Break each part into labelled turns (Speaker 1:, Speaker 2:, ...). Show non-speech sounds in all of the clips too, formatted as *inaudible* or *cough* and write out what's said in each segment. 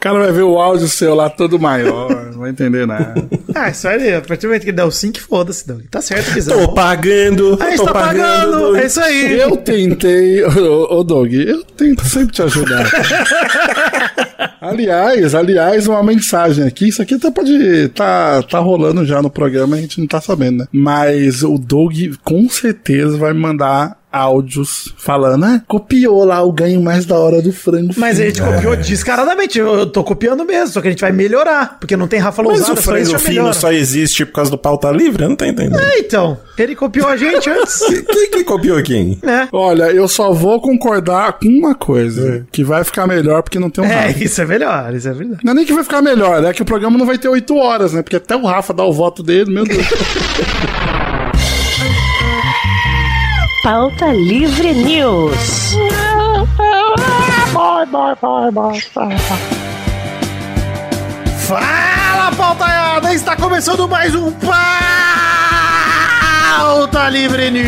Speaker 1: cara vai ver o áudio seu lá todo maior,
Speaker 2: *laughs*
Speaker 1: não vai entender nada.
Speaker 2: Ah, isso aí, a partir do momento que der o sync, foda-se, Doug. Tá certo, Guizão.
Speaker 3: Tô pagando.
Speaker 2: Ah,
Speaker 3: tô
Speaker 2: está pagando.
Speaker 3: Doug.
Speaker 2: É isso aí.
Speaker 1: Eu tentei, *laughs* ô, ô Doug, eu tento sempre te
Speaker 2: *laughs*
Speaker 1: ajudar. aliás, aliás, uma mensagem aqui, isso aqui até pode tá, tá rolando já no programa, a gente não tá sabendo, né? Mas o Doug com certeza vai mandar áudios falando, ah, copiou lá o ganho mais da hora do frango.
Speaker 2: Mas a gente copiou descaradamente. Eu, eu tô copiando mesmo, só que a gente vai melhorar. Porque não tem Rafa
Speaker 3: Mas
Speaker 2: Lousada,
Speaker 3: o
Speaker 2: só isso
Speaker 3: frango
Speaker 2: já
Speaker 3: fino
Speaker 2: melhora.
Speaker 3: só existe por causa do pauta livre? Eu não tô entendendo.
Speaker 2: É, então. Ele copiou a gente
Speaker 3: *laughs*
Speaker 2: antes,
Speaker 3: Quem que copiou quem?
Speaker 2: né?
Speaker 1: Olha, eu só vou concordar com uma coisa, que vai ficar melhor porque não tem um
Speaker 2: É,
Speaker 1: Rafa.
Speaker 2: isso é melhor, isso é verdade.
Speaker 1: Não é nem que vai ficar melhor, é que o programa não vai ter oito horas, né? Porque até o Rafa dá o voto dele, meu Deus. *laughs*
Speaker 4: Pauta Livre News.
Speaker 2: Fala, pautaiada! Está começando mais um Pauta Livre News!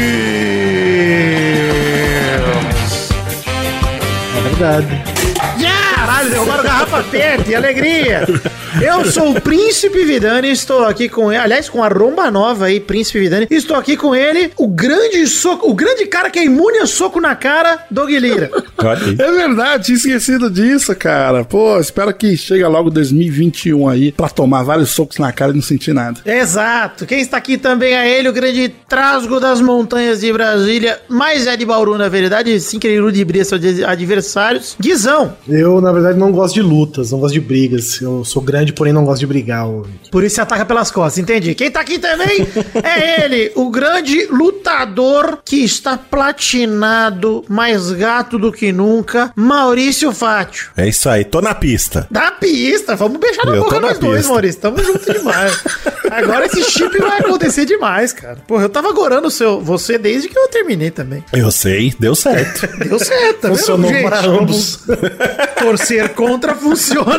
Speaker 2: É verdade. Caralho, derrubaram garrafa perto, e alegria! Eu sou o Príncipe Vidani, estou aqui com ele, aliás, com a romba nova aí, Príncipe Vidani, estou aqui com ele, o grande soco, o grande cara que é imune a soco na cara, Doug Lira.
Speaker 3: Olha aí.
Speaker 1: É verdade, tinha esquecido disso, cara. Pô, espero que chegue logo 2021 aí pra tomar vários socos na cara e não sentir nada.
Speaker 2: Exato. Quem está aqui também é ele, o grande trasgo das montanhas de Brasília, mas é de Bauru, na verdade, sem querer ludibria seus ad- adversários. Guizão.
Speaker 5: Eu, na verdade, não gosto de lutas, não gosto de brigas. Eu sou grande, porém não gosto de brigar. ô.
Speaker 2: Por isso se ataca pelas costas, entendi. Quem tá aqui
Speaker 3: *laughs*
Speaker 2: também é ele, o grande lutador que está platinado, mais gato do que nunca, Maurício Fátio.
Speaker 3: É isso aí, tô na pista.
Speaker 2: Da pista, vamos beijar na
Speaker 3: Eu
Speaker 2: boca
Speaker 3: tô na
Speaker 2: nós dois,
Speaker 3: pista.
Speaker 2: Maurício. Tamo
Speaker 3: *laughs*
Speaker 2: junto demais. Agora esse chip vai acontecer demais, cara. Porra, eu tava gorando o seu, você desde que eu terminei também.
Speaker 3: Eu sei, deu certo.
Speaker 2: Deu certo, tá
Speaker 5: Funcionou
Speaker 2: vendo, gente?
Speaker 5: para ambos.
Speaker 2: *laughs* Torcer contra funciona.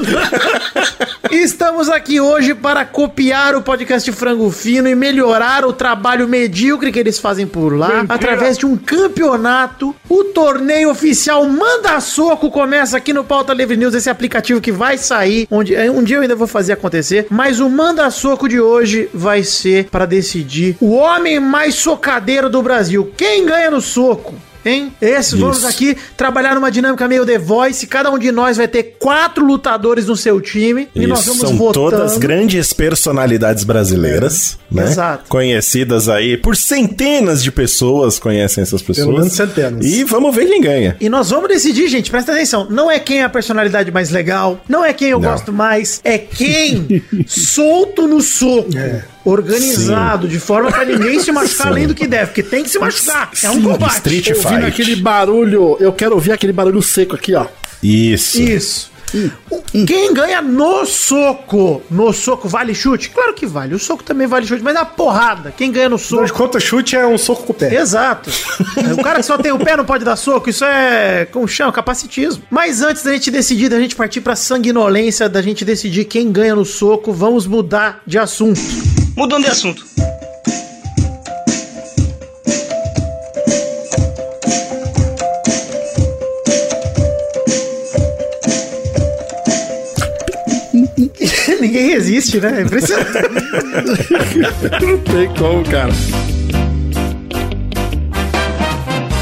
Speaker 2: Estamos aqui hoje para copiar o podcast Frango Fino e melhorar o trabalho medíocre que eles fazem por lá através de um campeonato. O torneio oficial Manda Soco começa aqui no Pauta Livre News, esse aplicativo que vai sair, onde eh, um dia eu ainda vou fazer acontecer, mas o Manda Soco de hoje vai ser para decidir o homem mais socadeiro do Brasil. Quem ganha no soco? Hein? Esses vamos
Speaker 3: Isso.
Speaker 2: aqui aqui trabalhar numa dinâmica meio The Voice. Cada um de nós vai ter quatro lutadores no seu time. e nós
Speaker 3: Isso,
Speaker 2: vamos
Speaker 3: são
Speaker 2: votando.
Speaker 3: todas grandes personalidades brasileiras, né?
Speaker 2: Exato.
Speaker 3: Conhecidas aí por centenas de pessoas conhecem essas pessoas.
Speaker 5: menos centenas.
Speaker 3: E vamos ver quem ganha.
Speaker 2: E nós vamos decidir, gente, presta atenção. Não é quem é a personalidade mais legal, não é quem eu
Speaker 3: Não.
Speaker 2: gosto mais, é
Speaker 3: *laughs*
Speaker 2: quem solto no soco. Organizado, de forma pra ninguém se machucar
Speaker 3: Sim.
Speaker 2: além do que deve, porque tem que se machucar. É um combate.
Speaker 3: Street
Speaker 1: Ouvindo
Speaker 3: Fight.
Speaker 1: aquele barulho, eu quero ouvir aquele barulho seco aqui, ó.
Speaker 3: Isso.
Speaker 2: Isso.
Speaker 3: Hum.
Speaker 2: O- Quem ganha no soco? No soco vale chute? Claro que vale. O soco também vale chute, mas na porrada. Quem ganha no soco?
Speaker 5: Afinal de contas, chute é um soco com o pé.
Speaker 2: Exato. o cara que só tem o pé não pode dar soco, isso é, como chama, capacitismo. Mas antes da gente decidir, da gente partir pra sanguinolência, da gente decidir quem ganha no soco, vamos mudar de assunto.
Speaker 6: Mudando de assunto.
Speaker 2: *laughs* Ninguém resiste, né? É impressionante.
Speaker 1: Não tem como, cara.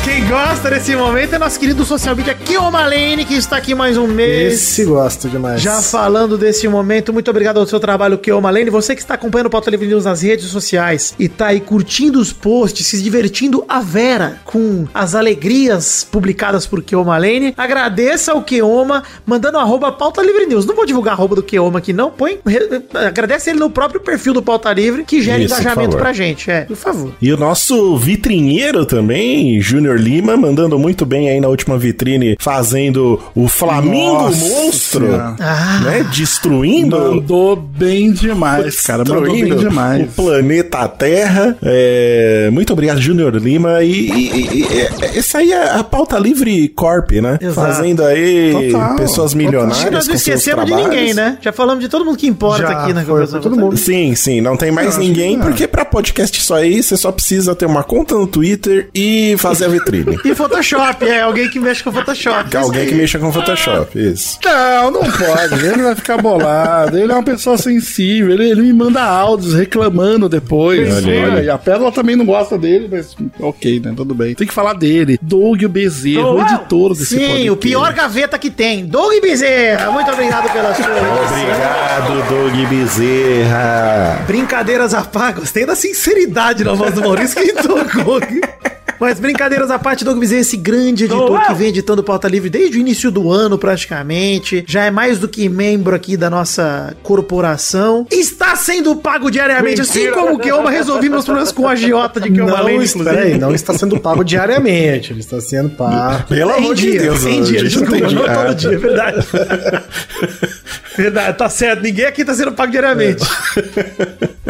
Speaker 2: Quem gosta desse momento é nosso querido social media Kiomalene, que está aqui mais um mês.
Speaker 5: Esse gosta demais.
Speaker 2: Já falando desse momento, muito obrigado ao seu trabalho, Kioma Lane. Você que está acompanhando o Pauta Livre News nas redes sociais e tá aí curtindo os posts, se divertindo a vera com as alegrias publicadas por Kioma Lane. Agradeça ao Kioma, mandando arroba Pauta Livre News. Não vou divulgar arroba do Kioma aqui não, põe... re- Agradece ele no próprio perfil do Pauta Livre, que gera
Speaker 3: Isso, por
Speaker 2: engajamento
Speaker 3: favor.
Speaker 2: pra gente. É, por favor.
Speaker 3: E o nosso vitrinheiro também, Júnior Lima, mandando muito bem aí na última vitrine, fazendo o Flamingo
Speaker 1: Nossa
Speaker 3: Monstro,
Speaker 1: Senhora.
Speaker 2: Ah.
Speaker 3: né? Destruindo.
Speaker 1: Mandou bem demais, cara. Mandou bem
Speaker 3: destruindo
Speaker 1: demais.
Speaker 3: O planeta Terra. É, muito obrigado, Júnior Lima. E, e- e- e- essa aí é a pauta livre Corp, né?
Speaker 2: Exato.
Speaker 3: Fazendo aí
Speaker 1: Total,
Speaker 3: pessoas
Speaker 1: total.
Speaker 2: Acho
Speaker 3: milionárias.
Speaker 2: que nós não
Speaker 3: com seus
Speaker 2: esquecemos de
Speaker 3: trabalhos.
Speaker 2: ninguém, né? Já falamos de todo mundo que importa
Speaker 5: Já,
Speaker 2: aqui na
Speaker 5: foi,
Speaker 2: conversa.
Speaker 5: foi todo mundo.
Speaker 3: Sim, sim, não tem mais é ninguém, porque pra podcast só aí, você só precisa ter uma conta no Twitter e fazer a vitrine. Adobe.
Speaker 2: E Photoshop, é alguém que mexe com Photoshop.
Speaker 3: Alguém que mexa com Photoshop, isso.
Speaker 1: Não, não pode. Ele vai ficar bolado. Ele é uma pessoa sensível. Ele, ele me manda áudios reclamando depois.
Speaker 3: Olha aí.
Speaker 1: Olha, e a Pérola também não gosta dele, mas ok, né? Tudo bem. Tem que falar dele. Doug Bezerra, o editor desse
Speaker 2: Sim, o pior gaveta que tem. Doug Bezerra, muito obrigado pela sua
Speaker 3: Obrigado, Doug Bezerra.
Speaker 2: Brincadeiras à parte, gostei da sinceridade na voz do Maurício que tocou aqui. Mas brincadeiras à parte, Doug Bezerra, esse grande editor que vem editando Pauta Livre desde o início do ano, praticamente. Já é mais do que membro aqui da nossa corporação. Está sendo pago diariamente, assim como o Keoma resolvi meus problemas com a agiota de Keoma
Speaker 5: Não,
Speaker 2: Lane,
Speaker 5: espera aí, não está
Speaker 2: *laughs*
Speaker 5: sendo pago diariamente, ele está sendo pago.
Speaker 3: Pelo amor de Deus,
Speaker 2: tem
Speaker 3: a
Speaker 2: dia,
Speaker 3: gente
Speaker 2: desculpa,
Speaker 3: tem
Speaker 2: não
Speaker 3: dia.
Speaker 2: todo dia, é
Speaker 3: *laughs*
Speaker 2: verdade. verdade, tá certo, ninguém aqui tá sendo pago diariamente.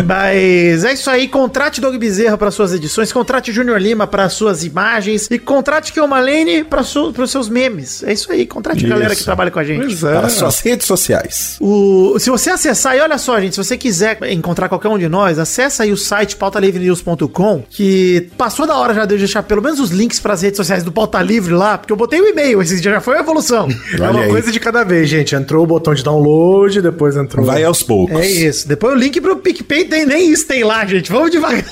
Speaker 2: Mas é isso aí, contrate Doug Bezerra para suas edições, contrate Júnior Lima para suas imagens e contrate Kelma Lane para os seus memes. É isso aí, contrate a galera
Speaker 3: Isso.
Speaker 2: que trabalha com a gente.
Speaker 1: Pois é.
Speaker 3: Para tá suas redes sociais.
Speaker 2: O- se você acessar, e olha só, gente, se você quiser encontrar qualquer um de nós, acessa aí o site pautalivrenews.com, que passou da hora já de eu deixar pelo menos os links para as redes sociais do Pauta Livre lá, porque eu botei o e-mail, esses dias já foi
Speaker 1: *laughs*
Speaker 2: uma evolução.
Speaker 5: É uma
Speaker 3: Olha aí.
Speaker 5: coisa de cada vez, gente. Entrou o botão de download, depois entrou.
Speaker 3: Vai aos poucos.
Speaker 2: É isso. Depois o link pro PicPay tem nem isso tem lá, gente. Vamos devagar.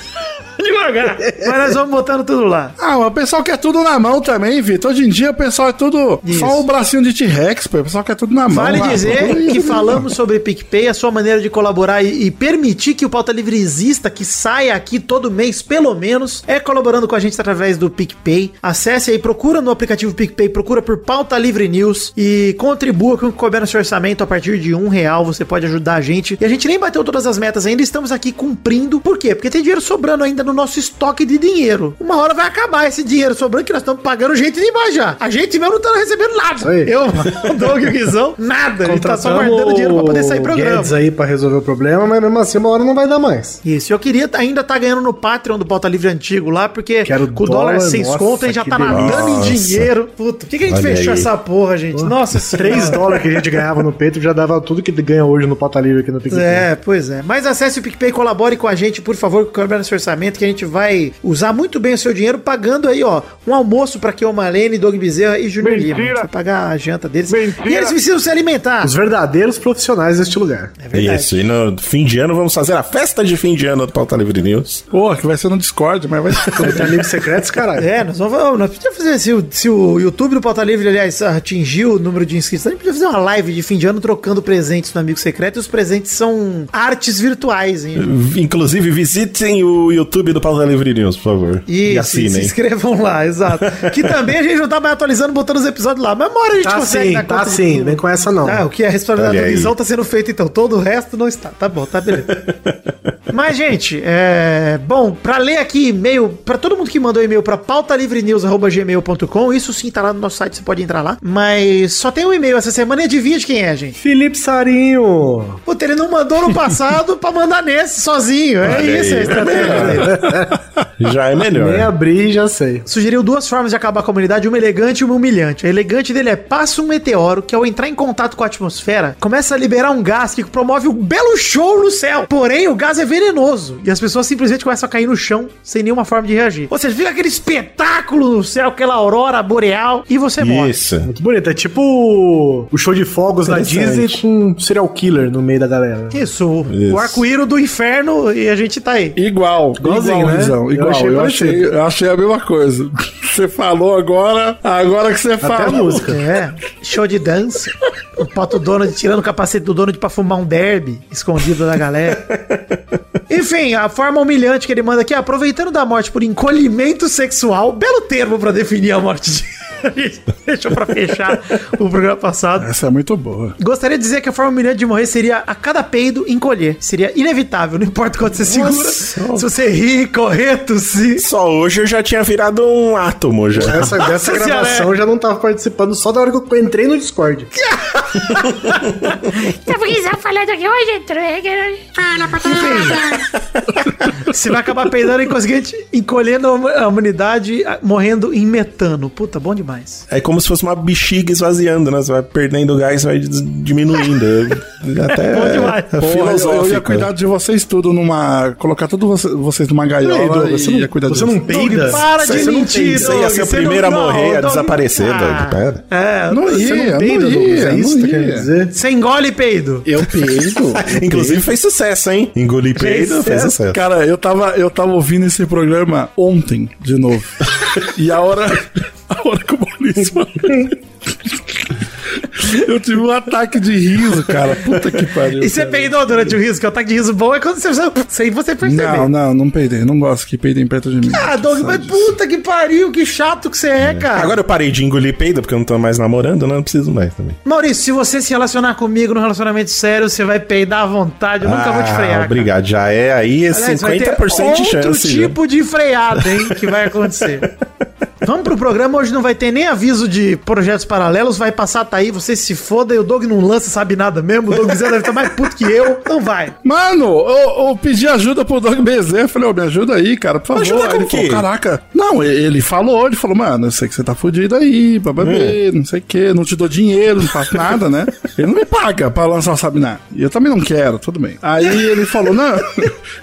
Speaker 2: devagar. Mas nós vamos botando tudo lá.
Speaker 1: Ah, mas o pessoal quer tudo na mão também, Vitor. Hoje em dia o pessoal é tudo.
Speaker 2: Isso.
Speaker 1: Só o bracinho de T-Rex, pô. O pessoal quer tudo na mão. Ah,
Speaker 2: Vale
Speaker 1: lá.
Speaker 2: dizer que falamos sobre PicPay, a sua maneira de colaborar e, e permitir que o Pauta Livre exista, que saia aqui todo mês, pelo menos, é colaborando com a gente através do PicPay. Acesse aí, procura no aplicativo PicPay, procura por Pauta Livre News e contribua com o que couber no seu orçamento a partir de um real. Você pode ajudar a gente. E a gente nem bateu todas as metas ainda, estamos aqui cumprindo. Por quê? Porque tem dinheiro sobrando ainda no nosso estoque de dinheiro. Uma hora vai acabar esse dinheiro sobrando que nós estamos pagando gente demais já. A gente mesmo não está recebendo nada.
Speaker 5: aí.
Speaker 2: Eu, *laughs* o Doug e o Guizão, nada. Ele tá só guardando dinheiro pra poder sair programa.
Speaker 5: Guedes aí pra resolver o problema, mas mesmo assim uma hora não vai dar mais.
Speaker 2: Isso, eu queria tá- ainda tá ganhando no Patreon do Pauta Livre Antigo lá, porque
Speaker 5: Quero
Speaker 2: com o dólar,
Speaker 5: dólar,
Speaker 2: sem
Speaker 5: nossa,
Speaker 2: conta, a gente já
Speaker 5: que
Speaker 2: tá nadando em
Speaker 3: delícia.
Speaker 2: dinheiro. Puta, por que, que a gente
Speaker 3: Olha
Speaker 2: fechou
Speaker 3: aí.
Speaker 2: essa porra, gente? Nossa
Speaker 5: *laughs*
Speaker 2: senhora.
Speaker 5: 3 dólares que a gente ganhava no peito já dava tudo que ganha hoje no Pauta Livre aqui no PicPay.
Speaker 2: É, pois é. Mas acesse o PicPay, colabore com a gente, por favor, com o Câmara nesse orçamento, que a gente vai usar muito bem o seu dinheiro pagando aí, ó, um almoço pra que o Malene, Doug Bezerra e Júnior Lima. A gente vai pagar a janta deles. E eles precisam se alimentar.
Speaker 5: Os verdadeiros profissionais deste lugar.
Speaker 2: É
Speaker 3: Isso, e no fim de ano vamos fazer a festa de fim de ano do Pauta Livre News.
Speaker 1: Pô, que vai ser no Discord, mas vai ser. *laughs*
Speaker 5: Tem amigos secretos,
Speaker 2: *laughs*
Speaker 5: caralho.
Speaker 2: É, nós vamos. Nós podíamos fazer. Se o, se o YouTube do Pauta Livre, aliás, atingiu o número de inscritos, a gente podia fazer uma live de fim de ano trocando presentes no Amigo Secreto. E os presentes são artes virtuais, hein?
Speaker 3: Inclusive, visitem o YouTube do Pauta Livre News, por favor.
Speaker 2: E, se, se inscrevam lá, exato. Que também a gente não tá mais atualizando, botando os episódios lá. Mas uma hora a gente
Speaker 5: Tá
Speaker 2: consegue.
Speaker 5: sim,
Speaker 2: dar
Speaker 5: tá
Speaker 2: conta de
Speaker 5: sim.
Speaker 2: tudo.
Speaker 5: Nem com essa não.
Speaker 2: Ah, o que é responsabilidade
Speaker 3: Olha
Speaker 2: da
Speaker 3: aí.
Speaker 2: visão tá sendo feito, então. Todo o resto não está. Tá bom, tá
Speaker 3: *laughs*
Speaker 2: beleza. Mas, gente, é... Bom, pra ler aqui e-mail, pra todo mundo que mandou e-mail pra pautalivrenews.gmail.com, isso sim tá lá no nosso site, você pode entrar lá. Mas só tem um e-mail essa semana e adivinha de quem é, gente?
Speaker 5: Felipe Sarinho.
Speaker 2: Puta, ele não mandou no passado *laughs* pra mandar nesse sozinho. É
Speaker 3: Olha
Speaker 2: isso, é a
Speaker 3: aí.
Speaker 2: estratégia
Speaker 3: *laughs*
Speaker 2: dele.
Speaker 3: Já é
Speaker 5: Nem
Speaker 3: melhor.
Speaker 5: abri e já sei.
Speaker 2: sugeriu duas formas de acabar com a humanidade, uma elegante e uma humilhante. A elegante dele é passa um meteoro que ao entrar em contato com a atmosfera, começa a liberar um gás que promove um belo show no céu. Porém, o gás é venenoso e as pessoas simplesmente começam a cair no chão sem nenhuma forma de reagir. Ou seja, fica aquele espetáculo no céu, aquela aurora boreal e você morre.
Speaker 3: Isso.
Speaker 5: Muito bonito. É tipo o- o show de fogos da
Speaker 3: Interessante.
Speaker 5: Disney com serial killer no meio da galera.
Speaker 2: Isso, o-
Speaker 3: Isso.
Speaker 2: o arco-íro do inferno e a gente tá aí.
Speaker 1: Igual,
Speaker 5: Igualzinho,
Speaker 1: igual,
Speaker 5: né?
Speaker 1: Guizão,
Speaker 5: Eu
Speaker 1: igual.
Speaker 5: achei
Speaker 1: Eu achei, eu, achei,
Speaker 5: parecido.
Speaker 1: a mesma coisa. *laughs* Você falou agora, agora que você
Speaker 5: Até a
Speaker 1: fala.
Speaker 5: música.
Speaker 2: É, show de dança. O Pato Donald tirando o capacete do Donald pra fumar um derby escondido da galera. Enfim, a forma humilhante que ele manda aqui, é aproveitando da morte por encolhimento sexual, belo termo pra definir a morte de. *laughs* A gente deixou pra fechar o programa passado.
Speaker 1: Essa é muito boa.
Speaker 2: Gostaria de dizer que a forma humilhante de morrer seria a cada peido encolher. Seria inevitável, não importa quanto você segura. Se você ri, correr, tossir.
Speaker 3: Só hoje eu já tinha virado um átomo já.
Speaker 2: É.
Speaker 5: *laughs* Essa, dessa
Speaker 2: Senhora.
Speaker 5: gravação eu já é. não tava participando só da hora que eu entrei no Discord.
Speaker 4: Tava o Guizão falando aqui hoje, entrega. Fala, patrão.
Speaker 2: Você vai acabar peidando e conseguindo encolhendo a hum- a humanidade, a- morrendo em metano. Puta, bom mais.
Speaker 3: É como se fosse uma bexiga esvaziando, né? Você vai perdendo gás, vai des- diminuindo.
Speaker 2: *laughs*
Speaker 3: Até
Speaker 2: Bom demais.
Speaker 3: é
Speaker 1: Porra, eu- eu ia
Speaker 3: filosófico.
Speaker 1: cuidar de vocês tudo numa. Colocar todos vocês- vocês numa
Speaker 5: Peraí,
Speaker 1: gaiola.
Speaker 5: Doug,
Speaker 1: e
Speaker 5: você
Speaker 1: ia cuidar
Speaker 5: não, você
Speaker 1: disso.
Speaker 5: não peida?
Speaker 2: para
Speaker 3: Você não tem, você ia ser o
Speaker 5: Você não-
Speaker 3: primeiro a
Speaker 5: não,
Speaker 3: morrer, a
Speaker 5: Doug,
Speaker 3: desaparecer,
Speaker 2: ah.
Speaker 3: Doug. tá? Pera.
Speaker 2: É,
Speaker 1: Não
Speaker 5: Você
Speaker 1: ia,
Speaker 5: não
Speaker 1: não
Speaker 5: peida, Douglas?
Speaker 1: ia.
Speaker 5: É isso que
Speaker 1: não
Speaker 5: você quer
Speaker 1: ia.
Speaker 5: dizer?
Speaker 2: você engole e peido.
Speaker 1: Eu peido. *laughs* eu
Speaker 3: Inclusive fez sucesso, hein? Engolir peido, fez sucesso.
Speaker 1: é Cara, eu tava, eu tava ouvindo esse programa ontem, de
Speaker 5: *laughs*
Speaker 1: novo. e a hora, a hora que o Maurício falou. Eu tive um ataque de riso, cara. Puta que pariu.
Speaker 2: E
Speaker 5: é
Speaker 2: você
Speaker 1: cara.
Speaker 2: peidou durante o riso, que o ataque de riso bom é quando você sem você perceber.
Speaker 1: Não, não, não peidei. Não gosto que peidem perto de mim.
Speaker 2: Ah, Doug, mas puta que pariu, que chato que você é, cara.
Speaker 3: Agora eu parei de engolir peido porque eu não tô mais namorando, né? Não preciso mais também.
Speaker 2: Maurício, se você se relacionar comigo num relacionamento sério, você vai peidar à vontade. Eu nunca vou te
Speaker 3: Ah,
Speaker 2: frear. cara.
Speaker 3: Obrigado, já é aí é
Speaker 2: Aliás, vai ter
Speaker 3: 50% de
Speaker 2: outro
Speaker 3: chance. viu?
Speaker 2: tipo de freada, hein, que vai acontecer. *laughs* Vamos pro programa, hoje não vai ter nem aviso de projetos paralelos, vai passar, tá aí, você se foda e o Doug não lança, sabe nada mesmo, o Doug Zé deve estar mais puto que eu, não vai.
Speaker 1: Mano, eu, eu pedi ajuda pro Doug Bezerra. Eu Falei, ô, me ajuda aí, cara, por favor.
Speaker 3: Ajuda com
Speaker 1: Aí ele
Speaker 3: o quê?
Speaker 1: falou, caraca. Não, e- ele falou, ele falou, mano, eu sei que você tá fudido aí, bababê,
Speaker 3: É.
Speaker 1: não sei o quê, não te dou dinheiro, não faço nada,
Speaker 3: *laughs*
Speaker 1: né? Ele não me paga pra lançar o Sabiná. E eu também não quero, tudo bem. Aí ele falou,
Speaker 3: *laughs*
Speaker 1: não,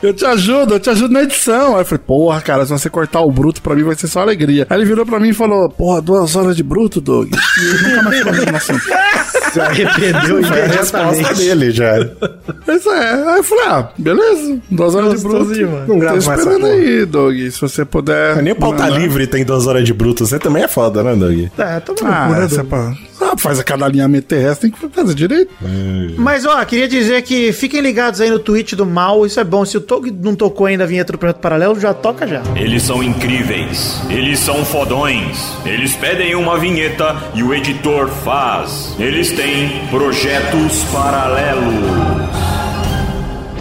Speaker 1: eu te ajudo, eu te ajudo na edição. Aí eu falei, porra, cara, se você cortar o bruto pra mim vai ser só alegria. Aí ele virou pra mim e falou, porra, duas horas de bruto, Doug. E ele nunca mais assim? falou no assunto.
Speaker 5: Se arrependeu
Speaker 3: É a resposta
Speaker 5: imediatamente.
Speaker 3: dele já.
Speaker 1: Isso é. Aí eu falei, ah, beleza. Duas horas de
Speaker 2: Gostosinho,
Speaker 1: bruto.
Speaker 2: mano.
Speaker 5: Não grava
Speaker 1: Tô
Speaker 5: mais essa
Speaker 1: esperando
Speaker 5: porra.
Speaker 1: aí, Dog. Se você puder.
Speaker 3: Nem o pauta
Speaker 1: Não, é não.
Speaker 3: livre tem duas horas de bruto. Você também é foda, né, Doug?
Speaker 2: É, toma no cu,
Speaker 1: Ah,
Speaker 2: né,
Speaker 1: você
Speaker 2: Doug?
Speaker 1: pa- ah, faz aquela alinhamento terrestre, tem que fazer direito.
Speaker 2: Mas ó, queria dizer que fiquem ligados aí no tweet do mal, isso é bom, se o Doug não tocou ainda a vinheta do projeto paralelo, já toca já.
Speaker 6: Eles são incríveis, eles são fodões. Eles pedem uma vinheta e o editor faz. Eles têm projetos paralelos.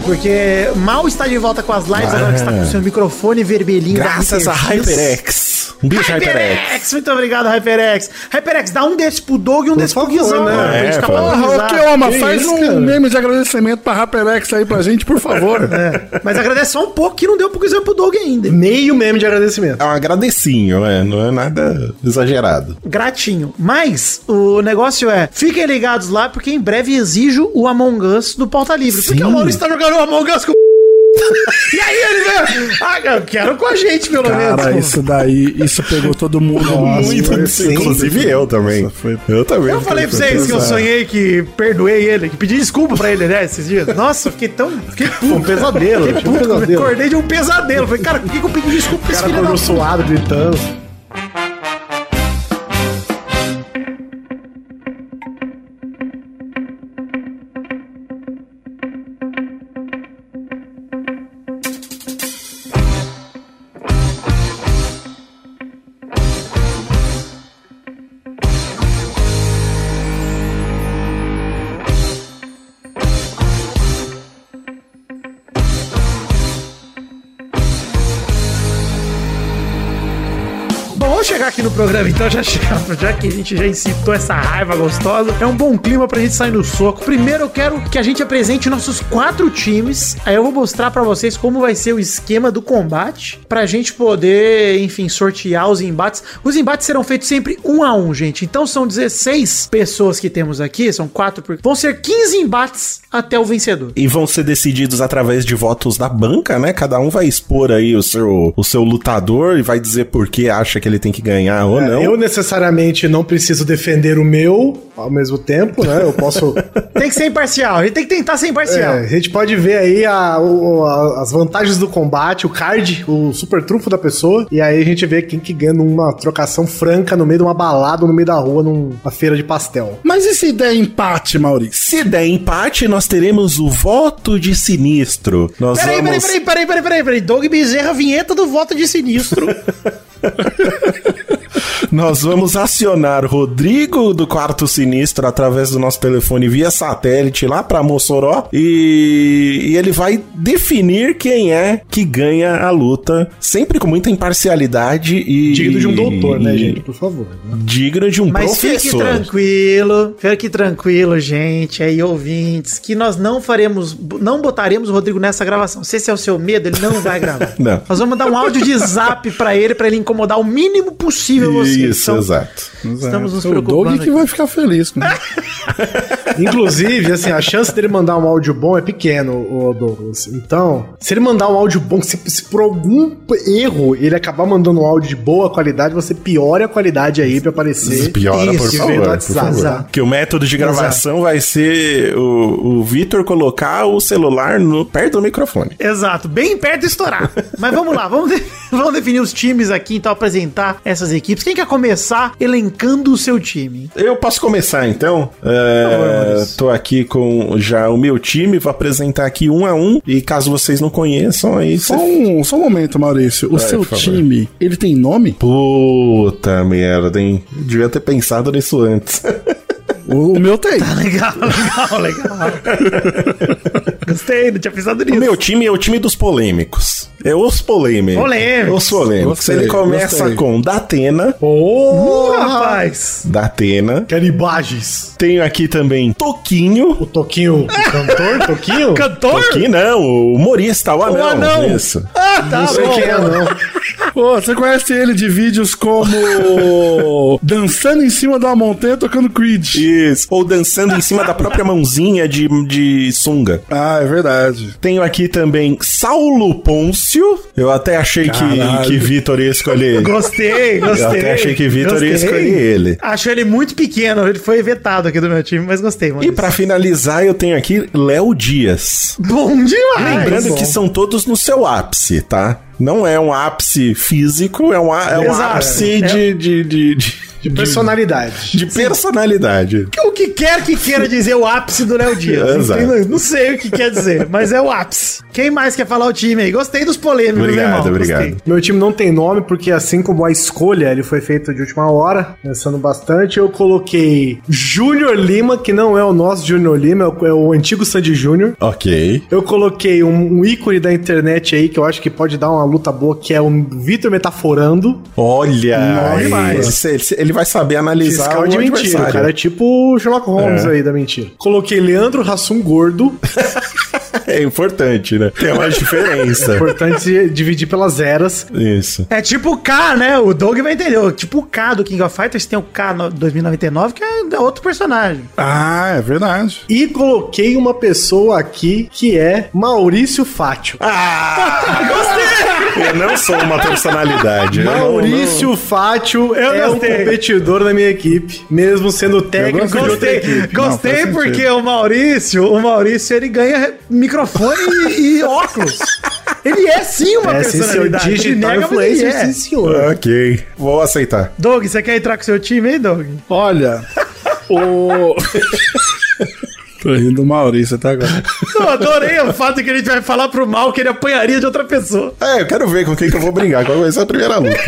Speaker 2: Porque mal está de volta com as lives, agora que está com o seu microfone vermelhinho. da
Speaker 3: Graças a
Speaker 2: Hyperfix.
Speaker 3: HyperX. Um beijo, HyperX.
Speaker 2: HyperX, muito obrigado, HyperX. HyperX, dá um desses pro Doug e um desses pro
Speaker 5: favor,
Speaker 2: Guizão,
Speaker 5: né?
Speaker 2: mano, pra
Speaker 3: É,
Speaker 2: gente tá
Speaker 3: pô.
Speaker 1: Porra,
Speaker 2: capitalizar.
Speaker 1: Ah, que ama,
Speaker 5: Que
Speaker 1: faz
Speaker 5: isso,
Speaker 1: um
Speaker 5: cara?
Speaker 1: meme de agradecimento pra Raperex aí pra gente, por *laughs* favor.
Speaker 2: É, Mas agradece só um pouco que não deu pro Guizão e pro Doug ainda.
Speaker 5: Meio meme de agradecimento.
Speaker 3: É um agradecinho, né? Não é nada exagerado.
Speaker 2: Gratinho. Mas o negócio é, fiquem ligados lá, porque em breve exijo o Among Us do Pauta Livre. Porque o Maurício tá jogando o Among Us com o... *laughs* E aí ele veio... Ah, eu quero com a gente, pelo
Speaker 1: Cara,
Speaker 2: menos.
Speaker 1: isso daí, isso pegou todo mundo muito.
Speaker 3: Muito, inclusive eu também. Eu
Speaker 1: é
Speaker 3: também.
Speaker 2: Eu falei pra vocês que eu sonhei que perdoei ele, que pedi desculpa pra ele, né, esses dias. Nossa, fiquei tão... Fiquei puto.
Speaker 5: Um *laughs* pesadelo. Tipo um
Speaker 2: Eu
Speaker 5: pesadelo.
Speaker 2: Acordei de um pesadelo. Falei, cara, por que, que eu pedi desculpa pra
Speaker 5: O
Speaker 2: esse
Speaker 5: cara
Speaker 2: filho da
Speaker 5: acordou suado, gritando.
Speaker 2: Bom, vamos chegar aqui no programa então, já chegamos, já que a gente já incitou essa raiva gostosa. É um bom clima pra gente sair no soco. Primeiro eu quero que a gente apresente nossos quatro times. Aí eu vou mostrar pra vocês como vai ser o esquema do combate. Pra gente poder, enfim, sortear os embates. Os embates serão feitos sempre um a um, gente. Então são 16 pessoas que temos aqui, são quatro por. Vão ser 15 embates até o vencedor.
Speaker 3: E vão ser decididos através de votos da banca, né? Cada um vai expor aí o seu, o seu lutador e vai dizer por que acha que ele tem que ganhar ou
Speaker 5: É,
Speaker 3: não.
Speaker 5: Eu necessariamente não preciso defender o meu ao mesmo tempo, né? Eu posso.
Speaker 2: Tem que ser imparcial, a gente tem que tentar ser
Speaker 5: É,
Speaker 2: imparcial.
Speaker 5: a gente pode ver aí a- o- a- as vantagens do combate, o card, o super trunfo da pessoa, e aí a gente vê quem que ganha numa trocação franca no meio de uma balada, no meio da rua, numa feira de pastel.
Speaker 1: Mas e se der empate, Maurício?
Speaker 3: Se der empate, nós teremos o voto de sinistro. Nós
Speaker 2: Peraí,
Speaker 3: vamos...
Speaker 2: peraí, peraí, peraí, peraí, peraí, peraí. Doug Bezerra, vinheta do voto de sinistro.
Speaker 3: *laughs* Nós vamos acionar Rodrigo do Quarto Sinistro através do nosso telefone via satélite lá pra Mossoró e, e ele vai definir quem é que ganha a luta, sempre com muita imparcialidade e.
Speaker 5: Digno de um doutor, né,
Speaker 3: e-
Speaker 5: gente? Por favor.
Speaker 3: Digno de um
Speaker 2: Mas fique
Speaker 3: professor.
Speaker 2: tranquilo, fique tranquilo, gente, aí ouvintes, que nós não faremos, não botaremos o Rodrigo nessa gravação. Se esse é o seu medo, ele não vai gravar.
Speaker 3: *laughs* Não.
Speaker 2: Nós vamos mandar um áudio de zap pra ele, pra ele incomodar o mínimo possível
Speaker 3: Isso, exato.
Speaker 2: Estamos nos
Speaker 1: É, o
Speaker 2: preocupando.
Speaker 1: Doug que
Speaker 2: aqui.
Speaker 1: vai ficar feliz com isso.
Speaker 5: Inclusive, assim, a chance dele mandar um áudio bom é pequeno, o Douglas. Então, se ele mandar um áudio bom, se, se por algum erro ele acabar mandando um áudio de boa qualidade, você piora a qualidade aí pra aparecer.
Speaker 3: Piora, por
Speaker 5: Isso, que veio do
Speaker 3: favor, por
Speaker 5: WhatsApp.
Speaker 3: favor. Que o método de gravação vai ser o, o Vitor colocar o celular no, perto do microfone.
Speaker 2: Exato, bem perto de estourar. Mas vamos lá, vamos, de- *laughs* vamos definir os times aqui, então apresentar essas equipes. Quem quer começar elencando o seu time?
Speaker 3: Eu posso começar então? É, tô aqui com já o meu time, vou apresentar aqui um a um. E caso vocês não conheçam, aí
Speaker 1: Só
Speaker 3: você.
Speaker 1: um, só um momento, Maurício. O seu
Speaker 3: por favor.
Speaker 1: time, ele tem nome?
Speaker 3: Puta merda, hein? Eu Devia ter pensado nisso
Speaker 2: *laughs*
Speaker 3: antes.
Speaker 1: O, o meu tem.
Speaker 2: Legal, *laughs* legal, legal. Gostei, não tinha pensado
Speaker 3: O
Speaker 2: nisso.
Speaker 3: meu time é o time dos polêmicos. É os polêmicos.
Speaker 2: Polêmicos.
Speaker 3: Os polêmicos.
Speaker 1: Gostei,
Speaker 3: Ele começa
Speaker 1: gostei.
Speaker 3: com Datena.
Speaker 2: Ô,
Speaker 5: Ô,
Speaker 2: rapaz!
Speaker 3: Datena.
Speaker 5: Canibagens.
Speaker 3: Tenho aqui também Toquinho.
Speaker 5: O Toquinho, o cantor, Toquinho?
Speaker 2: Cantor?
Speaker 3: Toquinho não, o humorista, o anão.
Speaker 2: anão.
Speaker 3: Isso.
Speaker 2: Ah, tá
Speaker 5: Não sei
Speaker 2: bom.
Speaker 5: quem é, não.
Speaker 1: Pô, você conhece ele de vídeos *laughs* como dançando em cima de uma montanha tocando Creed.
Speaker 3: Isso. Ou dançando em cima da própria mãozinha de, de sunga.
Speaker 1: Ah, é verdade.
Speaker 3: Tenho aqui também Saulo Pôncio. Eu até achei
Speaker 1: Caralho.
Speaker 3: que, que Vitor ia escolher.
Speaker 2: Gostei, gostei.
Speaker 3: Eu até achei que Vitor ia
Speaker 2: gostei.
Speaker 3: escolher ele.
Speaker 2: Acho ele muito pequeno, ele foi vetado aqui do meu time, mas gostei, mano.
Speaker 3: E pra finalizar, eu tenho aqui Léo Dias.
Speaker 2: Ah, Bom demais!
Speaker 3: Lembrando que são todos no seu ápice, tá? Não é um ápice físico, é um, á- é um
Speaker 2: Exato.
Speaker 3: ápice
Speaker 2: É.
Speaker 3: de, de, de, de,
Speaker 5: De personalidade.
Speaker 3: de personalidade.
Speaker 2: o que quer que queira dizer o ápice do Léo Dias.
Speaker 3: Exato.
Speaker 2: Entendeu? Não sei o que quer dizer, mas é o ápice. Quem mais quer falar o time aí? Gostei dos polêmicos,
Speaker 5: é
Speaker 3: Obrigado,
Speaker 2: irmão.
Speaker 3: obrigado.
Speaker 2: Gostei.
Speaker 5: Meu time não tem nome, porque assim como a escolha ele foi feito de última hora, pensando bastante, eu coloquei Júnior Lima, que não é o nosso Júnior Lima, é o, é o antigo Sandy Júnior.
Speaker 3: Ok.
Speaker 5: Eu coloquei um, um ícone da internet aí que eu acho que pode dar uma luta boa, que é o Vitor Metaforando.
Speaker 3: Olha, é
Speaker 5: Nossa.
Speaker 3: aí, você- ele, vai saber analisar
Speaker 5: Fiscal um de
Speaker 3: o
Speaker 5: mentira. O
Speaker 3: é um adversário.
Speaker 5: cara é tipo o Sherlock Holmes aí da mentira. Coloquei Leandro Rassum Gordo.
Speaker 3: É importante, né? Tem uma diferença.
Speaker 5: Importante dividir pelas eras.
Speaker 3: *laughs* Isso.
Speaker 2: É tipo o K, né? O Doug vai entender. Tipo o K do King of Fighters, tem o K no- 2099, que é outro personagem.
Speaker 1: Ah, é verdade.
Speaker 5: E coloquei uma pessoa aqui que é Maurício Fátio.
Speaker 2: Ah,
Speaker 3: Ah, Eu não sou uma personalidade. eu não-
Speaker 5: Maurício Fátio é um
Speaker 2: gostei.
Speaker 5: competidor da minha equipe, mesmo sendo técnico de outra
Speaker 2: Gostei,
Speaker 5: equipe.
Speaker 2: gostei
Speaker 1: Não, faz
Speaker 2: porque
Speaker 1: sentido.
Speaker 2: o Maurício, o Maurício, ele ganha microfone e, e óculos. Ele é sim uma
Speaker 5: É, sim, seu
Speaker 2: personalidade. Ele
Speaker 5: digital
Speaker 2: nega, mas ele
Speaker 5: influencer,
Speaker 2: é.
Speaker 5: sim, senhor.
Speaker 3: não. Ok. Vou aceitar.
Speaker 2: Doug, você quer entrar com seu time, hein, Doug?
Speaker 1: Olha, o. *laughs* Tô rindo do Maurício até agora.
Speaker 2: Eu adorei o fato que ele vai falar pro mal que ele apanharia de outra pessoa.
Speaker 3: É, eu quero ver com quem que eu vou brigar. Qual vai ser a primeira luta?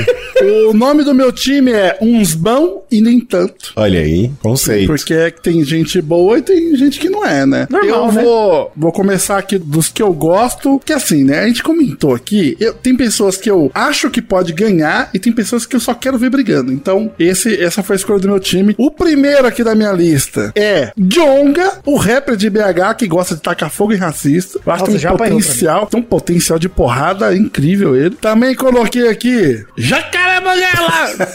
Speaker 1: O nome do meu time é Uns Bão e Nem Tanto.
Speaker 3: Olha aí, conceito.
Speaker 1: Porque é que tem gente boa e tem gente que não é, né?
Speaker 2: Normal,
Speaker 1: eu
Speaker 2: né?
Speaker 1: vou, vou começar aqui dos que eu gosto, que assim, né? A gente comentou aqui, eu- tem pessoas que eu acho que pode ganhar e tem pessoas que eu só quero ver brigando. Então, esse, essa foi a escolha do meu time. O primeiro aqui da minha lista é Jonga, o rapper de BH que gosta de tacar fogo e racista. Eu acho que
Speaker 2: Nossa,
Speaker 1: tem
Speaker 2: já
Speaker 1: um
Speaker 2: apanhou pra mim.
Speaker 1: potencial, tem um potencial de porrada incrível ele. Também coloquei aqui Jacaré Banguela!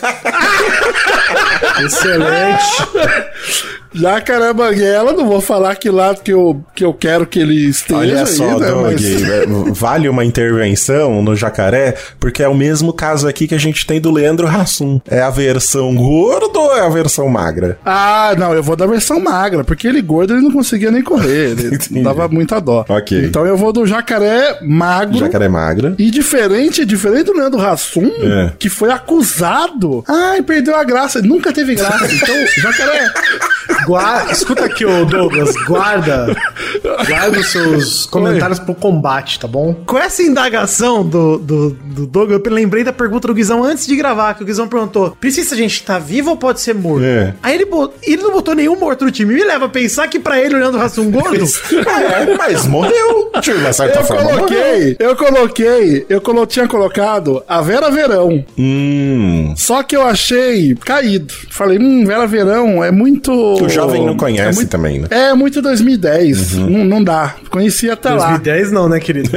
Speaker 5: Excelente.
Speaker 1: Jacaré Banguela, não vou falar que lado que eu, que eu quero que ele esteja.
Speaker 3: Olha só,
Speaker 1: aí, né,
Speaker 3: Doug, *laughs*
Speaker 1: mas-
Speaker 3: eh, vale uma intervenção no jacaré, porque é o mesmo caso aqui que a gente tem do Leandro Hassum. É a versão gordo ou é a versão magra?
Speaker 1: Ah, não, eu vou da versão magra, porque ele gordo ele não conseguia nem correr, ele
Speaker 3: *laughs* Entendi.
Speaker 1: dava muita dó.
Speaker 3: Ok.
Speaker 1: Então eu vou do jacaré magro.
Speaker 3: Jacaré *laughs* magra.
Speaker 1: E diferente, diferente do Leandro Hassum,
Speaker 3: É.
Speaker 1: que foi acusado. Ai, perdeu a graça. Nunca teve graça. Então,
Speaker 3: *laughs*
Speaker 1: jacaré.
Speaker 5: Gua- Escuta aqui, ô Douglas, guarda, guarda os seus comentários pro combate, tá bom?
Speaker 2: Com essa indagação do, do, do Doug, eu lembrei da pergunta do Guizão antes de gravar, que o Guizão perguntou: precisa a gente tá vivo ou pode ser morto?
Speaker 3: É.
Speaker 2: Aí ele, bot- ele não botou nenhum morto no time. Me leva a pensar que pra ele, olhando o Rassum *laughs* gordo,
Speaker 3: É, mas morreu. De uma certa
Speaker 1: Eu
Speaker 3: forma, morreu.
Speaker 1: coloquei, eu coloquei, eu colo- tinha colocado a Vera Verão.
Speaker 3: Hum.
Speaker 1: Só que eu achei caído. Falei, hum, Vera Verão é muito.
Speaker 3: O jovem não
Speaker 1: É
Speaker 3: conhece
Speaker 1: muito,
Speaker 3: também, né?
Speaker 1: é muito 2010. Não, não dá. Conheci até lá.
Speaker 5: 2010 não, né, querido?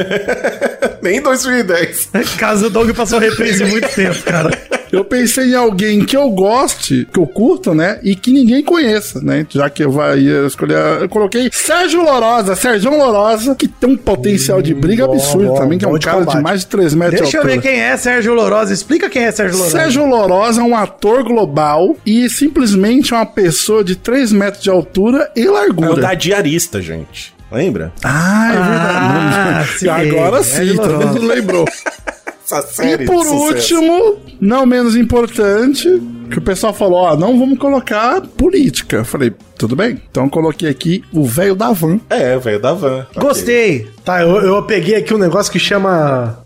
Speaker 3: Nem 2010.
Speaker 2: caso o Doug passou reprise muito tempo, cara.
Speaker 1: Eu pensei em alguém que eu goste, que eu curto, né? E que ninguém conheça, né? Já que eu vai ia escolher. Eu coloquei Sérgio Lorosa, Sérgio Lorosa, que tem um potencial de briga
Speaker 5: bom,
Speaker 1: absurdo
Speaker 5: bom,
Speaker 1: também, que é
Speaker 5: bom
Speaker 1: um
Speaker 5: de
Speaker 1: cara de
Speaker 5: combate.
Speaker 1: mais de 3 metros de
Speaker 2: Deixa eu
Speaker 1: altura.
Speaker 2: ver quem é Sérgio Lourosa. Explica quem é Sérgio Lourosa.
Speaker 1: Sérgio Lorosa é um ator global e simplesmente é uma pessoa de 3 metros de altura e
Speaker 3: É o da
Speaker 1: largura.
Speaker 3: diarista, gente. Lembra?
Speaker 1: Ah, é
Speaker 2: Ah,
Speaker 1: verdade.
Speaker 2: sim.
Speaker 1: Agora sim,
Speaker 2: Sérgio
Speaker 1: todo mundo *laughs*
Speaker 2: Lorosa.
Speaker 1: lembrou.
Speaker 3: Essa
Speaker 1: E por último, não menos importante, que o pessoal falou, ó, não vamos colocar política. Eu falei, tudo bem. Então eu coloquei aqui o velho da van.
Speaker 3: É, velho da van.
Speaker 2: Gostei.
Speaker 5: Tá, eu, eu peguei aqui um negócio que chama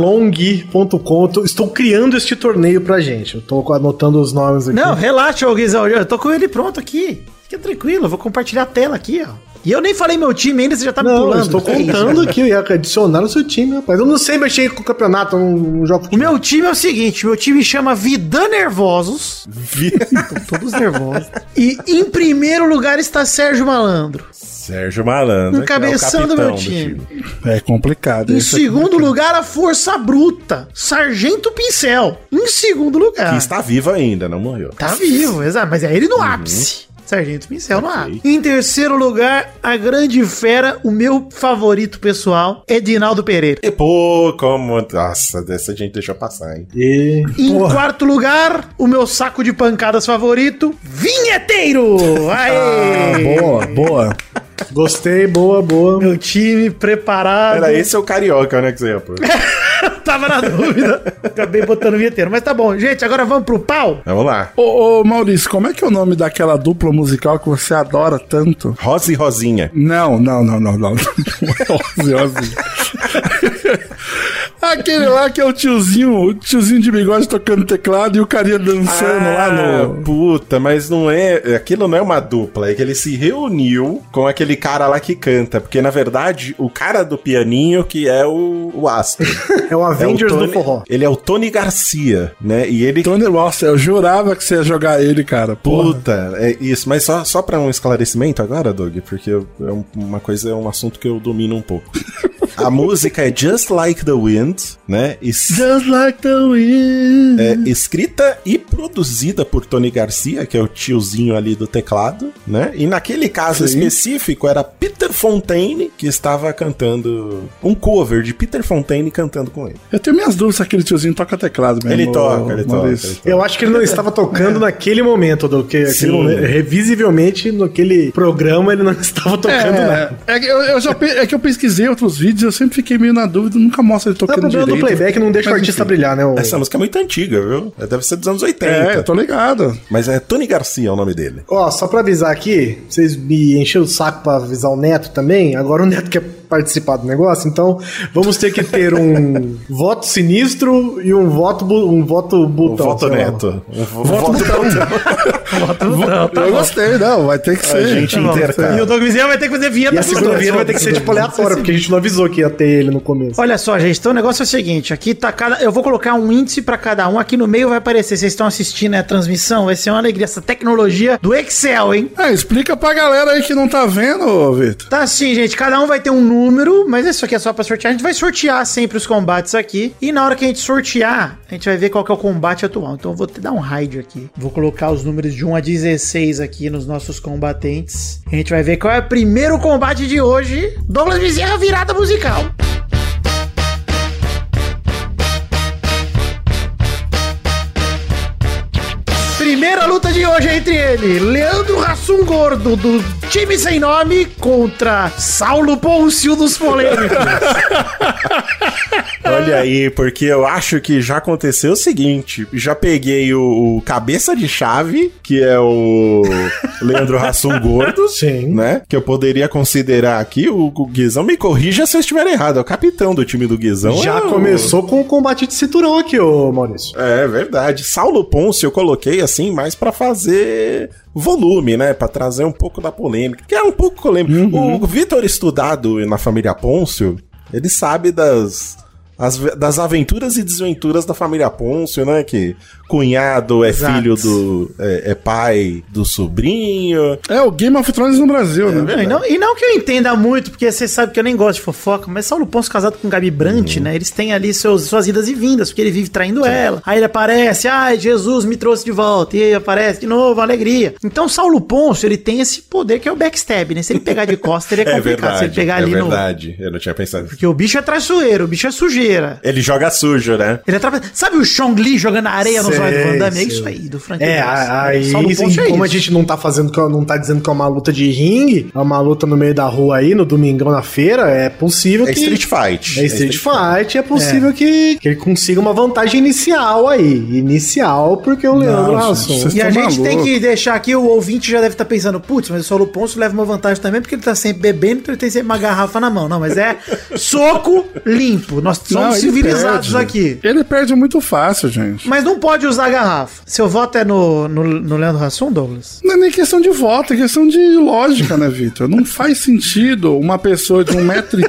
Speaker 5: shalong.com. Eu tô- Estou criando este torneio pra gente. Eu tô anotando os nomes aqui.
Speaker 2: Não, relaxa, ô Guizão. Eu tô com ele pronto aqui. Fica tranquilo, eu vou compartilhar a tela aqui, ó. E eu nem falei meu time ainda, você já tá me
Speaker 5: Não,
Speaker 2: pulando.
Speaker 5: eu estou
Speaker 2: Que isso?
Speaker 5: contando aqui, eu ia adicionar no seu time, rapaz. Eu não sei mexer com o campeonato, eu não, não jogo
Speaker 2: O
Speaker 5: futebol.
Speaker 2: meu time é o seguinte, meu time chama Vida Nervosos. Estão todos nervosos. E em primeiro lugar está Sérgio Malandro.
Speaker 3: Sérgio Malandro.
Speaker 2: No
Speaker 3: que é o
Speaker 2: cabeção do
Speaker 3: capitão
Speaker 2: meu time.
Speaker 1: É complicado.
Speaker 2: Em
Speaker 1: Esse aqui-
Speaker 2: segundo lugar, a Força Bruta, Sargento Pincel. Em segundo lugar.
Speaker 3: Que está vivo ainda, não morreu.
Speaker 2: Ah. Tá vivo, exato. Mas é ele
Speaker 5: Uhum.
Speaker 2: no ápice. Sargento Pincel no ápice. Em terceiro lugar, a grande fera, o meu favorito pessoal, Edinaldo Pereira.
Speaker 3: E pô, como. Nossa, dessa a gente deixou passar, hein?
Speaker 5: E...
Speaker 2: Em quarto lugar, o meu saco de pancadas favorito, Vinheteiro! Aê!
Speaker 1: Tá
Speaker 5: Ah,
Speaker 1: Boa, boa.
Speaker 5: Gostei, boa, boa.
Speaker 2: meu time preparado.
Speaker 3: Era esse é o carioca, né, que você ia pôr.
Speaker 2: Tava na dúvida. Acabei botando o vinheteiro. Mas tá bom. Gente, agora vamos pro pau?
Speaker 3: *laughs* Vamos lá.
Speaker 1: Ô, ô, Maurício, como é que é o nome daquela dupla musical que você adora tanto?
Speaker 3: Rosa e Rosinha.
Speaker 1: Não, não, não, não, *laughs* não. Ozzy, Ozzy. *laughs* Aquele lá que é o tiozinho, o tiozinho de bigode tocando teclado e o carinha dançando lá no.
Speaker 3: Ah, Puta, mas não é. Aquilo não é uma dupla, é que ele se reuniu com aquele cara lá que canta. Porque, na verdade, o cara do pianinho que é o, o *laughs* Astro.
Speaker 5: É o
Speaker 3: É o
Speaker 5: Avengers
Speaker 3: Tony-
Speaker 5: do forró.
Speaker 3: Ele é o Tony Garcia, né? E ele.
Speaker 1: Tony Ross, eu jurava que você ia jogar ele, cara. Porra.
Speaker 3: Puta, é isso. Mas só, só pra um esclarecimento agora, Doug, porque eu- é um- uma coisa, é um assunto que eu domino um *laughs* pouco. A música é Just Like the Wind, né? E s-
Speaker 1: Just like the wind.
Speaker 3: é escrita e produzida por Tony Garcia, que é o tiozinho ali do teclado, né? E naquele caso
Speaker 1: Sim.
Speaker 3: específico era Peter Fontaine que estava cantando um cover de Peter Fontaine cantando com ele.
Speaker 1: Eu tenho minhas dúvidas se aquele tiozinho toca teclado mesmo.
Speaker 3: Ele toca, ele toca, ele
Speaker 1: Maurício.
Speaker 3: toca.
Speaker 5: Eu acho que ele não estava tocando naquele momento, do que aquele
Speaker 3: Sim.
Speaker 5: momento- revisivelmente naquele programa ele não *laughs* estava tocando nada.
Speaker 1: É, é que eu, eu já, pe- é que eu pesquisei outros vídeos, eu sempre fiquei meio na dúvida, nunca mostra ele
Speaker 3: Tá
Speaker 5: Não, É o
Speaker 1: tocando
Speaker 5: problema
Speaker 1: direito.
Speaker 5: do playback não deixa o
Speaker 1: Mas
Speaker 5: artista
Speaker 1: enfim.
Speaker 5: brilhar, né? o-
Speaker 3: Essa música é muito antiga, viu? Deve ser dos anos 80.
Speaker 1: É, eu tô ligado.
Speaker 3: Mas é Tony Garcia o nome dele.
Speaker 5: Ó, só pra avisar aqui, vocês me encheram o saco pra avisar o Neto também, agora o Neto quer participar do negócio, então vamos ter que ter
Speaker 3: *laughs*
Speaker 5: um voto sinistro e um voto, bu- um voto
Speaker 3: O
Speaker 5: botão.
Speaker 3: voto
Speaker 5: sei lá.
Speaker 3: neto. O vo- voto
Speaker 1: eu gostei, não, vai ter que ser.
Speaker 3: gente
Speaker 1: Tá bom.
Speaker 3: intercala.
Speaker 2: E o Doug Vizinho vai ter que fazer vinheta
Speaker 5: E a
Speaker 2: pro
Speaker 5: segunda
Speaker 2: Doug.
Speaker 5: vez vai ter que ser tipo aleatória, porque a gente não avisou que ia ter ele no começo.
Speaker 2: Olha só, gente, então o negócio é o seguinte, aqui tá cada, eu vou colocar um índice pra cada um, aqui no meio vai aparecer, vocês estão assistindo né, a transmissão, vai ser uma alegria essa tecnologia do Excel, hein?
Speaker 1: Ah, explica pra galera aí que não tá vendo, ô, Vitor.
Speaker 2: Tá assim, gente, cada um vai ter um número, mas isso aqui é só pra sortear. A gente vai sortear sempre os combates aqui. E na hora que a gente sortear, a gente vai ver qual que é o combate atual. Então eu vou te dar um raid aqui. Vou colocar os números de 1 a 16 aqui nos nossos combatentes. A gente vai ver qual é o primeiro combate de hoje. Douglas Bezerra virada musical. Primeira luta de hoje é entre ele, Leandro Rassum Gordo, do time sem nome, contra Saulo Poncio dos Polêmicos.
Speaker 3: Olha aí, porque eu acho que já aconteceu o seguinte: já peguei o, o cabeça de chave, que é o Leandro Rassum Gordo,
Speaker 5: Sim.
Speaker 3: né? Que eu poderia considerar aqui. O, o Guizão me corrija se eu estiver errado. É o capitão do time do Guizão.
Speaker 5: Já
Speaker 3: é o-
Speaker 5: começou com o combate de cinturão aqui, ô Maurício.
Speaker 3: É verdade. Saulo Ponce eu coloquei assim mais pra fazer volume, né, Pra trazer um pouco da polêmica. Que é um pouco polêmica.
Speaker 2: Uhum.
Speaker 3: O Vitor estudado na família Pôncio, ele sabe das as- das aventuras e desventuras da família Pôncio, né, que cunhado é
Speaker 5: Exato.
Speaker 3: filho do. É, é pai do sobrinho.
Speaker 1: É o Game of Thrones no Brasil, né?
Speaker 2: *laughs* Não, e, não, e não que eu entenda muito, porque você sabe que eu nem gosto de fofoca, mas Saulo Ponço casado com Gabi Brandt, né? Eles têm ali seus, suas idas e vindas, porque ele vive traindo ela. Aí ele aparece, ai, Jesus me trouxe de volta. E aí aparece de novo, alegria. Então Saulo Ponço, ele tem esse poder que é o backstab, né? Se ele pegar de costa, ele *laughs* é complicado. Se ele pegar
Speaker 3: é
Speaker 2: ali no.
Speaker 3: verdade. Eu não tinha pensado. nisso.
Speaker 2: Porque o bicho é traiçoeiro, o bicho é sujeira.
Speaker 3: Ele joga sujo, né?
Speaker 2: Ele é tra... Sabe o Chong Li jogando areia nos
Speaker 5: Sei,
Speaker 2: olhos do Van Damme? É
Speaker 5: sei.
Speaker 2: isso aí, do Frank
Speaker 5: É,
Speaker 2: Ocean.
Speaker 5: a- aí,
Speaker 2: Saulo
Speaker 5: sim,
Speaker 2: Ponço é
Speaker 5: como a
Speaker 2: isso.
Speaker 5: gente não tá fazendo, que- não tá dizendo que é uma luta de ringue, é uma luta no meio da rua aí, no domingão na feira, é possível
Speaker 3: É
Speaker 5: que.
Speaker 3: Street Fight.
Speaker 5: É Street Fight, é possível Que, que ele consiga uma vantagem inicial aí. Inicial, porque o Leandro
Speaker 1: gente,
Speaker 5: Hassum.
Speaker 1: vocês
Speaker 2: E a
Speaker 1: tão
Speaker 2: gente tem
Speaker 1: maluco.
Speaker 2: que deixar aqui, o ouvinte já deve estar pensando, putz, mas o Saulo Ponço leva uma vantagem também, porque ele tá sempre bebendo, então ele tem sempre uma garrafa na mão. Não, mas é soco limpo. Nós somos
Speaker 1: Não, ele
Speaker 2: civilizados
Speaker 1: perde.
Speaker 2: aqui.
Speaker 1: Ele perde muito fácil, gente.
Speaker 2: Mas não pode usar garrafa. Seu voto é no, no, no Leandro Hassum, Douglas?
Speaker 1: Não é nem questão de voto, é questão de lógica, né, Vitor? Não faz sentido uma pessoa de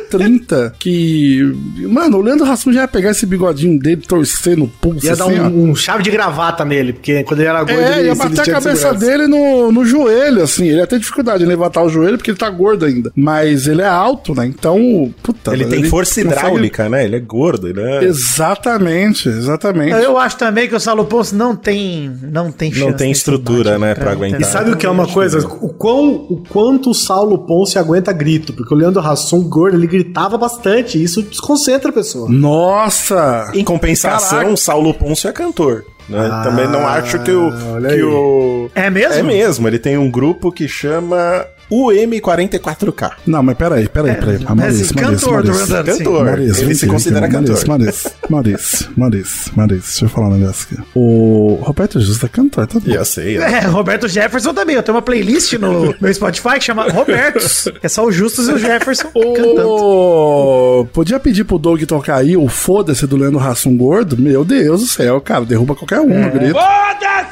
Speaker 1: 1,30m que. Mano, o Leandro Rassum já ia pegar esse bigodinho dele, torcer no pulso,
Speaker 5: Ia dar
Speaker 1: assim, ó.
Speaker 5: um, um chave de gravata nele, porque quando ele era gordo,
Speaker 1: É,
Speaker 5: ele
Speaker 1: ia
Speaker 5: se
Speaker 1: bater a
Speaker 5: vestia de
Speaker 1: cabeça
Speaker 5: segurança.
Speaker 1: dele no, no joelho, assim. Ele ia ter dificuldade em levantar o joelho porque ele tá gordo ainda. Mas ele é alto, né? Então, puta.
Speaker 3: Ele
Speaker 1: mano,
Speaker 3: tem força
Speaker 1: consegue-
Speaker 3: hidráulica, né? Ele é gordo, ele é...
Speaker 1: Exatamente, exatamente.
Speaker 2: Eu acho também que o Saulo Ponço não tem não tem
Speaker 3: Não tem
Speaker 2: nesse
Speaker 3: estrutura,
Speaker 2: combate,
Speaker 3: né, pra
Speaker 2: mim,
Speaker 3: aguentar.
Speaker 5: E sabe o que é uma coisa? O, quão, o quanto o Saulo Ponce aguenta grito, porque o Leandro Hassum gordo, ele gritava bastante, e isso desconcentra a pessoa.
Speaker 1: Nossa!
Speaker 3: Em compensação,
Speaker 1: Caraca.
Speaker 3: Saulo Ponce é cantor. né? Também não acho que o.
Speaker 5: olha
Speaker 3: que
Speaker 5: aí.
Speaker 3: o...
Speaker 2: É mesmo?
Speaker 3: É mesmo, ele tem um grupo que chama UM44K.
Speaker 1: Não, mas peraí, peraí, peraí. Ah, Maurício,
Speaker 2: Mas
Speaker 1: Maurício,
Speaker 2: cantor,
Speaker 1: Maurício.
Speaker 2: tô perguntando, sim.
Speaker 3: É, Cantor.
Speaker 1: Maurício,
Speaker 3: ele se
Speaker 1: mentira,
Speaker 3: considera
Speaker 1: cara. Maurício,
Speaker 3: cantor.
Speaker 1: Maurício, Maurício, Maurício, Maurício. Deixa eu falar um negócio aqui. O Roberto Justo é cantor, tá bom?
Speaker 3: Eu sei. eu-
Speaker 2: É, Roberto Jefferson também. Eu tenho uma playlist
Speaker 1: *laughs*
Speaker 2: no meu Spotify que chama Robertos. É só o Justus e o Jefferson cantando.
Speaker 1: Ô, Podia pedir pro Doug tocar aí o foda-se do Leandro Rassum gordo? Meu Deus do céu, cara, derruba qualquer um no grito.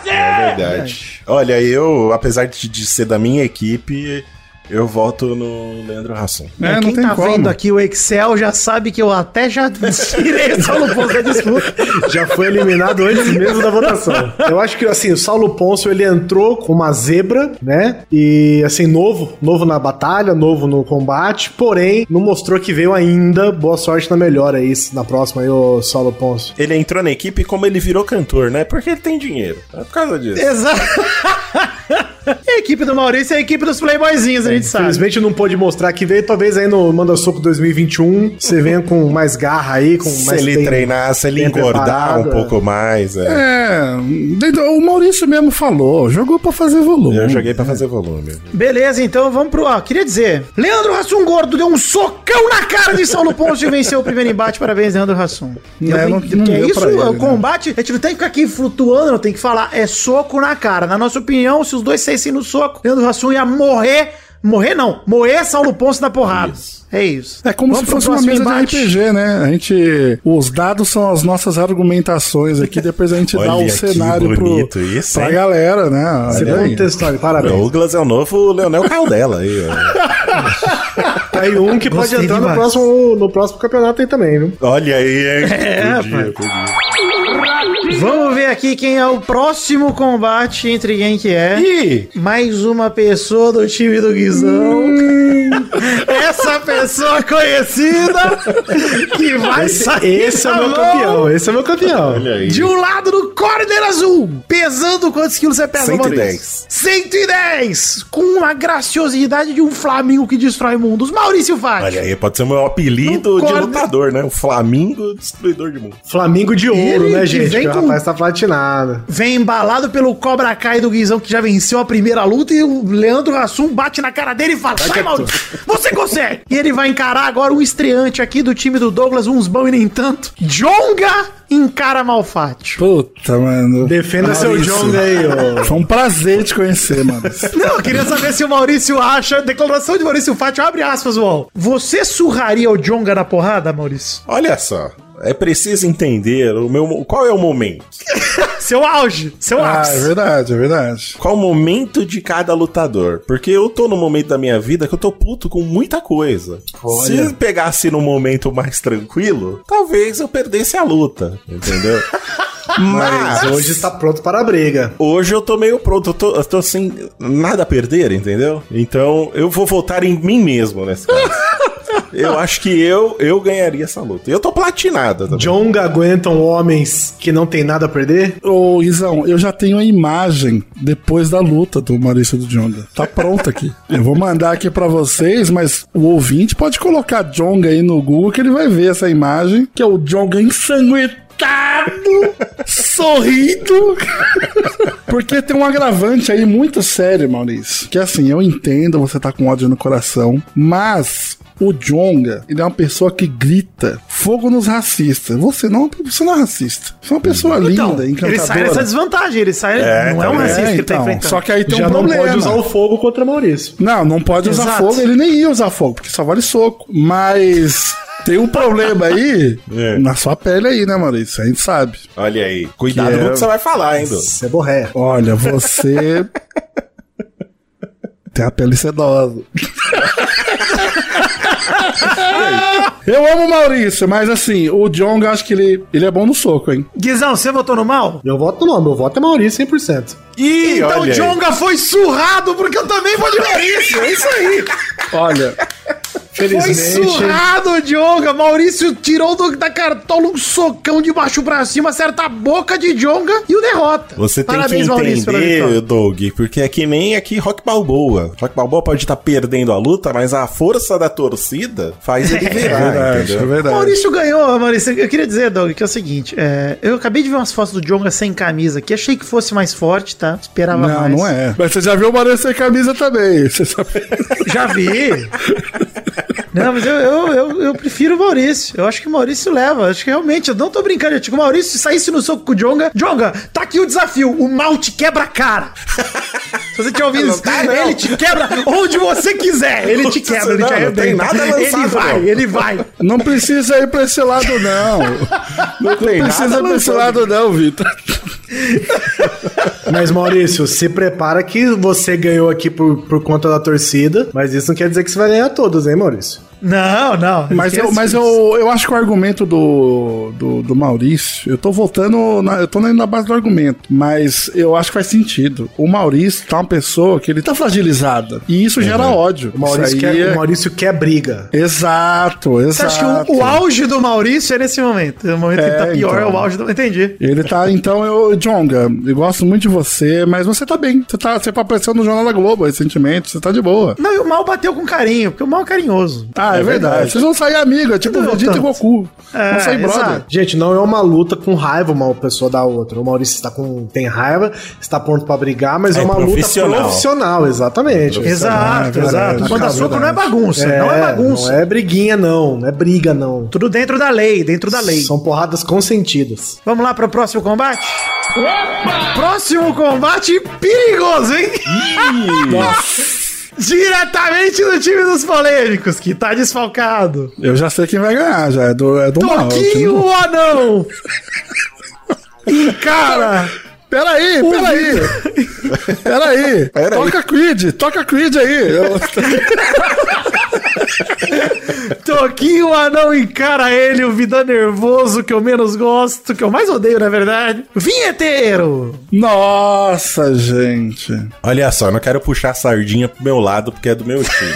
Speaker 2: É,
Speaker 3: É verdade. Olha, eu, apesar de, de ser da minha equipe, eu voto no Leandro Hassum.
Speaker 1: É, não
Speaker 2: Quem
Speaker 1: tem
Speaker 2: tá
Speaker 1: como.
Speaker 2: vendo aqui o Excel já sabe que eu até já *laughs* tirei o Saulo Ponce
Speaker 1: *laughs*
Speaker 2: da disputa.
Speaker 5: Já foi eliminado antes mesmo da votação. Eu acho que, assim, o Saulo Ponce, ele entrou com uma zebra, né? E, assim, novo, novo na batalha, novo no combate, porém, não mostrou que veio ainda. Boa sorte na melhora aí, na próxima aí, o Saulo Ponce.
Speaker 3: Ele entrou na equipe como ele virou cantor, né? Porque ele tem dinheiro. É por causa disso.
Speaker 2: Exato. *laughs* A equipe do Maurício é a equipe dos playboyzinhos, a gente
Speaker 1: É,
Speaker 2: sabe.
Speaker 5: Infelizmente não pôde mostrar que veio, talvez aí no Manda Soco 2021 você venha com mais garra aí, com
Speaker 3: Se
Speaker 5: mais
Speaker 3: ele
Speaker 5: tem-
Speaker 3: treinar, se ele
Speaker 5: bem
Speaker 3: engordar
Speaker 5: preparado,
Speaker 3: um pouco mais. É.
Speaker 1: É, dentro- o Maurício mesmo falou, jogou pra fazer volume.
Speaker 3: Eu joguei pra fazer volume.
Speaker 2: Beleza, então vamos pro. Ó, queria dizer: Leandro Hassum Gordo deu um socão na cara de Saulo Ponce e venceu o primeiro embate. Parabéns, Leandro Hassum.
Speaker 1: Não, não-
Speaker 2: Eu-
Speaker 1: não
Speaker 2: porque é
Speaker 1: deu
Speaker 2: isso,
Speaker 1: pra ele,
Speaker 2: o
Speaker 1: né?
Speaker 2: combate. A gente não tem que ficar aqui flutuando, não tem que falar. É soco na cara. Na nossa opinião, se os dois saíssem no soco, Leandro Hassum ia morrer. Morrer não, morrer Saulo Ponce na porrada. É isso.
Speaker 1: É como
Speaker 2: Vamos
Speaker 1: se
Speaker 2: pro
Speaker 1: fosse uma
Speaker 2: próximo
Speaker 1: mesa
Speaker 2: embate.
Speaker 1: de RPG, né? A gente. Os dados são as nossas argumentações aqui, depois a gente dá
Speaker 3: Olha
Speaker 1: o
Speaker 3: que
Speaker 1: cenário
Speaker 3: bonito
Speaker 1: pro,
Speaker 3: isso,
Speaker 1: pra
Speaker 3: hein?
Speaker 1: galera, né? Olha
Speaker 5: Segundo
Speaker 1: aí.
Speaker 5: texto, parabéns.
Speaker 3: Douglas é o novo Leonel Caldela aí, ó.
Speaker 5: Tá aí um que pode
Speaker 2: Gostei
Speaker 5: entrar no
Speaker 2: demais.
Speaker 5: próximo, no próximo campeonato aí também, viu?
Speaker 3: Olha
Speaker 5: *laughs*
Speaker 3: aí, hein?
Speaker 5: É,
Speaker 3: Podia, podia.
Speaker 2: Vamos ver aqui quem é o próximo combate entre quem que é.
Speaker 3: Ih,
Speaker 2: Mais uma pessoa do time do Guizão.
Speaker 3: Hum.
Speaker 2: *laughs* Essa pessoa conhecida que vai
Speaker 5: Esse,
Speaker 2: sair
Speaker 5: esse é o
Speaker 2: na
Speaker 5: meu
Speaker 2: mão
Speaker 5: campeão, esse é o meu campeão.
Speaker 3: olha aí.
Speaker 2: De um lado do Corner Azul, pesando quantos quilos você pesa,
Speaker 3: 110.
Speaker 2: Maurício? 110! Com a graciosidade de um Flamengo que destrói mundos. Maurício Fátio.
Speaker 3: Olha aí, pode ser o meu apelido
Speaker 2: Não
Speaker 3: de
Speaker 2: corta.
Speaker 3: lutador, né? O Flamingo Destruidor de Mundo.
Speaker 5: Flamengo de ouro,
Speaker 2: Ele
Speaker 5: né,
Speaker 2: que
Speaker 5: gente?
Speaker 2: vem
Speaker 5: Porque
Speaker 2: com-
Speaker 5: O rapaz tá platinado.
Speaker 2: Vem embalado pelo Cobra Kai do Guizão, que já venceu a primeira luta, e o Leandro Hassum bate na cara dele e fala: Sai, Maurício, você consegue! e ele vai encarar agora um estreante aqui do time do Douglas, uns bons e nem tanto. Jonga encara Malfátio.
Speaker 1: Puta, mano.
Speaker 5: Defenda seu
Speaker 1: Maurício.
Speaker 5: Jong aí,
Speaker 1: *laughs*
Speaker 5: ô.
Speaker 1: Foi um prazer te conhecer, mano.
Speaker 2: Não, eu queria saber se o Maurício acha. Declaração de Maurício Fátio, abre aspas, UOL. Você surraria o Jonga na porrada, Maurício?
Speaker 3: Olha só, é preciso entender o meu, qual é o momento.
Speaker 2: Seu auge, seu
Speaker 1: Ah,
Speaker 2: ápice.
Speaker 1: é verdade, é verdade.
Speaker 3: Qual o momento de cada lutador? Porque eu tô num momento da minha vida que eu tô puto com muita coisa. Se pegasse num momento mais tranquilo, talvez eu perdesse a luta, entendeu? Mas
Speaker 5: Mas hoje está pronto para a briga.
Speaker 3: Hoje eu tô meio pronto, eu tô, eu tô sem nada a perder, entendeu? Então eu vou votar em mim mesmo
Speaker 1: *laughs*
Speaker 3: nesse caso. eu acho que eu, eu ganharia essa luta. Eu tô platinado também.
Speaker 5: Jonga aguentam homens que não tem nada a perder?
Speaker 1: Ô, Izão, eu já tenho a imagem depois da luta do Maurício do Jonga. Tá pronta aqui. Eu vou mandar aqui pra vocês, mas o ouvinte pode colocar Jonga aí no Google que ele vai ver essa imagem, que é o Jonga ensanguentado, sorrindo. Porque tem um agravante aí muito sério, Maurício. Que assim, eu entendo, você tá com ódio no coração, mas o Jonga, ele é uma pessoa que grita fogo nos racistas. Você não, você não é racista. Você é uma pessoa linda, encantadora.
Speaker 2: ele sai nessa desvantagem, ele sai. não é um
Speaker 1: É,
Speaker 2: racista que ele tá
Speaker 1: então,
Speaker 2: enfrentando.
Speaker 1: Só que aí tem
Speaker 5: Já
Speaker 1: um
Speaker 5: não
Speaker 1: problema.
Speaker 5: pode usar o fogo contra Maurício.
Speaker 1: Não, não pode usar
Speaker 2: Exato.
Speaker 1: fogo. Ele nem ia usar fogo, porque só vale soco.
Speaker 2: *laughs*
Speaker 1: Mas tem um problema aí
Speaker 3: É.
Speaker 1: na sua pele aí, né, Maurício? A gente sabe.
Speaker 3: Olha aí. Cuidado
Speaker 1: Que
Speaker 3: com o
Speaker 1: é-
Speaker 3: que você vai falar, hein, Dudu?
Speaker 5: Isso é borré.
Speaker 1: Olha, você...
Speaker 2: *laughs*
Speaker 1: Tem a pele sedosa. Eu amo o Maurício, mas assim, o John, eu acho que ele, ele é bom no soco, hein?
Speaker 2: Guizão, você votou no mal?
Speaker 5: Eu voto não, meu voto é Maurício 100%.
Speaker 3: Ih,
Speaker 2: Então o
Speaker 3: olha aí.
Speaker 2: Jonga foi surrado, porque eu também vou de Maurício. É isso aí.
Speaker 1: Olha,
Speaker 2: Foi
Speaker 5: Felizmente.
Speaker 2: surrado o Jonga. Maurício tirou do- da cartola um socão de baixo pra cima, acerta a boca de Jonga e o derrota.
Speaker 3: Você tem que entender, Doug, porque é que nem aqui Rock Balboa. Rock Balboa pode estar perdendo a luta, mas a força da torcida faz ele
Speaker 1: *laughs* é
Speaker 3: virar,
Speaker 1: verdade, é
Speaker 3: Ah, entendeu?
Speaker 1: verdade.
Speaker 2: Maurício ganhou, Maurício. Eu queria dizer, Doug, que é o seguinte: é, eu acabei de ver umas fotos do Jonga sem camisa aqui. Achei que fosse mais forte, tá? Esperava
Speaker 1: Não,
Speaker 2: mais.
Speaker 1: não é. Mas você já viu o Maurício sem camisa também. Você sabe.
Speaker 2: Já vi. Não, mas eu, eu, eu, eu prefiro o Maurício. Eu acho que o Maurício leva. Acho que realmente, eu não tô brincando. Eu digo, Maurício, se saísse no soco com o Jonga. Jonga, tá aqui o desafio. O mal te quebra a cara. Se você tiver ouvido isso,
Speaker 3: tá,
Speaker 2: ele te quebra onde você quiser. Ele te
Speaker 3: Putz,
Speaker 2: quebra, ele
Speaker 3: não,
Speaker 2: te
Speaker 3: não
Speaker 2: arrebenta.
Speaker 3: tem nada
Speaker 2: ele
Speaker 3: lançado,
Speaker 2: vai,
Speaker 3: não.
Speaker 2: ele vai.
Speaker 1: Não precisa ir pra esse lado, não. Não precisa ir pra esse lado, não, Vitor.
Speaker 5: Mas Maurício, se prepara que você ganhou aqui por, por conta da torcida, mas isso não quer dizer que você vai ganhar todos, hein, Maurício?
Speaker 2: Não, não.
Speaker 1: Mas, eu,
Speaker 2: esquece
Speaker 1: mas
Speaker 2: isso.
Speaker 1: eu, eu acho que o argumento do, do, do Maurício, eu tô voltando, na- eu tô indo na base do argumento, mas eu acho que faz sentido. O Maurício tá uma pessoa que ele tá fragilizada. E isso gera ódio.
Speaker 5: O Maurício,
Speaker 1: Isso aí
Speaker 5: quer,
Speaker 1: é-
Speaker 5: o Maurício quer briga.
Speaker 1: Exato,
Speaker 2: Você
Speaker 1: exato.
Speaker 2: acha que o, o auge do Maurício é nesse momento? O momento que
Speaker 1: É,
Speaker 2: ele tá pior é o
Speaker 1: então.
Speaker 2: auge do. Entendi.
Speaker 1: Ele tá, então, eu, Jonga, eu gosto muito de você, mas você tá bem. Você, tá, você apareceu no Jornal da Globo recentemente, você tá de boa.
Speaker 2: Não, e o mal bateu com carinho, porque o mal é carinhoso.
Speaker 1: Ah, é, verdade. Vocês vão sair amigo, é tipo
Speaker 2: Não,
Speaker 1: Vegeta e
Speaker 2: tanto.
Speaker 1: Goku.
Speaker 2: É,
Speaker 1: vão sair brother.
Speaker 2: exato.
Speaker 5: Gente, não é uma luta com raiva uma pessoa da outra. O Maurício está com, tem raiva, está pronto pra brigar, mas é,
Speaker 3: É
Speaker 5: uma
Speaker 3: profissional.
Speaker 5: luta profissional, exatamente.
Speaker 2: Exato,
Speaker 1: Ah, é verdade,
Speaker 2: exato. Quando
Speaker 1: cara,
Speaker 2: açúcar
Speaker 1: verdade.
Speaker 2: não é bagunça, não é bagunça.
Speaker 5: Não é briguinha, não. Não é briga, não.
Speaker 2: Tudo dentro da lei, dentro da lei.
Speaker 5: São porradas consentidas.
Speaker 2: Vamos lá pro próximo combate? Próximo combate perigoso, hein? *laughs* Diretamente do time dos polêmicos, que tá desfalcado.
Speaker 1: Eu já sei quem vai ganhar, já. É do, é do mal.
Speaker 2: Toquinho o anão! Cara,
Speaker 1: Peraí, peraí. *laughs* Peraí.
Speaker 3: Peraí.
Speaker 1: Toca Creed, toca Creed aí. Eu- *laughs*
Speaker 2: Toquinho o anão encara ele, o vida nervoso que eu menos gosto, que eu mais odeio, na verdade. Vinheteiro!
Speaker 1: Nossa, gente.
Speaker 3: Olha só, eu não quero puxar a sardinha pro meu lado porque é do meu time.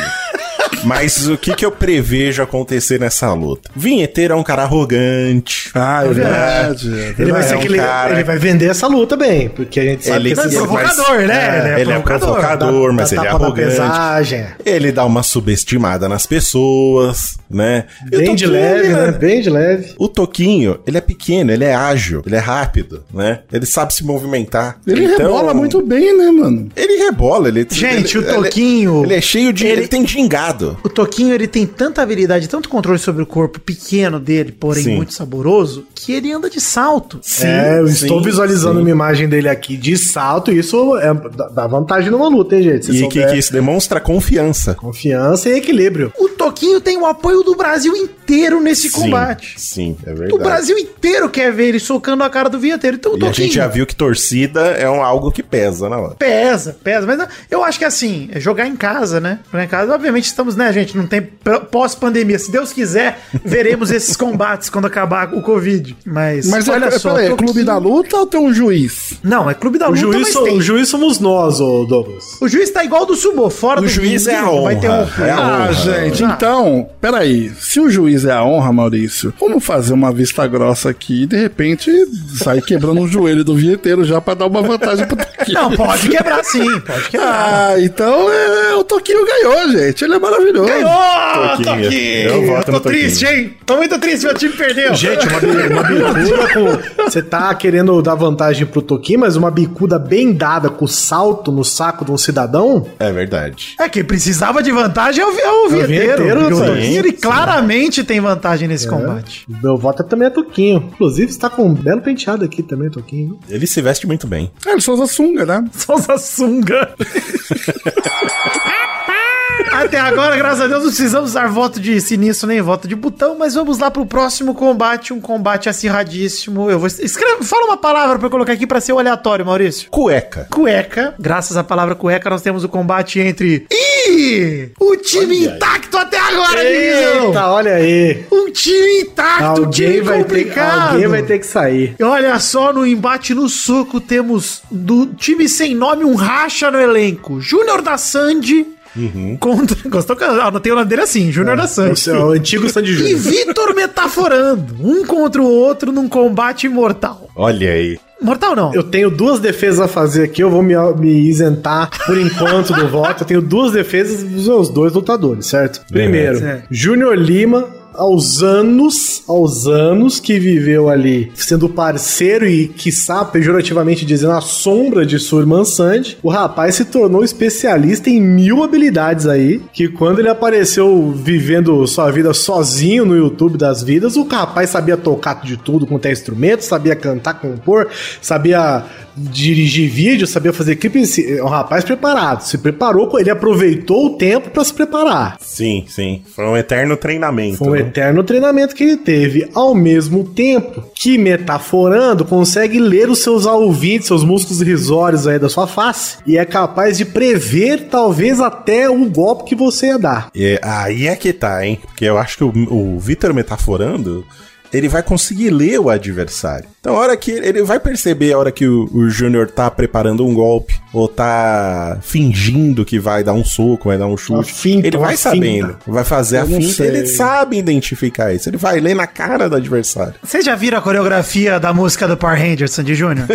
Speaker 3: Mas o que, que eu prevejo acontecer nessa luta? Vinheteiro é um cara arrogante.
Speaker 1: Ah, é verdade.
Speaker 5: Ele vai,
Speaker 3: É
Speaker 5: ser
Speaker 3: um
Speaker 5: aquele,
Speaker 3: cara-
Speaker 5: ele vai vender essa luta bem, porque a gente sabe
Speaker 3: Ele-
Speaker 5: que
Speaker 2: Não, é
Speaker 5: esses-
Speaker 3: ele-
Speaker 2: provocador,
Speaker 3: mas-
Speaker 2: né?
Speaker 3: é, ele é um provocador, mas ele é
Speaker 5: tapa na
Speaker 3: arrogante.
Speaker 5: pesagem. é.
Speaker 3: Ele dá uma subestimada nas pessoas, né? E o
Speaker 5: Bem de
Speaker 3: Toquinho,
Speaker 5: leve,
Speaker 3: ele é-
Speaker 5: né? Bem de leve.
Speaker 3: O Toquinho, ele é pequeno, ele é ágil, ele é rápido, né? Ele sabe se movimentar.
Speaker 1: Ele
Speaker 3: Então,
Speaker 1: rebola muito bem, né, mano?
Speaker 3: Ele rebola, ele...
Speaker 2: Gente,
Speaker 3: ele-
Speaker 2: o Toquinho-
Speaker 3: Ele, ele é cheio de... Ele,
Speaker 2: ele
Speaker 3: tem gingado.
Speaker 2: O Toquinho, ele tem tanta habilidade, tanto controle sobre o corpo pequeno dele, porém
Speaker 3: Sim.
Speaker 2: muito saboroso, que ele anda de salto.
Speaker 3: Sim,
Speaker 5: é, eu
Speaker 3: sim,
Speaker 5: estou visualizando
Speaker 3: sim.
Speaker 5: uma imagem dele aqui de salto, e isso é, dá- dá vantagem numa luta, hein, gente? Se
Speaker 3: E que,
Speaker 5: souber
Speaker 3: que isso demonstra confiança.
Speaker 5: Confiança e equilíbrio.
Speaker 2: O Toquinho tem o apoio do Brasil inteiro inteiro nesse
Speaker 3: Sim,
Speaker 2: combate.
Speaker 3: Sim, é verdade.
Speaker 2: O Brasil inteiro quer ver ele socando a cara do vinheteiro. Então,
Speaker 3: E a
Speaker 2: Toquinho,
Speaker 3: gente já viu que torcida é um, algo que pesa na hora.
Speaker 2: Pesa, pesa. Mas ah, eu acho que assim, é jogar em casa, né? Jogar em casa, obviamente estamos, né, gente? Não tem pr- pós-pandemia. Se Deus quiser, veremos esses combates quando acabar o Covid. Mas,
Speaker 1: Mas
Speaker 2: olha
Speaker 1: é,
Speaker 2: só.
Speaker 1: peraí, é
Speaker 2: Toquinho-
Speaker 1: clube da luta ou tem um juiz?
Speaker 2: Não, é clube da
Speaker 5: O
Speaker 2: luta,
Speaker 5: juiz,
Speaker 2: mas
Speaker 5: so-
Speaker 2: tem.
Speaker 5: o juiz somos nós, ô Douglas.
Speaker 2: O juiz tá igual do Subô, fora
Speaker 3: O
Speaker 2: do
Speaker 3: juiz
Speaker 2: ringue,
Speaker 3: é a
Speaker 2: não Vai ter
Speaker 3: honra.
Speaker 2: um...
Speaker 3: É a honra.
Speaker 1: Ah, gente,
Speaker 2: Ah.
Speaker 1: então, peraí. Se o juiz é a honra, Maurício, vamos fazer uma vista grossa aqui e de repente sair quebrando o joelho do vinheteiro já pra dar uma vantagem pro Toquinho.
Speaker 2: ah, Não, pode quebrar sim, pode quebrar.
Speaker 1: Ah, então é, o Toquinho ganhou, gente. Ele é maravilhoso.
Speaker 2: Ganhou, Toquinho!
Speaker 3: Toquinho. Ah, Eu voto
Speaker 2: Ah! tô
Speaker 3: no Toquinho.
Speaker 2: triste, hein? Tô muito triste, meu time perdeu.
Speaker 5: Gente, uma, bi- uma *laughs* bicuda com. Você tá querendo dar vantagem pro Toquinho, mas uma bicuda bem dada com salto no saco de um cidadão?
Speaker 3: É verdade.
Speaker 2: É, quem precisava de vantagem é o, é o vinheteiro.
Speaker 5: vinheteiro,
Speaker 2: porque o
Speaker 5: sim,
Speaker 2: Toquinho, ele claramente tem vantagem nesse combate.
Speaker 5: Meu voto é também é Toquinho. Inclusive, você tá com um belo penteado aqui também, Toquinho.
Speaker 3: Ele se veste muito bem.
Speaker 1: É, ele só usa sunga, né?
Speaker 5: *laughs*
Speaker 2: Só usa sunga. *laughs* Até agora, graças a Deus, não precisamos usar voto de sinistro nem voto de botão, mas vamos lá pro próximo combate, um combate acirradíssimo. Eu vou escreve, fala uma palavra pra eu colocar aqui pra ser o aleatório, Maurício.
Speaker 3: Cueca.
Speaker 2: Cueca. Graças à palavra cueca, nós temos o combate entre Ih! O time intacto até agora, Guizão!
Speaker 5: Eita, olha aí.
Speaker 2: Um time intacto, um
Speaker 5: Alguém
Speaker 2: time
Speaker 5: vai, ter,
Speaker 2: complicado.
Speaker 5: alguém vai ter que sair.
Speaker 2: Olha só, no embate no soco temos do time sem nome um racha no elenco. Júnior da Sandy contra. *laughs* Gostou que eu anotei o nome dele assim, Júnior da Sandy.
Speaker 5: Esse é o antigo Sandy
Speaker 2: E
Speaker 5: Júnior.
Speaker 2: Vitor metaforando, um contra o outro num combate mortal.
Speaker 3: Olha aí.
Speaker 2: Mortal não.
Speaker 5: Eu tenho duas defesas a fazer aqui, eu vou me, me isentar por enquanto do voto. Eu tenho duas defesas dos meus dois lutadores, certo? É. Primeiro,
Speaker 2: Certo.
Speaker 5: Júnior Lima, aos anos, aos anos que viveu ali, sendo parceiro e, quiçá, pejorativamente dizendo, a sombra de sua irmã Sandy, o rapaz se tornou especialista em mil habilidades aí, que quando ele apareceu vivendo sua vida sozinho no YouTube das vidas, o rapaz sabia tocar de tudo, quanto é instrumento, sabia cantar, compor, sabia dirigir vídeo, sabia fazer clipe, esse- é um rapaz preparado, se preparou, ele aproveitou o tempo pra se preparar.
Speaker 3: Sim, sim. Foi um eterno treinamento.
Speaker 5: Foi um
Speaker 3: né?
Speaker 5: eterno treinamento que ele teve, ao mesmo tempo que, metaforando, consegue ler os seus alvinhos, seus músculos risórios aí da sua face, e é capaz de prever, talvez, até o golpe que você ia dar.
Speaker 3: E aí é que tá, hein? Porque eu acho que o, o Vitor metaforando, ele vai conseguir ler o adversário. Então, a hora que ele vai perceber a hora que o, o Júnior tá preparando um golpe ou tá fingindo que vai dar um soco, vai dar um chute.
Speaker 5: finta,
Speaker 3: ele vai
Speaker 5: uma
Speaker 3: sabendo, vai fazer a
Speaker 5: Eu não
Speaker 3: finta,
Speaker 5: sei.
Speaker 3: ele sabe identificar isso. Ele vai ler na cara do adversário.
Speaker 2: Vocês já viram a coreografia da música do Power Rangers, Sandy Júnior?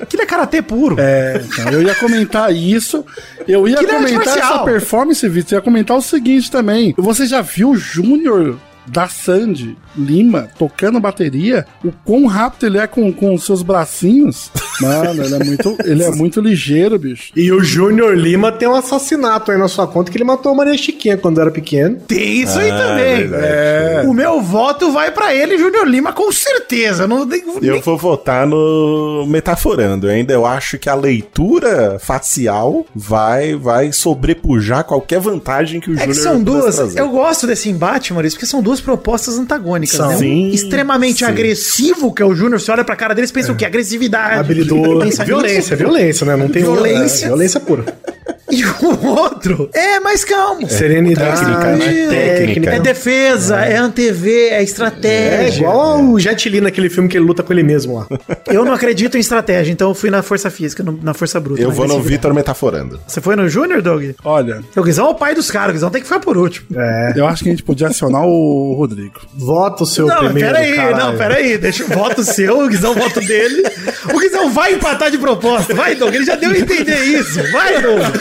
Speaker 2: Aquilo é karatê puro.
Speaker 1: É, então, eu ia comentar isso. Eu ia
Speaker 2: Que nerd
Speaker 1: comentar
Speaker 2: marcial.
Speaker 1: essa performance, Vitor. Eu ia comentar o seguinte também. Você já viu o Júnior da Sandy Lima tocando bateria? O quão rápido ele é com, com os seus bracinhos? Mano, ele é muito, ele é muito ligeiro, bicho.
Speaker 5: E o Júnior Lima tem um assassinato aí na sua conta que ele matou a Maria Chiquinha quando era pequeno.
Speaker 2: Tem isso aí
Speaker 3: Ah,
Speaker 2: também. É.
Speaker 3: verdade.
Speaker 2: O meu voto vai pra ele, Júnior Lima, com certeza. Não, tem-
Speaker 3: Eu vou votar no metaforando. Ainda eu acho que a leitura facial vai vai sobrepujar qualquer vantagem que o
Speaker 2: É
Speaker 3: Júnior
Speaker 2: que são
Speaker 3: pudesse
Speaker 2: duas.
Speaker 3: trazer.
Speaker 2: Eu gosto desse embate, Maurício, porque são duas propostas antagônicas.
Speaker 5: São.
Speaker 2: Né? Um
Speaker 3: Sim,
Speaker 2: extremamente
Speaker 3: sim.
Speaker 2: agressivo, que é o Júnior. Você olha pra cara deles e pensa o quê? Agressividade.
Speaker 5: Habilidoso.
Speaker 2: É, Pensa
Speaker 5: *laughs* Violência,
Speaker 2: nisso.
Speaker 5: violência, né? Não tem
Speaker 2: Violência.
Speaker 5: É, violência pura.
Speaker 2: E o outro é mais calmo.
Speaker 5: Serenidade.
Speaker 3: técnica, né? Técnica.
Speaker 2: É defesa, é antevê, é
Speaker 5: É
Speaker 2: estratégia.
Speaker 5: igual o Jet Li naquele filme que ele luta com ele mesmo lá.
Speaker 2: Eu não acredito em estratégia, então eu fui na força física, no- na força bruta.
Speaker 3: Eu
Speaker 2: na
Speaker 3: vou no
Speaker 2: agressividade.
Speaker 3: Vitor metaforando.
Speaker 2: Você foi no Júnior, Doug?
Speaker 1: Olha,
Speaker 2: O Guizão é o pai dos caras, o Guizão tem que ficar por último.
Speaker 5: É.
Speaker 1: eu acho que a gente podia acionar o Rodrigo.
Speaker 5: Vota o seu
Speaker 2: Não, mas
Speaker 5: primeiro. é.
Speaker 2: peraí,
Speaker 5: caralho.
Speaker 2: não, peraí. Deixa o voto seu, o Guizão voto dele. O Guizão vai empatar de proposta. Vai, Doug, ele já deu a entender isso. Vai, Doug.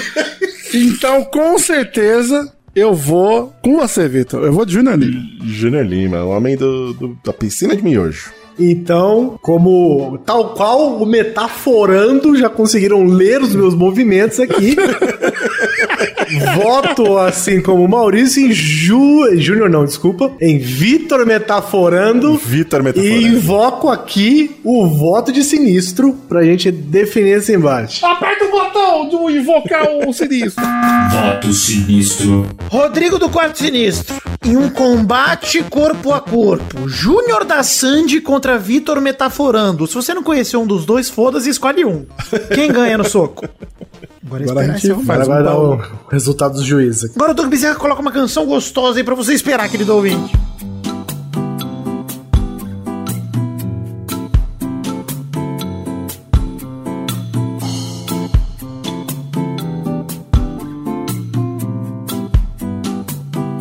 Speaker 1: Então, com certeza, eu vou com você, Vitor. Eu vou de Júnior Lima.
Speaker 3: Júnior Lima, o homem do, do- da piscina de miojo.
Speaker 5: Então, como tal qual o metaforando já conseguiram ler os meus
Speaker 1: *laughs*
Speaker 5: movimentos aqui. Voto assim como o Maurício em Ju... Júnior não, desculpa, em Vitor metaforando.
Speaker 3: Vitor
Speaker 5: E
Speaker 3: metaforando.
Speaker 5: invoco aqui o voto de sinistro pra gente definir esse embate.
Speaker 1: Aperta o botão do invocar o sinistro.
Speaker 6: Voto sinistro.
Speaker 2: Rodrigo do Quarto Sinistro. em um combate corpo a corpo. Júnior da Sandy contra Vitor Metaforando. Se você não conhecer um dos dois, foda-se, escolhe um. Quem ganha no soco? Agora, é
Speaker 1: Agora a
Speaker 2: esperar esse
Speaker 1: gente
Speaker 2: arrumar.
Speaker 1: faz
Speaker 5: Agora
Speaker 1: um
Speaker 5: vai dar
Speaker 1: baú.
Speaker 5: o resultado dos juízes aqui.
Speaker 2: Agora o Doug Bezerra coloca uma canção gostosa aí pra você esperar, querido ouvinte.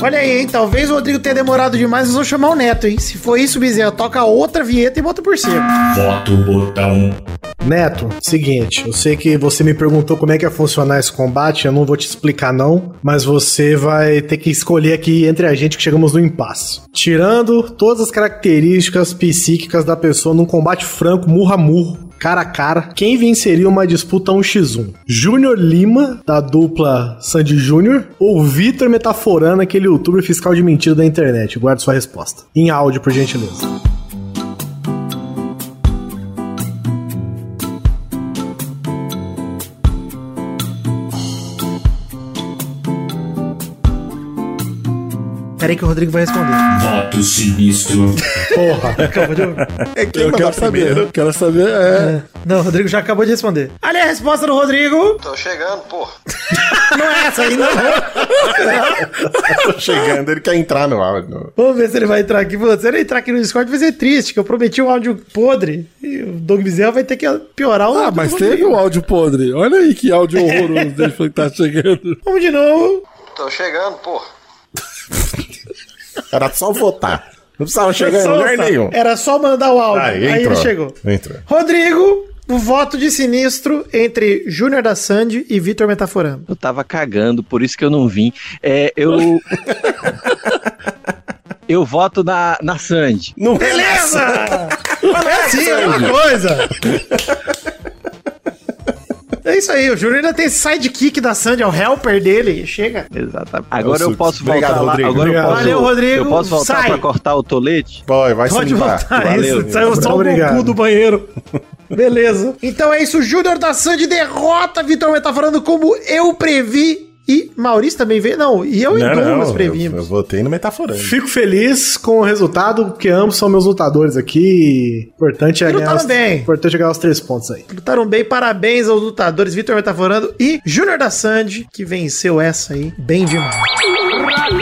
Speaker 2: Olha aí, hein? Talvez o Rodrigo tenha demorado demais, mas vou chamar o Neto, hein? Se for isso, Bezerra, toca outra vinheta e bota por cima.
Speaker 6: Bota o botão.
Speaker 5: Neto, seguinte, eu sei que você me perguntou como é que ia funcionar esse combate, eu não vou te explicar não, mas você vai ter que escolher aqui entre a gente que chegamos no impasse. Tirando todas as características psíquicas da pessoa num combate franco, murro a murro, cara a cara, quem venceria uma disputa 1x1? Júnior Lima, da dupla Sandy Júnior, ou Vitor Metaforana, aquele youtuber fiscal de mentira da internet? Guarde sua resposta. Em áudio, por gentileza.
Speaker 2: Pera aí que o Rodrigo vai responder.
Speaker 6: Voto sinistro.
Speaker 5: Porra.
Speaker 1: É quem eu
Speaker 3: mandar
Speaker 1: quero saber.
Speaker 3: primeiro.
Speaker 1: Eu quero saber. É,
Speaker 2: Não, o Rodrigo já acabou de responder. Ali a resposta do Rodrigo.
Speaker 7: Tô chegando, pô.
Speaker 2: Não é essa aí, não.
Speaker 3: Tô *laughs* chegando, ele quer entrar no áudio.
Speaker 2: Vamos ver se ele vai entrar aqui. Mano, se ele entrar aqui no Discord, vai ser triste, que eu prometi um áudio podre. E o Doug Bezerra vai ter que piorar o
Speaker 1: Ah,
Speaker 2: áudio
Speaker 1: mas
Speaker 2: do
Speaker 1: teve
Speaker 2: Rodrigo.
Speaker 3: um-
Speaker 1: o áudio podre. Olha aí que
Speaker 5: É.
Speaker 1: áudio horroroso dele falou que tá chegando.
Speaker 2: Vamos de novo.
Speaker 7: Tô chegando, pô.
Speaker 3: Era só votar. Não precisava chegar em
Speaker 2: Só-
Speaker 3: É, lugar nenhum.
Speaker 2: Era só mandar o áudio.
Speaker 3: Aí,
Speaker 2: Aí,
Speaker 3: entrou.
Speaker 2: ele chegou.
Speaker 3: Entrou.
Speaker 2: Rodrigo, o voto de sinistro entre Júnior da Sandy e Vitor Metaforando.
Speaker 8: Eu tava cagando, por isso que eu não vim. É,
Speaker 3: *laughs*
Speaker 8: eu. eu voto na, na Sandy.
Speaker 3: Não
Speaker 2: Beleza! é assim, é uma coisa. É isso aí, o Júnior ainda tem esse sidekick da Sandy, é o helper dele. Chega.
Speaker 8: Exatamente. Agora eu
Speaker 3: Suits.
Speaker 8: posso
Speaker 3: É Obrigado,
Speaker 8: voltar lá.
Speaker 3: Rodrigo.
Speaker 8: Agora eu
Speaker 3: Obrigado.
Speaker 8: posso,
Speaker 2: Valeu, Rodrigo.
Speaker 8: Eu posso voltar
Speaker 2: Sai.
Speaker 8: pra cortar o tolete?
Speaker 3: Vai, vai se
Speaker 2: Pode
Speaker 3: limpar.
Speaker 2: voltar *laughs*
Speaker 3: Valeu.
Speaker 2: isso. Saiu só
Speaker 5: Obrigado.
Speaker 2: o Goku do banheiro. Beleza. Então é isso. Júnior da Sandy derrota Vitor Metaforando como eu previ. E Maurício também veio. Não, e eu e
Speaker 3: Não,
Speaker 2: Douglas
Speaker 3: não, eu, eu
Speaker 2: previmos.
Speaker 3: votei no metaforando. *laughs*
Speaker 5: Fico feliz com o resultado, porque ambos são meus lutadores aqui. Importante é,
Speaker 2: E
Speaker 5: ganhar
Speaker 2: lutaram
Speaker 5: os,
Speaker 2: bem.
Speaker 5: importante é ganhar os três pontos aí.
Speaker 2: Lutaram bem, parabéns aos lutadores Vitor Metaforando e Júnior da Sandy, que venceu essa aí bem demais.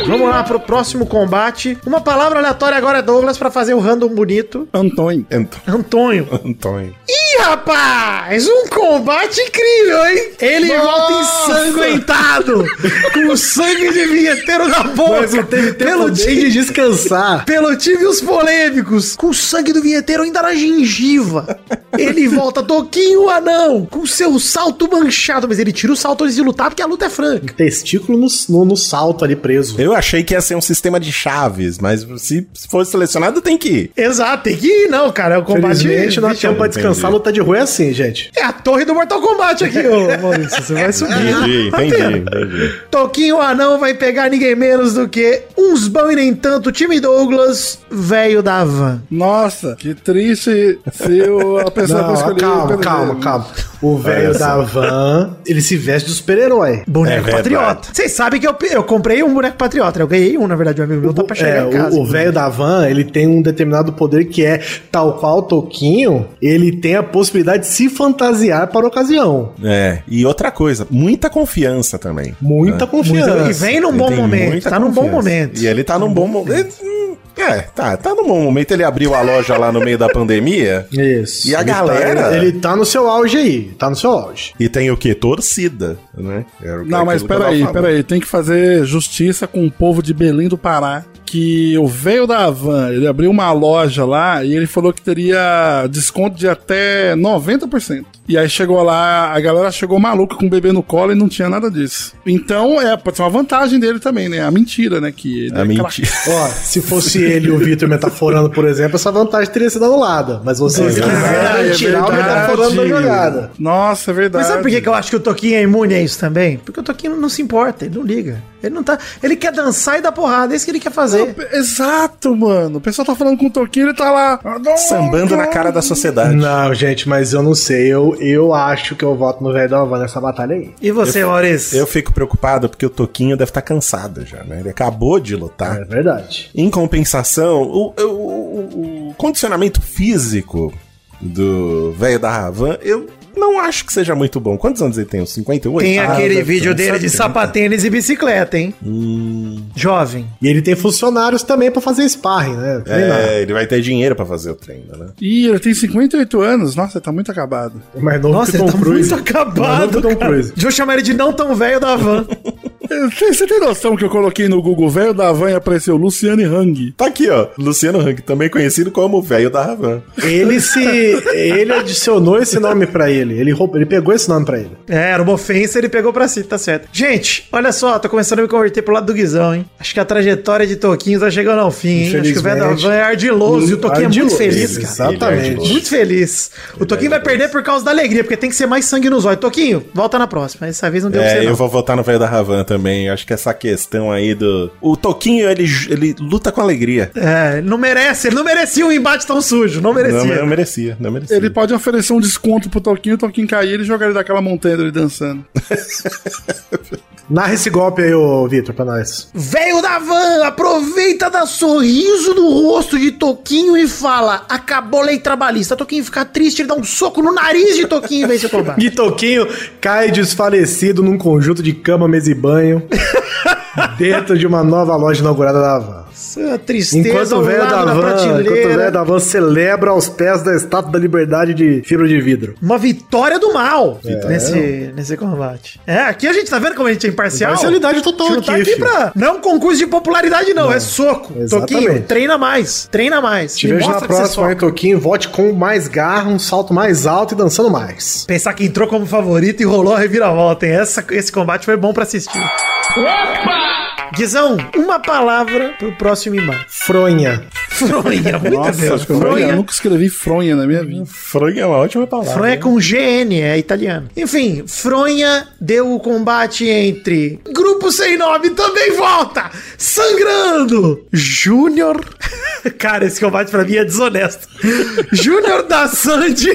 Speaker 2: Vamos lá pro próximo combate. Uma palavra aleatória agora, Douglas, pra fazer o random bonito.
Speaker 1: Antônio.
Speaker 3: Ant-
Speaker 2: Antônio.
Speaker 3: Antônio.
Speaker 2: Ih, rapaz! Um combate incrível, hein? Ele volta ensanguentado, com sangue de vinheteiro na boca. pelo,
Speaker 5: Tem
Speaker 2: time,
Speaker 5: de descansar. *laughs*
Speaker 2: pelo time os polêmicos, com o sangue do vinheteiro ainda na gengiva. Ele volta toquinho anão, com seu salto manchado. Mas ele tira o salto antes de lutar, porque a luta é franca.
Speaker 5: Testículo no, no, no salto ali preso.
Speaker 3: Eu achei que ia ser um sistema de chaves, mas se se for selecionado, tem que ir.
Speaker 2: Exato, tem que ir, não, cara. É o combate...
Speaker 5: Infelizmente, não há
Speaker 2: Vixe,
Speaker 5: tempo pra descansar,
Speaker 3: Entendi.
Speaker 5: lutar de rua é assim, gente.
Speaker 2: É a torre do Mortal Kombat aqui, *laughs* ô Maurício. Você vai subir.
Speaker 3: Entendi, entendi, entendi.
Speaker 2: Toquinho Anão vai pegar ninguém menos do que uns bão e nem tanto, time Douglas, velho da van.
Speaker 1: Nossa, que triste se o- a pessoa
Speaker 5: Não,
Speaker 1: que escolher.
Speaker 5: calma,
Speaker 1: perder.
Speaker 5: calma, calma. O velho
Speaker 3: Olha
Speaker 5: da
Speaker 3: só.
Speaker 5: van, ele se veste de super-herói.
Speaker 2: Boneco
Speaker 3: verdade.
Speaker 2: patriota. Vocês sabem que eu, pe- eu comprei um boneco patriota. né? Eu ganhei um, na verdade, um amigo meu tá pra chegar
Speaker 5: É,
Speaker 2: em casa.
Speaker 5: o- o velho da van, ele tem um determinado poder que é, tal qual o Toquinho, ele tem a possibilidade de se fantasiar para a ocasião.
Speaker 3: É, e outra coisa, muita confiança também.
Speaker 5: Muita confiança.
Speaker 2: É. E vem num
Speaker 3: Ele
Speaker 2: bom
Speaker 3: tem
Speaker 2: momento,
Speaker 3: muita
Speaker 2: tá num bom
Speaker 3: confiança.
Speaker 2: momento.
Speaker 3: E ele tá num bom momento. Hum, É, tá, tá num bom momento. Ele abriu a loja lá no meio da pandemia.
Speaker 5: Isso.
Speaker 3: E a
Speaker 5: Ele tá-
Speaker 3: galera?
Speaker 5: ele tá no seu auge aí. Tá no seu auge.
Speaker 3: E tem o quê? Torcida, né? Era o-
Speaker 1: Não, mas
Speaker 3: aquilo que eu tava
Speaker 1: peraí,
Speaker 3: falando.
Speaker 1: peraí. Tem que fazer justiça com o povo de Belém do Pará. Que o veio da Havan, ele abriu uma loja lá e ele falou que teria desconto de até 90%. E aí chegou lá, a galera chegou maluca com o bebê no colo e não tinha nada disso. Então, é, pode ser uma vantagem dele também, né? A mentira, né? Que ele
Speaker 3: A
Speaker 1: é
Speaker 3: mentira. *laughs*
Speaker 5: Ó, se fosse ele e o Vitor metaforando, por exemplo, essa vantagem teria sido anulada. Mas vocês
Speaker 1: Ah,
Speaker 5: quiseram
Speaker 1: é
Speaker 5: tirar o metaforando da
Speaker 1: verdade.
Speaker 5: jogada.
Speaker 1: Nossa, é verdade.
Speaker 2: Mas sabe por que que eu acho que o Toquinho é imune a isso também? Porque o Toquinho não se importa, ele não liga. Ele não tá. Ele quer dançar e dar porrada, é isso que ele quer fazer. rolê.
Speaker 1: Exato, mano. O pessoal tá falando com o Toquinho, ele tá lá.
Speaker 3: Sambando na cara da sociedade.
Speaker 5: Não, gente, mas eu não sei. Eu, eu acho que eu voto no velho da Havan nessa batalha aí.
Speaker 2: E você, Maurício?
Speaker 3: Eu fico preocupado porque o Toquinho deve estar cansado já, né? Ele acabou de lutar.
Speaker 5: É verdade.
Speaker 3: Em compensação, o, o- o- o condicionamento físico do velho da Ravan, eu não acho que seja muito bom. Quantos anos ele tem? Uns 58?
Speaker 2: Tem
Speaker 3: Ah,
Speaker 2: aquele
Speaker 3: deve ter
Speaker 2: vídeo
Speaker 3: uns
Speaker 2: dele de
Speaker 3: 70.
Speaker 2: sapatênis e bicicleta, hein? Jovem.
Speaker 5: E ele tem funcionários também pra fazer sparring, né? Treinar.
Speaker 3: É, ele vai ter dinheiro pra fazer o treino, né?
Speaker 1: Ih, ele tem 58 anos. Nossa, ele tá muito acabado.
Speaker 5: Mais novo
Speaker 2: Nossa,
Speaker 5: que
Speaker 2: ele
Speaker 5: Tipo Tom
Speaker 2: tá
Speaker 5: Cruise.
Speaker 2: muito
Speaker 5: Mais novo
Speaker 2: acabado.
Speaker 5: que Tom
Speaker 2: Cara.
Speaker 5: Cruise.
Speaker 2: Deixa eu chamar ele de não tão velho da van.
Speaker 1: Você você tem noção que eu coloquei no Google velho da van e apareceu Luciane Hang?
Speaker 3: Tá aqui, ó. Luciano Huck, também conhecido como o velho da Ravan.
Speaker 5: Ele se. Ele adicionou esse nome pra ele. Ele, roubou, ele pegou esse nome pra ele.
Speaker 2: É, era uma ofensa, ele pegou pra si, tá certo. Gente, olha só, tô começando a me converter pro lado do Guizão, hein? Acho que a trajetória de Toquinho tá chegando ao fim, hein? Acho que o velho da
Speaker 5: Infelizmente.
Speaker 2: van é ardiloso e o Toquinho é muito
Speaker 5: Ardiloso,
Speaker 2: feliz, cara.
Speaker 3: é
Speaker 5: Exatamente.
Speaker 2: Muito feliz. O Toquinho vai perder por causa da alegria, porque tem que ser mais sangue nos olhos. Toquinho, volta na próxima. Essa vez não deu pra
Speaker 3: É,
Speaker 2: você,
Speaker 3: eu
Speaker 2: não.
Speaker 3: vou votar no velho da Ravan também. Eu acho que essa questão aí do. O Toquinho, ele, ele luta com alegria.
Speaker 2: É, ele não merece, ele não merecia um embate tão sujo, não merecia. né?
Speaker 3: Não, não merecia, não merecia.
Speaker 1: Ele pode oferecer um desconto pro Toquinho, o Toquinho cair e ele jogar ele daquela montanha dele dançando.
Speaker 5: Narra esse golpe aí, ô Vitor, pra nós.
Speaker 2: Velho da van, aproveita da sorriso no rosto de Toquinho e fala: acabou lei trabalhista. Toquinho fica triste, ele dá um soco no nariz de Toquinho em vez de tombar.
Speaker 5: E Toquinho cai desfalecido num conjunto de cama, mesa
Speaker 2: *laughs*
Speaker 5: e banho. dentro de uma nova loja inaugurada da Havan.
Speaker 2: Essa é tristeza
Speaker 5: Enquanto o
Speaker 2: ao
Speaker 5: velho
Speaker 2: lado da
Speaker 5: da Van, enquanto o
Speaker 2: prateleira.
Speaker 5: velho da Van celebra aos pés da estátua da liberdade de fibra de vidro.
Speaker 2: Uma vitória do mal nesse, nesse combate. É, aqui a gente tá vendo como a gente é imparcial.
Speaker 5: Imparcialidade total
Speaker 2: A gente não tá
Speaker 5: aqui,
Speaker 2: aqui
Speaker 5: filho.
Speaker 2: pra. Não é um concurso de popularidade, não. é soco.
Speaker 5: Exatamente.
Speaker 2: Toquinho, treina mais. Treina mais.
Speaker 5: Te
Speaker 2: E
Speaker 5: vejo na
Speaker 2: mostra que você é
Speaker 5: próxima,
Speaker 2: soca.
Speaker 5: hein, Toquinho. Vote com mais garra, um salto mais alto e dançando mais.
Speaker 2: Pensar que entrou como favorito e rolou a reviravolta, hein? Essa, esse combate foi bom pra assistir. Guizão, uma palavra pro próximo embate.
Speaker 5: Fronha.
Speaker 2: *laughs* Fronha, muito bem.
Speaker 1: acho que eu, nunca- eu
Speaker 2: Fronha,
Speaker 1: nunca escrevi fronha na minha vida.
Speaker 3: Frog é uma ótima palavra.
Speaker 2: Fronha com GN, é italiano. Enfim, Fronha deu o combate entre Grupo Sem Nome também volta! Sangrando! Júnior. *laughs* Cara, esse combate pra mim é desonesto. Júnior da Sandy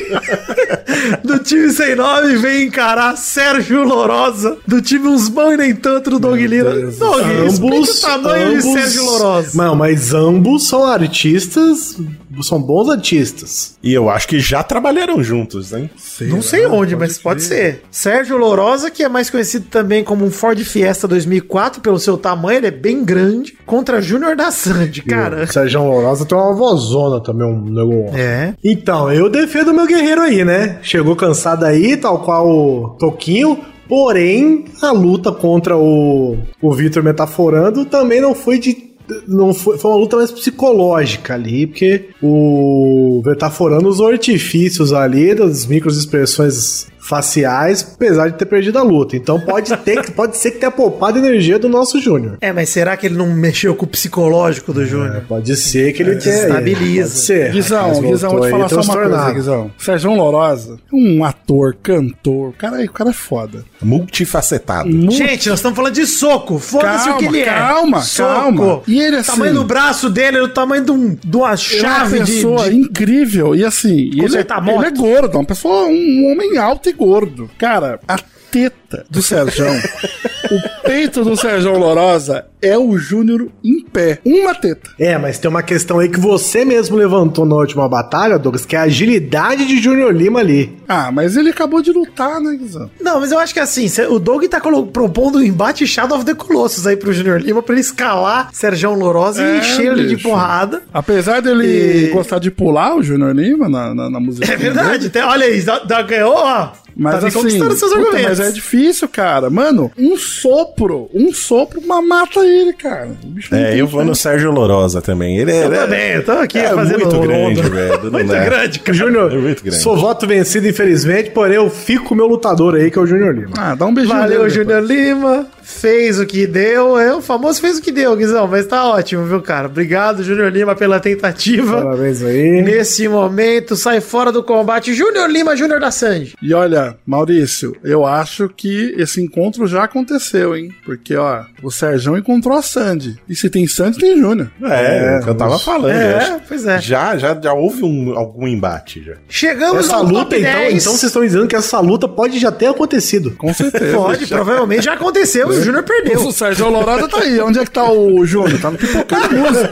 Speaker 2: *laughs* do time Sem Nome vem encarar Sérgio Lorosa do time Uns Bão e Nem Tanto do Dog Lira. Dog, explica o tamanho de Sérgio Lorosa.
Speaker 5: Não, mas ambos são artistas, são bons
Speaker 2: é-
Speaker 5: artistas.
Speaker 3: E eu acho que já trabalharam juntos, hein?
Speaker 2: Não sei onde, mas pode ser. Sérgio Lorosa, que é mais conhecido também como um Ford Fiesta 2004, pelo seu tamanho, ele é bem grande, contra Júnior da Sandy,
Speaker 5: E
Speaker 2: cara.
Speaker 5: o Sérgio Lourosa tem uma vozona também, um negócio.
Speaker 2: É.
Speaker 5: Então, eu defendo o meu guerreiro aí, né? Chegou cansado aí, tal qual o Toquinho. Porém, a luta contra o, o Vitor metaforando também não foi de. Não foi, foi uma luta mais psicológica ali, porque o metaforando os artifícios ali, das microexpressões faciais, apesar de ter perdido a luta. Então pode, ter, *laughs* que- pode ser que tenha poupado energia do nosso Júnior.
Speaker 2: É, mas será que ele não mexeu com o psicológico
Speaker 1: É.
Speaker 2: do Júnior?
Speaker 5: Pode ser que ele tenha.
Speaker 2: Destabiliza.
Speaker 5: Pode ser.
Speaker 1: Guizão,
Speaker 5: É, Mas
Speaker 1: Guizão, vou te falar
Speaker 5: voltou aí
Speaker 1: só uma coisa,
Speaker 5: transtornado.
Speaker 1: Guizão. Sérgio Lorosa, um ator, cantor, cara, o cara é foda.
Speaker 3: Multifacetado.
Speaker 2: Gente, nós estamos falando de soco. Foda-se
Speaker 1: Calma,
Speaker 2: o que ele é.
Speaker 1: calma, calma.
Speaker 2: E
Speaker 1: E
Speaker 2: ele
Speaker 1: ele,
Speaker 2: O
Speaker 1: assim- é
Speaker 2: tamanho do braço dele era o tamanho de, um, de uma chave
Speaker 1: uma
Speaker 2: de,
Speaker 1: pessoa
Speaker 2: de-
Speaker 1: incrível. E assim, e ele,
Speaker 2: Consertar moto.
Speaker 1: ele é gordo, uma pessoa, um homem alto e gordo. Cara, a teta do
Speaker 2: *laughs*
Speaker 1: Serjão, o peito do Serjão Lorosa é o Júnior em pé. Uma teta.
Speaker 5: É, mas tem uma questão aí que você mesmo levantou na última batalha, Douglas, que é a agilidade de Júnior Lima ali.
Speaker 1: Ah, mas ele acabou de lutar, né, Guizão?
Speaker 2: Não, mas eu acho que assim, cê- o Doug tá colo- propondo um embate Shadow of the Colossus aí pro Junior Lima pra ele escalar Serjão Lourosa e
Speaker 1: É,
Speaker 2: encher ele de
Speaker 1: bicho.
Speaker 2: porrada.
Speaker 1: Apesar dele
Speaker 2: E-
Speaker 1: gostar de pular o Júnior Lima na, na, na música.
Speaker 2: É verdade, tem- olha aí, da- da- ganhou, ó.
Speaker 1: Mas
Speaker 2: tá me
Speaker 1: assim,
Speaker 2: conquistando seus
Speaker 1: puta,
Speaker 2: argumentos. Tá
Speaker 1: mas é difícil, cara. Mano, um sopro, um sopro ma- mata ele, cara. O bicho não
Speaker 3: É,
Speaker 1: tem
Speaker 3: eu vou no
Speaker 1: chance.
Speaker 3: Sérgio Lorosa também. Ele é,
Speaker 2: Eu também, eu tô aqui
Speaker 3: é
Speaker 2: fazendo
Speaker 3: muito
Speaker 2: ronda. *laughs*
Speaker 3: grande, velho. né? Não
Speaker 2: muito
Speaker 3: dá.
Speaker 2: grande, cara.
Speaker 5: Júnior,
Speaker 3: É muito grande.
Speaker 5: sou voto vencido, infelizmente, porém eu fico com o meu lutador aí, que é o Júnior Lima.
Speaker 1: Ah, dá um beijinho
Speaker 2: Valeu,
Speaker 1: nele depois.
Speaker 2: Júnior Lima. fez o que deu. É o famoso fez o que deu, Guizão, mas tá ótimo, viu, cara? Obrigado, Júnior Lima, pela tentativa.
Speaker 5: Parabéns aí.
Speaker 2: Nesse momento, sai fora do combate Júnior Lima, Júnior da Sanji.
Speaker 1: E olha, Maurício, eu acho que esse encontro já aconteceu, hein? Porque, ó, o Serjão encontrou a Sandy. E se tem Sandy, tem Júnior.
Speaker 3: É, é, eu tava falando. eu acho.
Speaker 2: É, pois é.
Speaker 3: Já, já, já houve um, algum embate já.
Speaker 2: Chegamos
Speaker 5: Essa
Speaker 2: ao top
Speaker 5: luta, então,
Speaker 2: 10.
Speaker 5: então vocês estão dizendo que essa luta pode já ter acontecido.
Speaker 1: Com *laughs* certeza.
Speaker 2: Pode, provavelmente já aconteceu e o Júnior
Speaker 1: O
Speaker 2: perdeu.
Speaker 1: Sérgio Lourada tá aí. Onde é que tá o Júnior? Tá no pipocando música.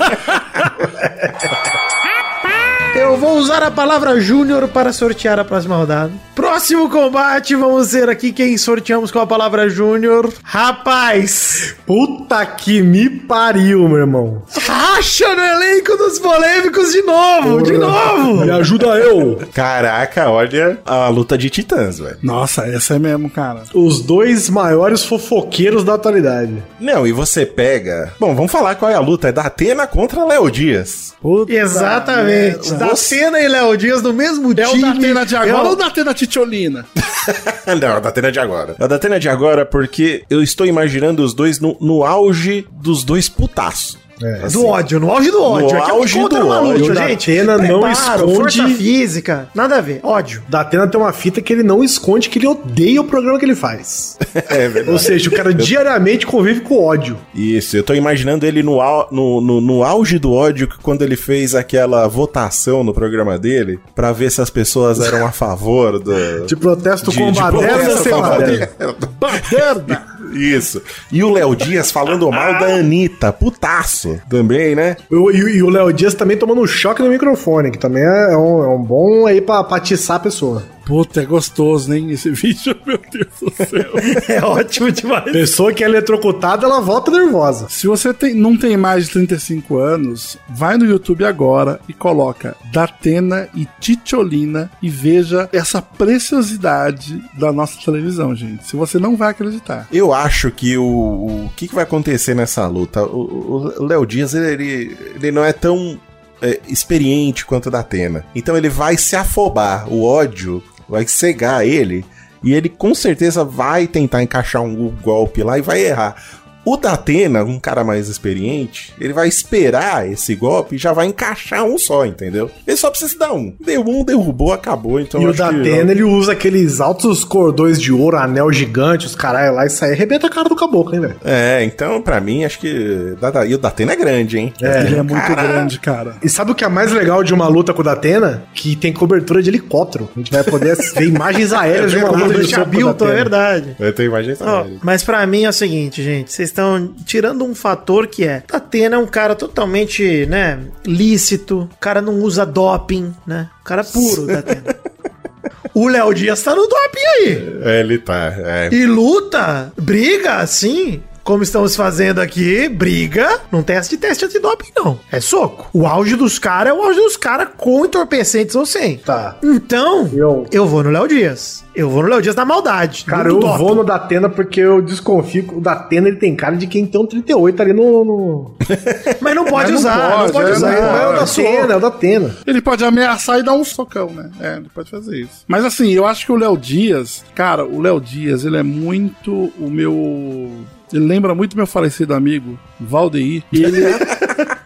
Speaker 2: Eu vou usar a palavra Júnior para sortear a próxima rodada. Próximo combate, vamos ver aqui quem sorteamos com a palavra Júnior. Rapaz,
Speaker 5: Puta que me pariu, meu irmão.
Speaker 2: racha no elenco dos polêmicos de novo, de novo.
Speaker 5: Me ajuda eu.
Speaker 3: Caraca, olha a luta de titãs, velho.
Speaker 1: Nossa, essa é mesmo, cara.
Speaker 5: Os dois maiores fofoqueiros da atualidade.
Speaker 3: Não, e você pega. Bom, vamos falar qual é a luta. É da Atena contra Léo Dias. *laughs*
Speaker 5: Puta
Speaker 2: Exatamente.
Speaker 5: merda.
Speaker 2: Da Cena e Léo Dias no mesmo
Speaker 1: É o
Speaker 2: time.
Speaker 1: da Atena de agora
Speaker 2: Eu-
Speaker 1: ou o da Atena Titiolina?
Speaker 3: Não, é a da Atena de agora. É a da Atena de agora porque eu estou imaginando os dois no, no auge dos dois putaços. É,
Speaker 2: Do ódio, no auge do ódio.
Speaker 3: No
Speaker 2: Aqui é um
Speaker 3: auge
Speaker 2: contra
Speaker 3: do
Speaker 2: maluco,
Speaker 3: ódio.
Speaker 5: Da
Speaker 2: gente.
Speaker 5: Atena não
Speaker 2: força
Speaker 5: esconde-
Speaker 2: física. Nada a ver.
Speaker 5: *laughs*
Speaker 2: Ódio.
Speaker 5: Da Atena tem uma fita que ele não esconde, que ele odeia o programa que ele faz.
Speaker 3: É verdade.
Speaker 5: Ou seja, o cara diariamente convive com ódio.
Speaker 3: Isso, eu tô imaginando ele no, au- no, no, no auge do ódio que quando ele fez aquela votação no programa dele pra ver se as pessoas eram a favor *laughs* do.
Speaker 5: De protesto
Speaker 3: de-
Speaker 5: com
Speaker 3: de
Speaker 5: Baderna
Speaker 3: protesto
Speaker 5: sem
Speaker 3: com é a
Speaker 5: Baderna.
Speaker 3: Baderna. *laughs* Isso. E o Léo Dias falando mal da Anitta, putaço. Também, né?
Speaker 5: E, o- e o Léo Dias também tomando um choque no microfone, que também é um, é um bom aí pra, pra atiçar a pessoa.
Speaker 1: Puta, é gostoso, hein? Esse *laughs* vídeo, meu Deus do céu.
Speaker 2: É ótimo demais.
Speaker 5: Pessoa que é eletrocutada, ela volta nervosa.
Speaker 1: Se você tem- não tem mais de 35 anos, vai no YouTube agora e coloca Datena e Titiolina e veja essa preciosidade da nossa televisão, gente. Se você não vai acreditar.
Speaker 3: Eu acho que o. O que, que vai acontecer nessa luta? O- O o Léo Dias, ele, ele não é tão é, experiente quanto o da Atena. Então ele vai se afobar. O ódio vai cegar ele. E ele com certeza vai tentar encaixar um golpe lá e vai errar. O da Atena, um cara mais experiente, ele vai esperar esse golpe e já vai encaixar um só, entendeu? Ele só precisa dar um. Deu um, derrubou, acabou. Então
Speaker 5: e
Speaker 3: eu
Speaker 5: o
Speaker 3: acho
Speaker 5: da
Speaker 3: que-
Speaker 5: Atena, ele usa aqueles altos cordões de ouro, anel gigante, os caralho lá, e sai arrebenta a cara do caboclo, hein, velho?
Speaker 3: É, então, pra mim, acho que. da- da- E o da Atena é grande, hein?
Speaker 1: Ele é muito grande, cara.
Speaker 5: E sabe o que é mais legal de uma luta com o Datena? Que tem cobertura de helicóptero. A gente vai poder *laughs* ver imagens aéreas de uma
Speaker 2: Contra
Speaker 5: luta
Speaker 2: o
Speaker 5: de soco com É o
Speaker 2: Jabilton, é
Speaker 5: Datena.
Speaker 2: verdade.
Speaker 3: Eu tenho imagem
Speaker 2: Ó,
Speaker 5: Tá,
Speaker 2: mas pra mim é o seguinte, gente, vocês estão tirando um fator que é, Atena é um cara totalmente, né, lícito, o cara não usa doping, né, o cara puro da Atena. *laughs* O Léo Dias tá no doping aí,
Speaker 3: É, ele tá. É.
Speaker 2: e luta, briga, assim, como estamos fazendo aqui, briga, não teste de teste antidoping não, é soco. O auge dos caras é o auge dos caras com entorpecentes ou sem.
Speaker 5: Tá.
Speaker 2: Então, eu,
Speaker 5: Eu-
Speaker 2: vou no Léo Dias. Eu vou no Léo Dias na maldade.
Speaker 5: Cara,
Speaker 2: no
Speaker 5: eu
Speaker 2: doping.
Speaker 5: vou no Datena porque eu desconfio que o Datena ele tem cara de quem tem um 38 ali no. no...
Speaker 2: Mas não pode
Speaker 1: Mas não
Speaker 2: usar, não um
Speaker 1: pode,
Speaker 2: pode
Speaker 1: é,
Speaker 2: usar.
Speaker 1: não
Speaker 5: é o
Speaker 1: pode.
Speaker 5: da Atena, é o da Atena.
Speaker 1: Ele pode ameaçar e dar um socão, né? É, ele pode fazer isso. Mas assim, eu acho que o Léo Dias, cara, o Léo Dias, ele é muito o meu. Ele lembra muito meu falecido amigo, Valdeir. E Ele,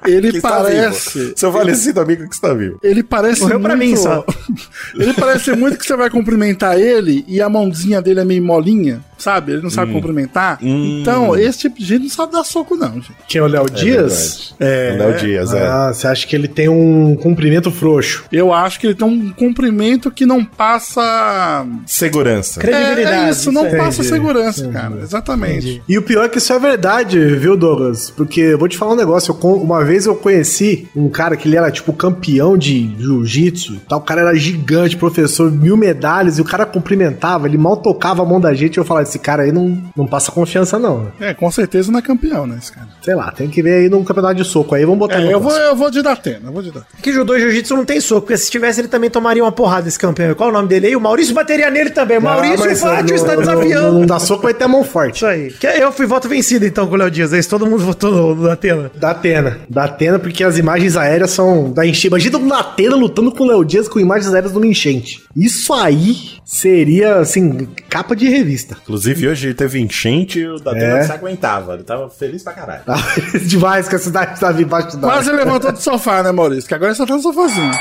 Speaker 1: ele
Speaker 3: Que está
Speaker 1: parece.
Speaker 3: vivo. Seu falecido amigo que está vivo.
Speaker 1: Ele parece
Speaker 2: Morreu
Speaker 1: muito...
Speaker 2: pra mim só.
Speaker 1: *laughs* ele parece muito que você vai cumprimentar ele e a mãozinha dele é meio molinha, sabe? Ele não sabe cumprimentar. Então, esse tipo de gente não sabe dar soco, não, gente.
Speaker 5: Tinha é o Léo Dias?
Speaker 3: É. Léo Dias, é.
Speaker 5: Ah, você acha que ele tem um cumprimento frouxo?
Speaker 1: Eu acho que ele tem um cumprimento que não passa...
Speaker 3: Segurança.
Speaker 1: É,
Speaker 2: Credibilidade.
Speaker 1: é isso, não
Speaker 2: certo.
Speaker 1: passa segurança, cara. Exatamente.
Speaker 5: E o pior é que isso é verdade, viu, Douglas? Porque eu vou te falar um negócio. eu con- uma vez eu conheci um cara que ele era, tipo, campeão de jiu-jitsu e tal. O cara era gigante, professor, mil medalhas. E o cara cumprimentava, ele mal tocava a mão da gente. E eu falava, esse cara aí não, não passa confiança, não.
Speaker 1: É, com certeza não é campeão, né, esse cara.
Speaker 5: Sei lá, tem que ver aí num campeonato de soco. Aí vamos
Speaker 3: Tá
Speaker 5: botar
Speaker 1: É,
Speaker 5: no
Speaker 1: eu vou,
Speaker 5: próximo.
Speaker 1: eu vou de Datena, eu vou de Datena.
Speaker 2: Que judô e jiu-jitsu não tem soco, porque se tivesse ele também tomaria uma porrada esse campeão. Qual o nome dele aí? O Maurício bateria nele também.
Speaker 5: Ah,
Speaker 2: Maurício
Speaker 5: mas
Speaker 2: Fátio
Speaker 5: não-
Speaker 2: está
Speaker 5: não-
Speaker 2: desafiando.
Speaker 5: Não, não dá soco, vai ter a mão forte.
Speaker 2: É Isso aí. Que eu fui voto vencido então com o Léo Dias. É isso, todo mundo votou no, no Atena.
Speaker 5: Da Atena, da Atena, porque as imagens aéreas são da enchente. Imagina o Atena lutando com o Léo Dias com imagens aéreas de uma enchente. Isso aí seria, assim, capa de revista.
Speaker 3: Inclusive, hoje teve enchente e o Datena
Speaker 5: É.
Speaker 3: não se aguentava. Ele tava feliz pra caralho.
Speaker 5: Tá? *laughs* Demais que a cidade estava embaixo
Speaker 3: Tá.
Speaker 5: da.
Speaker 1: Quase levantou do sofá, né, Maurício? Que agora só tá no sofazinho.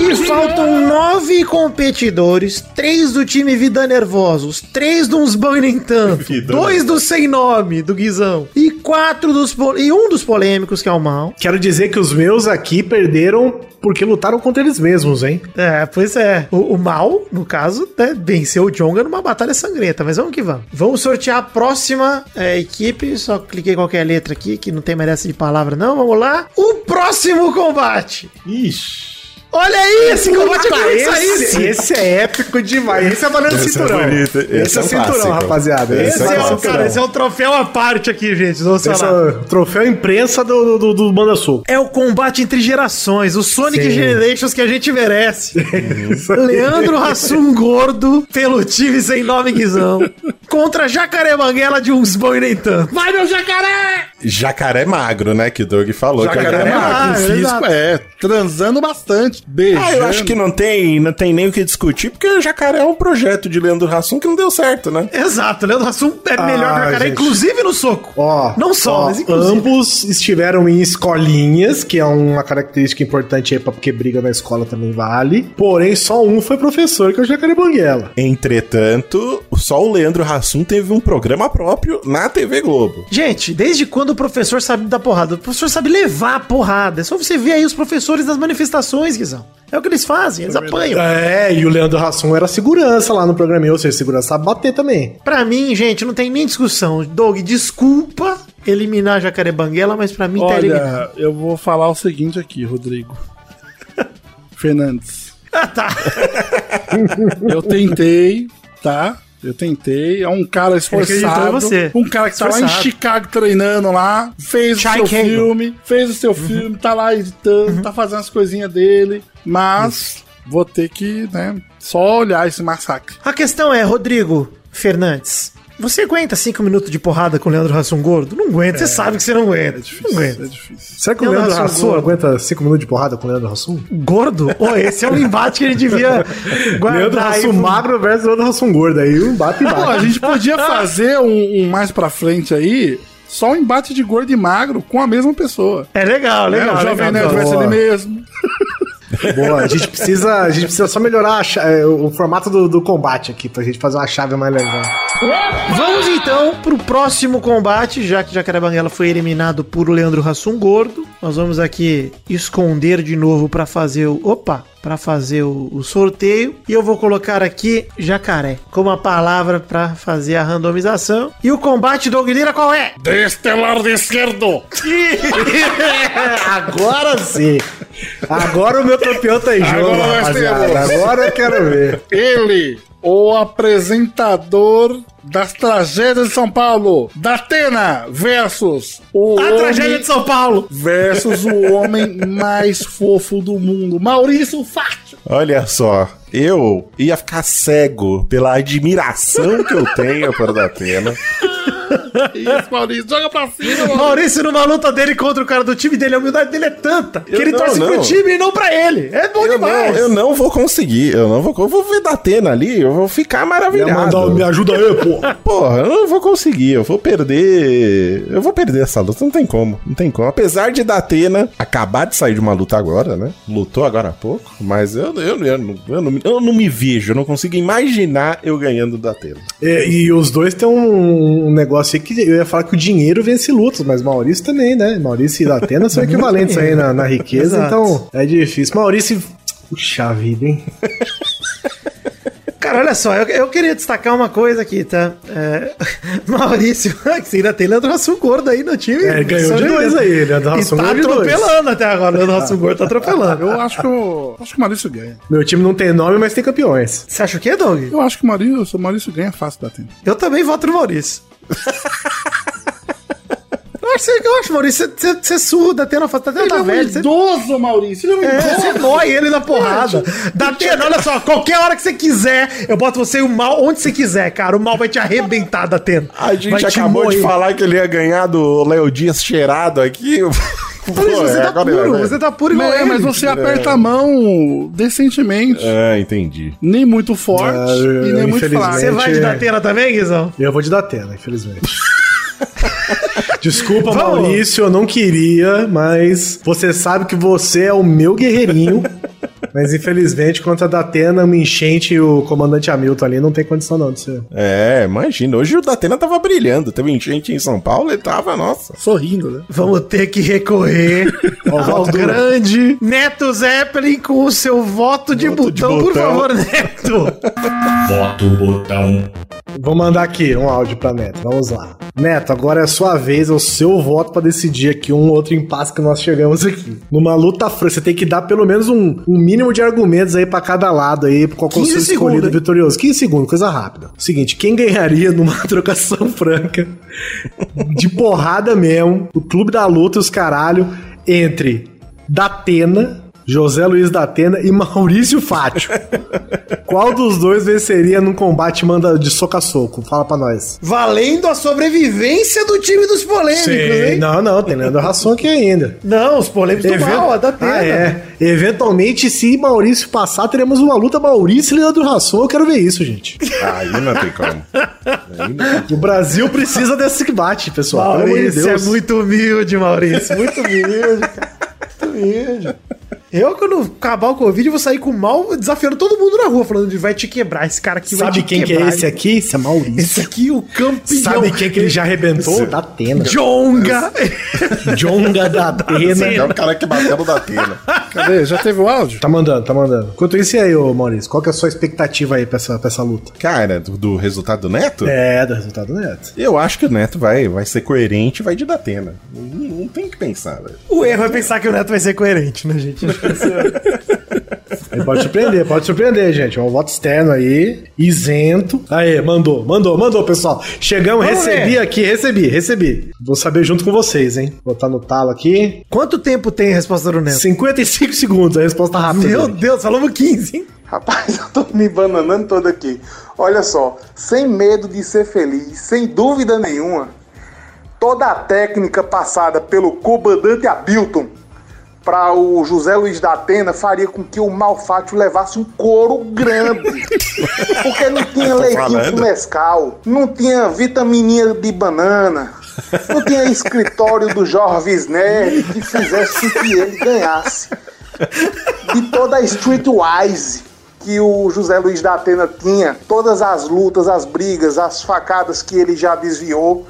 Speaker 2: E faltam nove competidores, três do time Vida Nervosos, três do Uns Bão e Nem Tanto,
Speaker 3: Vida
Speaker 2: dois do Sem Nome, do Guizão, e quatro dos... po- e um dos polêmicos, que é o Mal.
Speaker 5: Quero dizer que os meus aqui perderam porque lutaram contra eles mesmos, hein?
Speaker 2: É, pois é. O, o Mal, no caso, né, venceu o Jonga numa batalha sangrenta, mas vamos que vamos. Vamos sortear a próxima é, equipe, só cliquei qualquer letra aqui, que não tem mais essa de palavra não, vamos lá. O próximo combate!
Speaker 3: Ixi.
Speaker 2: Olha aí, esse combate
Speaker 5: Opa,
Speaker 2: é
Speaker 5: esse, esse é épico demais. Esse é valendo
Speaker 3: Esse é
Speaker 5: cinturão.
Speaker 3: bonito,
Speaker 5: Esse,
Speaker 3: esse
Speaker 5: é,
Speaker 3: é um
Speaker 5: cinturão,
Speaker 3: clássico.
Speaker 5: rapaziada.
Speaker 2: Esse
Speaker 3: Esse
Speaker 2: é, o,
Speaker 3: clássico.
Speaker 2: cara, esse é um troféu à parte aqui, gente. Vamos
Speaker 5: Esse é
Speaker 2: falar.
Speaker 5: o troféu imprensa do, do, do Banda Sul.
Speaker 2: É o combate entre gerações, o Sonic
Speaker 5: Sim. Uhum.
Speaker 2: Generations que a gente merece. Leandro
Speaker 5: *laughs*
Speaker 2: Rassum Gordo, pelo time sem nome Guizão, contra Jacaré Banguela de uns bons e nem tanto.
Speaker 4: Vai, meu jacaré!
Speaker 3: Jacaré magro, né? Que o Doug falou. que
Speaker 1: Jacaré
Speaker 3: é
Speaker 1: magro,
Speaker 2: magro,
Speaker 1: com físico,
Speaker 2: exato.
Speaker 1: é. Transando bastante. Beijando.
Speaker 3: Ah, eu acho que não tem, não tem nem o que discutir, porque o Jacaré é um projeto de Leandro Hassum que não deu certo, né?
Speaker 2: Exato, Leandro Rassum é melhor que o Jacaré,
Speaker 5: Ah, gente.
Speaker 2: inclusive no soco.
Speaker 5: Ó,
Speaker 2: não só,
Speaker 5: ó,
Speaker 2: mas inclusive.
Speaker 5: ambos estiveram em escolinhas, que é uma característica importante aí, pra- porque briga na escola também vale. Porém, só um foi professor, que é o Jacaré Banguela.
Speaker 3: Entretanto, só o Leandro Hassum teve um programa próprio na TV Globo.
Speaker 2: Gente, desde quando o professor sabe dar porrada? O professor sabe levar a porrada. É só você ver aí os professores das manifestações, Guizão. É o que eles fazem, eles apanham.
Speaker 5: É, e o Leandro Hassum era segurança lá no programinha, ou seja, segurança sabe bater também.
Speaker 2: Pra mim, gente, não tem nem discussão. Doug, desculpa eliminar Jacaré Banguela, mas pra mim tá eliminado.
Speaker 1: Olha, eu vou falar o seguinte aqui, Rodrigo. *laughs* Fernandes.
Speaker 2: Ah, tá.
Speaker 1: *laughs* Eu tentei, tá? Eu tentei. É um cara
Speaker 2: acreditou
Speaker 1: esforçado.
Speaker 2: em você.
Speaker 1: Um cara que tá lá em
Speaker 2: Esforçado.
Speaker 1: Chicago treinando lá. Fez
Speaker 2: Chai
Speaker 1: o seu
Speaker 2: Cagle.
Speaker 1: filme. Fez o seu filme. Tá lá editando. Tá fazendo as coisinhas dele. Mas vou ter que, né? Só olhar esse massacre.
Speaker 2: A questão é, Rodrigo Fernandes, você aguenta cinco minutos de porrada com o Leandro Hassum gordo? Não aguenta, você sabe que você não aguenta.
Speaker 1: É
Speaker 2: não
Speaker 1: difícil.
Speaker 2: aguenta.
Speaker 1: É difícil.
Speaker 5: Será que o
Speaker 2: Leandro
Speaker 5: Leandro
Speaker 2: Hassum
Speaker 5: Hassum
Speaker 2: gordo.
Speaker 5: aguenta 5 minutos de porrada com o Leandro Hassum?
Speaker 2: Gordo? Ô, esse é um embate que a
Speaker 1: *laughs*
Speaker 2: gente devia guardar.
Speaker 5: Leandro Hassum
Speaker 2: aí,
Speaker 5: magro versus Leandro Hassum gordo, aí um bate e
Speaker 1: Pô, a
Speaker 5: bate.
Speaker 1: gente *laughs* podia fazer um, um mais pra frente aí. Só um embate de gordo e magro com a mesma pessoa.
Speaker 2: É legal, legal.
Speaker 1: né? O Jovem
Speaker 2: legal,
Speaker 1: Nerd vai ser
Speaker 5: Boa.
Speaker 1: ele mesmo.
Speaker 5: Boa, a gente precisa, a gente precisa só melhorar a cha- eh, o formato do, do combate aqui, pra gente fazer uma chave mais legal.
Speaker 2: Vamos então pro próximo combate, já que Jacaré Banguela foi eliminado por Leandro Hassum Gordo. Nós vamos aqui esconder de novo pra fazer o. Opa! Pra fazer o, o sorteio. E eu vou colocar aqui jacaré como a palavra pra fazer a randomização. E o combate do Aguilera qual é?
Speaker 1: Destelar de esquerdo.
Speaker 5: Agora sim! Agora o meu campeão tá em jogo,
Speaker 1: Agora nós
Speaker 5: rapaziada.
Speaker 1: temos.
Speaker 5: Agora eu quero ver.
Speaker 1: Ele, o apresentador das tragédias de São Paulo, Datena versus o
Speaker 2: A
Speaker 1: homem-
Speaker 2: tragédia de São Paulo!
Speaker 1: versus o homem mais fofo do mundo, Maurício Fátio.
Speaker 3: Olha só, eu ia ficar cego pela admiração que eu tenho por
Speaker 5: *laughs*
Speaker 3: Datena.
Speaker 1: Isso, Maurício, joga pra cima. Maurício.
Speaker 2: Maurício, numa luta dele contra o cara do time dele, a humildade dele é tanta que
Speaker 3: Eu
Speaker 2: ele
Speaker 3: não,
Speaker 2: torce pro
Speaker 3: não.
Speaker 2: time e não pra ele. É bom
Speaker 3: Eu não,
Speaker 2: demais.
Speaker 3: eu não vou conseguir, eu não vou, eu vou ver Datena ali, eu vou ficar
Speaker 5: Ia
Speaker 3: maravilhado.
Speaker 5: mandar um, me ajuda aí, pô.
Speaker 3: Porra, eu não vou conseguir, eu vou perder. Eu vou perder essa luta, não tem como, não tem como. Apesar de da Atena acabar de sair de uma luta agora, né? Lutou agora há pouco, mas eu, eu, eu, não- eu, não, me- eu não me vejo, eu não consigo imaginar eu ganhando da Atena.
Speaker 5: É, E, e os dois têm um, um negócio aí que eu ia falar que o dinheiro vence lutas, mas Maurício também, né? Maurício e Datena
Speaker 2: *laughs*
Speaker 5: são equivalentes aí na, na riqueza,
Speaker 2: Exato.
Speaker 5: então é difícil. Maurício. Puxa vida, hein?
Speaker 2: Cara, olha só, eu, eu queria destacar uma coisa aqui, tá? É, *laughs* Maurício, *laughs* que ainda tem Leandro Rassum gordo aí no time.
Speaker 5: É, ganhou de dois aí, Leandro Hassum
Speaker 2: E tá
Speaker 5: ganhou de dois.
Speaker 2: atropelando até agora, Leandro Rassum gordo tá atropelando.
Speaker 1: Eu acho que, o- acho que o Maurício ganha.
Speaker 5: Meu time não tem nome, mas tem campeões.
Speaker 2: Você acha o quê, Doug?
Speaker 1: Eu acho que o Maurício, o Maurício ganha fácil, Datena.
Speaker 2: Eu também voto no Maurício. Eu acho, eu acho, Maurício, você- você você surra da Atena, você tá até
Speaker 3: é um
Speaker 2: tá velho, você...
Speaker 1: é um idoso, Maurício. Ele um
Speaker 2: É, você dói ele na porrada. Da Atena, olha só, qualquer hora que você quiser, eu boto você e o mal onde você quiser, cara. O mal vai te arrebentar da Atena.
Speaker 3: A gente
Speaker 2: Vai te
Speaker 3: acabou de
Speaker 2: moer.
Speaker 3: falar que ele ia ganhar do Léo Dias cheirado aqui. *laughs*
Speaker 2: Por isso,
Speaker 3: Pô,
Speaker 2: você
Speaker 3: é,
Speaker 2: tá
Speaker 3: agora ele
Speaker 2: puro,
Speaker 3: vai-
Speaker 2: você tá puro igual
Speaker 1: É,
Speaker 2: ele.
Speaker 1: mas você aperta a mão decentemente.
Speaker 3: Ah, entendi.
Speaker 1: Nem muito forte
Speaker 5: É,
Speaker 1: e nem muito
Speaker 5: infelizmente.
Speaker 1: fraco.
Speaker 2: Você vai de Datena também, Guizão?
Speaker 5: Eu vou de Datena, infelizmente. Desculpa,
Speaker 2: Vamos.
Speaker 5: Maurício, eu não queria, mas você sabe que você é o meu guerreirinho. Mas infelizmente, contra a Datena, o enchente e o comandante Hamilton ali não tem condição não de ser.
Speaker 3: É, imagina. Hoje o Datena tava brilhando. Teve um enchente em São Paulo e tava, nossa.
Speaker 1: Sorrindo, né?
Speaker 2: Vamos ter que
Speaker 3: *laughs*
Speaker 2: recorrer ao grande Neto Zeppelin com o seu voto de,
Speaker 3: Voto de
Speaker 2: botão. Por
Speaker 3: botão.
Speaker 2: favor, Neto.
Speaker 6: Voto botão.
Speaker 5: Vou mandar aqui um áudio pra Neto, vamos lá. Neto, agora é a sua vez, é o seu voto pra decidir aqui um outro impasse que nós chegamos aqui. Numa luta franca, você tem que dar pelo menos um, um mínimo de argumentos aí pra cada lado aí, qual que é o
Speaker 2: 15
Speaker 5: seu escolhido
Speaker 2: segundos, hein?
Speaker 5: vitorioso. 15 segundos, coisa rápida. Seguinte, quem ganharia numa *laughs* trocação franca, de porrada mesmo, o clube da luta e os caralho, entre Datena, José Luiz Datena e *laughs* Maurício Fátio? Qual dos dois venceria num combate manda de soco a soco? Fala pra nós.
Speaker 2: Valendo a sobrevivência do time dos polêmicos, hein?
Speaker 5: Não, não, tem Leandro Rasson aqui ainda.
Speaker 2: Não, os polêmicos do mal, a Datena.
Speaker 5: Ah, é. Eventualmente, se Maurício passar, teremos uma luta Maurício e Leandro Rasson. Eu quero ver isso, gente.
Speaker 3: Aí não tem como.
Speaker 5: O Brasil precisa desse combate, pessoal. Pelo amor de
Speaker 2: Maurício
Speaker 5: Deus.
Speaker 2: é muito humilde, Maurício. Muito humilde, cara. Muito humilde. Eu, quando acabar o Covid, eu vou sair com o mal desafiando todo mundo na rua, falando de vai te quebrar. Esse cara aqui vai
Speaker 5: *laughs* Sabe
Speaker 2: te
Speaker 5: quem que
Speaker 2: quebrar.
Speaker 5: é esse aqui? Esse é Maurício.
Speaker 2: Esse aqui, o campeão.
Speaker 5: Sabe quem que ele já arrebentou? Da Atena.
Speaker 2: Jonga.
Speaker 5: Jonga da
Speaker 3: É
Speaker 5: Atena.
Speaker 3: o cara que bateu no Datena.
Speaker 1: Cadê? Já teve o áudio?
Speaker 5: Tá mandando, tá mandando. Enquanto isso, e aí, ô Maurício? Qual que é a sua expectativa aí pra essa, pra essa luta?
Speaker 3: Cara, do, do resultado do Neto?
Speaker 5: É, do resultado neto.
Speaker 3: Eu acho que o Neto vai, vai ser coerente e vai de Datena. Não, não tem o que pensar, velho.
Speaker 2: o erro é pensar que o Neto vai ser coerente, né, gente?
Speaker 5: Ele pode surpreender, pode surpreender, gente. É um voto externo aí, isento. Aê, mandou, mandou, mandou, pessoal. Chegamos,
Speaker 2: Vamos
Speaker 5: recebi
Speaker 2: ver.
Speaker 5: aqui, recebi, recebi. Vou saber junto com vocês, hein? Botar no talo aqui.
Speaker 2: Quanto tempo tem a resposta do Neto?
Speaker 5: 55 segundos, a resposta rápida.
Speaker 2: Meu
Speaker 5: gente.
Speaker 2: Deus, falamos 15, hein?
Speaker 9: Rapaz, eu tô me bananando todo aqui. Olha só, sem medo de ser feliz, sem dúvida nenhuma, toda a técnica passada pelo comandante Abilton para o José Luiz da Atena faria com que o Malfátio levasse um couro
Speaker 3: *laughs*
Speaker 9: grande. Porque não tinha leitinho
Speaker 3: falando.
Speaker 9: com Nescau, não tinha vitamininha de banana, não tinha escritório do Jorvis Nerd que fizesse com que ele ganhasse de toda a Streetwise que o José Luiz da Atena tinha, todas as lutas, as brigas, as facadas que ele já desviou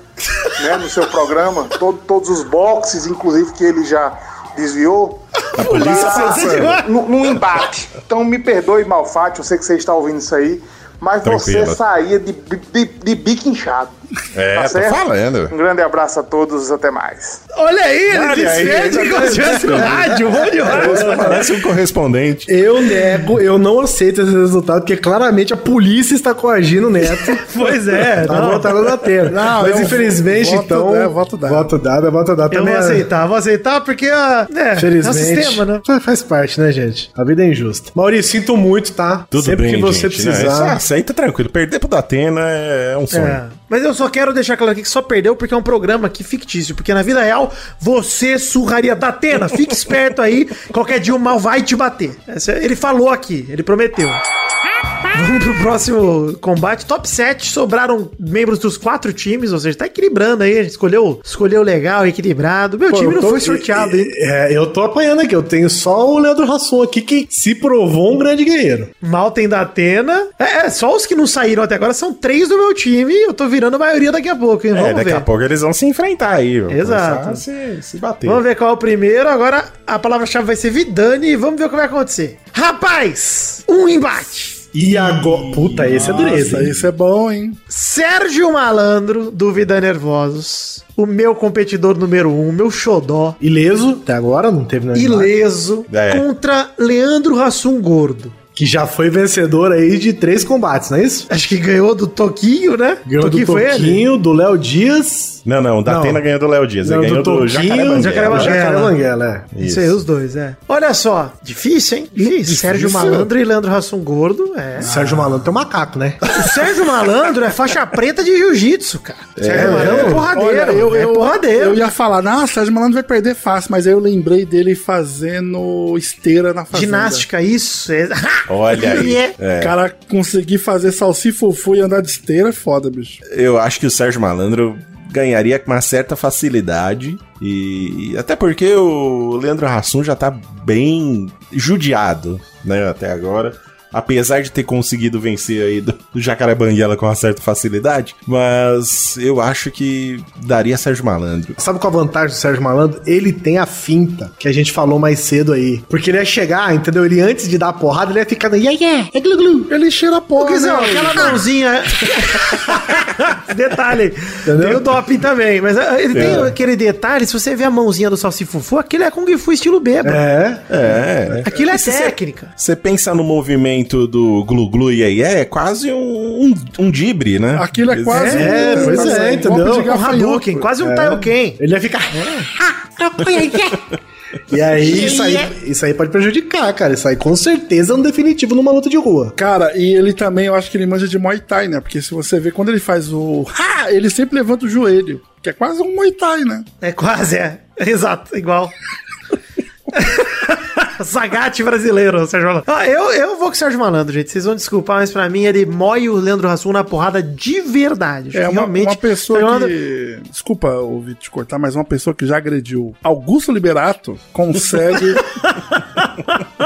Speaker 9: né, no seu programa, todo- todos os boxes, inclusive, que ele já desviou. pra- no, no embate. Então me perdoe, Malfatti, eu sei que você está ouvindo isso aí, mas
Speaker 3: Tranquilo.
Speaker 9: você saía de, de, de bico inchado.
Speaker 3: É, tá
Speaker 9: certo?
Speaker 3: falando.
Speaker 9: Um grande abraço a todos, até mais.
Speaker 2: Olha aí, ele
Speaker 3: Olha aí,
Speaker 2: despede
Speaker 3: ele
Speaker 2: com
Speaker 3: tá
Speaker 2: a chance no rádio. Vamos de rádio.
Speaker 3: Parece um correspondente.
Speaker 5: Eu nego, eu não aceito esse resultado, porque claramente a polícia está coagindo o Neto.
Speaker 2: Pois é.
Speaker 5: Tá
Speaker 2: não.
Speaker 5: votando na tela.
Speaker 1: Não,
Speaker 5: Mas
Speaker 1: é um
Speaker 5: infelizmente,
Speaker 1: voto
Speaker 5: então.
Speaker 1: dado, é voto dado.
Speaker 5: Voto dado, é voto dado.
Speaker 2: Eu
Speaker 5: Também
Speaker 2: vou
Speaker 5: é-
Speaker 2: aceitar, vou aceitar porque ah, né, é o
Speaker 5: Felizmente.
Speaker 2: sistema, né?
Speaker 5: Fa- Faz parte, né, gente? A vida é injusta. Maurício, sinto muito, tá?
Speaker 3: Tudo
Speaker 5: Sempre
Speaker 3: bem,
Speaker 5: que você
Speaker 3: gente, né? Isso
Speaker 5: precisar. É,
Speaker 3: Aceita tranquilo. Perder pro Datena é um sonho.
Speaker 2: É. Mas eu só quero deixar claro aqui que só perdeu porque é um programa aqui fictício. Porque na vida real, você surraria da Atena. Fique esperto aí, qualquer dia o mal vai te bater. Essa- é- Ele falou aqui, ele prometeu. Vamos pro próximo combate. Top 7. Sobraram membros dos quatro times, ou seja, tá equilibrando aí. A gente escolheu, escolheu legal, equilibrado. Meu
Speaker 5: Pô,
Speaker 2: time
Speaker 5: eu
Speaker 2: não
Speaker 5: tô-
Speaker 2: foi sorteado, hein?
Speaker 5: É, eu tô apanhando aqui. Eu tenho só o Leandro Rasson aqui que se provou um grande guerreiro.
Speaker 2: Mal tem da Atena. É, é, só os que não saíram até agora são três do meu time. Eu tô virando a maioria daqui a pouco, hein?
Speaker 3: É,
Speaker 2: Vamos
Speaker 3: daqui
Speaker 2: ver.
Speaker 3: a pouco eles vão se enfrentar aí. vão
Speaker 2: Exato.
Speaker 3: começar a Se, se bater.
Speaker 2: Vamos ver qual é o primeiro. Agora a palavra-chave vai ser Vidani e vamos ver o que vai acontecer. Rapaz, um embate.
Speaker 5: E agora. Puta, esse é dureza.
Speaker 1: Nossa, *laughs*
Speaker 5: hein?
Speaker 1: isso é bom, hein?
Speaker 2: Sérgio Malandro, do Vida Nervosos. O meu competidor número um, meu xodó.
Speaker 5: Ileso, até agora não teve nada.
Speaker 2: Ileso
Speaker 3: É.
Speaker 2: contra Leandro Rassum Gordo.
Speaker 5: Que já foi vencedor aí de três combates, não é isso?
Speaker 2: Acho que ganhou do Toquinho, né?
Speaker 5: Ganhou do
Speaker 2: foi ele?
Speaker 5: Toquinho, do Léo Dias
Speaker 3: Não, não, o Datena
Speaker 5: Não.
Speaker 3: ganhou do Léo Dias.
Speaker 5: Não,
Speaker 3: ele ganhou do,
Speaker 5: do
Speaker 3: Jacaré
Speaker 5: Toquinho,
Speaker 3: Banguela.
Speaker 5: Jacaré Banguela.
Speaker 2: Banguela.
Speaker 5: Banguela, é.
Speaker 2: Isso aí, os dois, é. Olha só, difícil, hein? Difícil. Sérgio Malandro e Leandro Rassum Gordo, é.
Speaker 5: Sérgio Malandro tem um macaco, né?
Speaker 2: O Sérgio Malandro é faixa preta de jiu-jitsu, cara. Sérgio Malandro é porradeiro.
Speaker 1: Olha, eu,
Speaker 2: é
Speaker 1: eu,
Speaker 2: porradeiro.
Speaker 1: eu ia falar, nossa, Sérgio Malandro vai perder fácil, mas aí eu lembrei dele fazendo esteira na fazenda.
Speaker 2: Ginástica, isso. é- *laughs*
Speaker 3: Olha aí.
Speaker 2: É.
Speaker 1: O cara conseguir fazer salsifufu e andar de esteira é foda, bicho.
Speaker 3: Eu acho que o Sérgio Malandro ganharia com uma certa facilidade. E, e até porque o Leandro Hassum já tá bem judiado, né, até agora. Apesar de ter conseguido vencer aí do, do Jacaré Banguela com uma certa facilidade, mas eu acho que daria Sérgio Malandro.
Speaker 5: Sabe qual a vantagem do Sérgio Malandro? Ele tem a finta, que a gente falou mais cedo aí. Porque ele ia chegar, entendeu? Ele antes de dar a porrada, ele ia ficar... Yeah, yeah, é glu, glu. Ele cheira a porra,
Speaker 2: Guizão,
Speaker 5: né?
Speaker 2: aquela mãozinha. detalhe. Tem o doping também. Mas ah, ele tem aquele detalhe: se você vê a mãozinha do Salsifufu, aquele é Kung Fu estilo bêbado.
Speaker 5: É,
Speaker 3: É.
Speaker 2: Aquilo é técnica.
Speaker 3: Você pensa no movimento do Glu Glu e aí é quase um, um, um dibre, né?
Speaker 1: Aquilo é quase.
Speaker 5: É,
Speaker 1: um-
Speaker 5: pois
Speaker 1: um
Speaker 5: é,
Speaker 1: golpe
Speaker 5: entendeu?
Speaker 1: de
Speaker 2: É um
Speaker 1: gafanhoto.
Speaker 2: Hadouken, quase um Taioken.
Speaker 5: tá ele ia ficar...
Speaker 2: *laughs*
Speaker 5: E aí, isso aí, isso aí pode prejudicar, cara. Isso aí com certeza é um definitivo numa luta de rua.
Speaker 1: Cara, e ele também, eu acho que ele manja de Muay Thai, né? Porque se você ver, quando ele faz o ha, ele sempre levanta o joelho. Que é quase um Muay Thai, né?
Speaker 2: É quase, é. *laughs* Exato, igual. *laughs* Zagate brasileiro, Sérgio Malandro. Ah, eu, eu vou com o Sérgio Malandro, gente. Vocês vão desculpar, mas pra mim ele mói o Leandro Rassum na porrada de verdade.
Speaker 1: É uma,
Speaker 2: Realmente,
Speaker 1: uma pessoa
Speaker 2: Sérgio Malandro-
Speaker 1: que. Desculpa, ouvi te cortar, mas uma pessoa que já agrediu Augusto Liberato
Speaker 2: *laughs*
Speaker 1: consegue.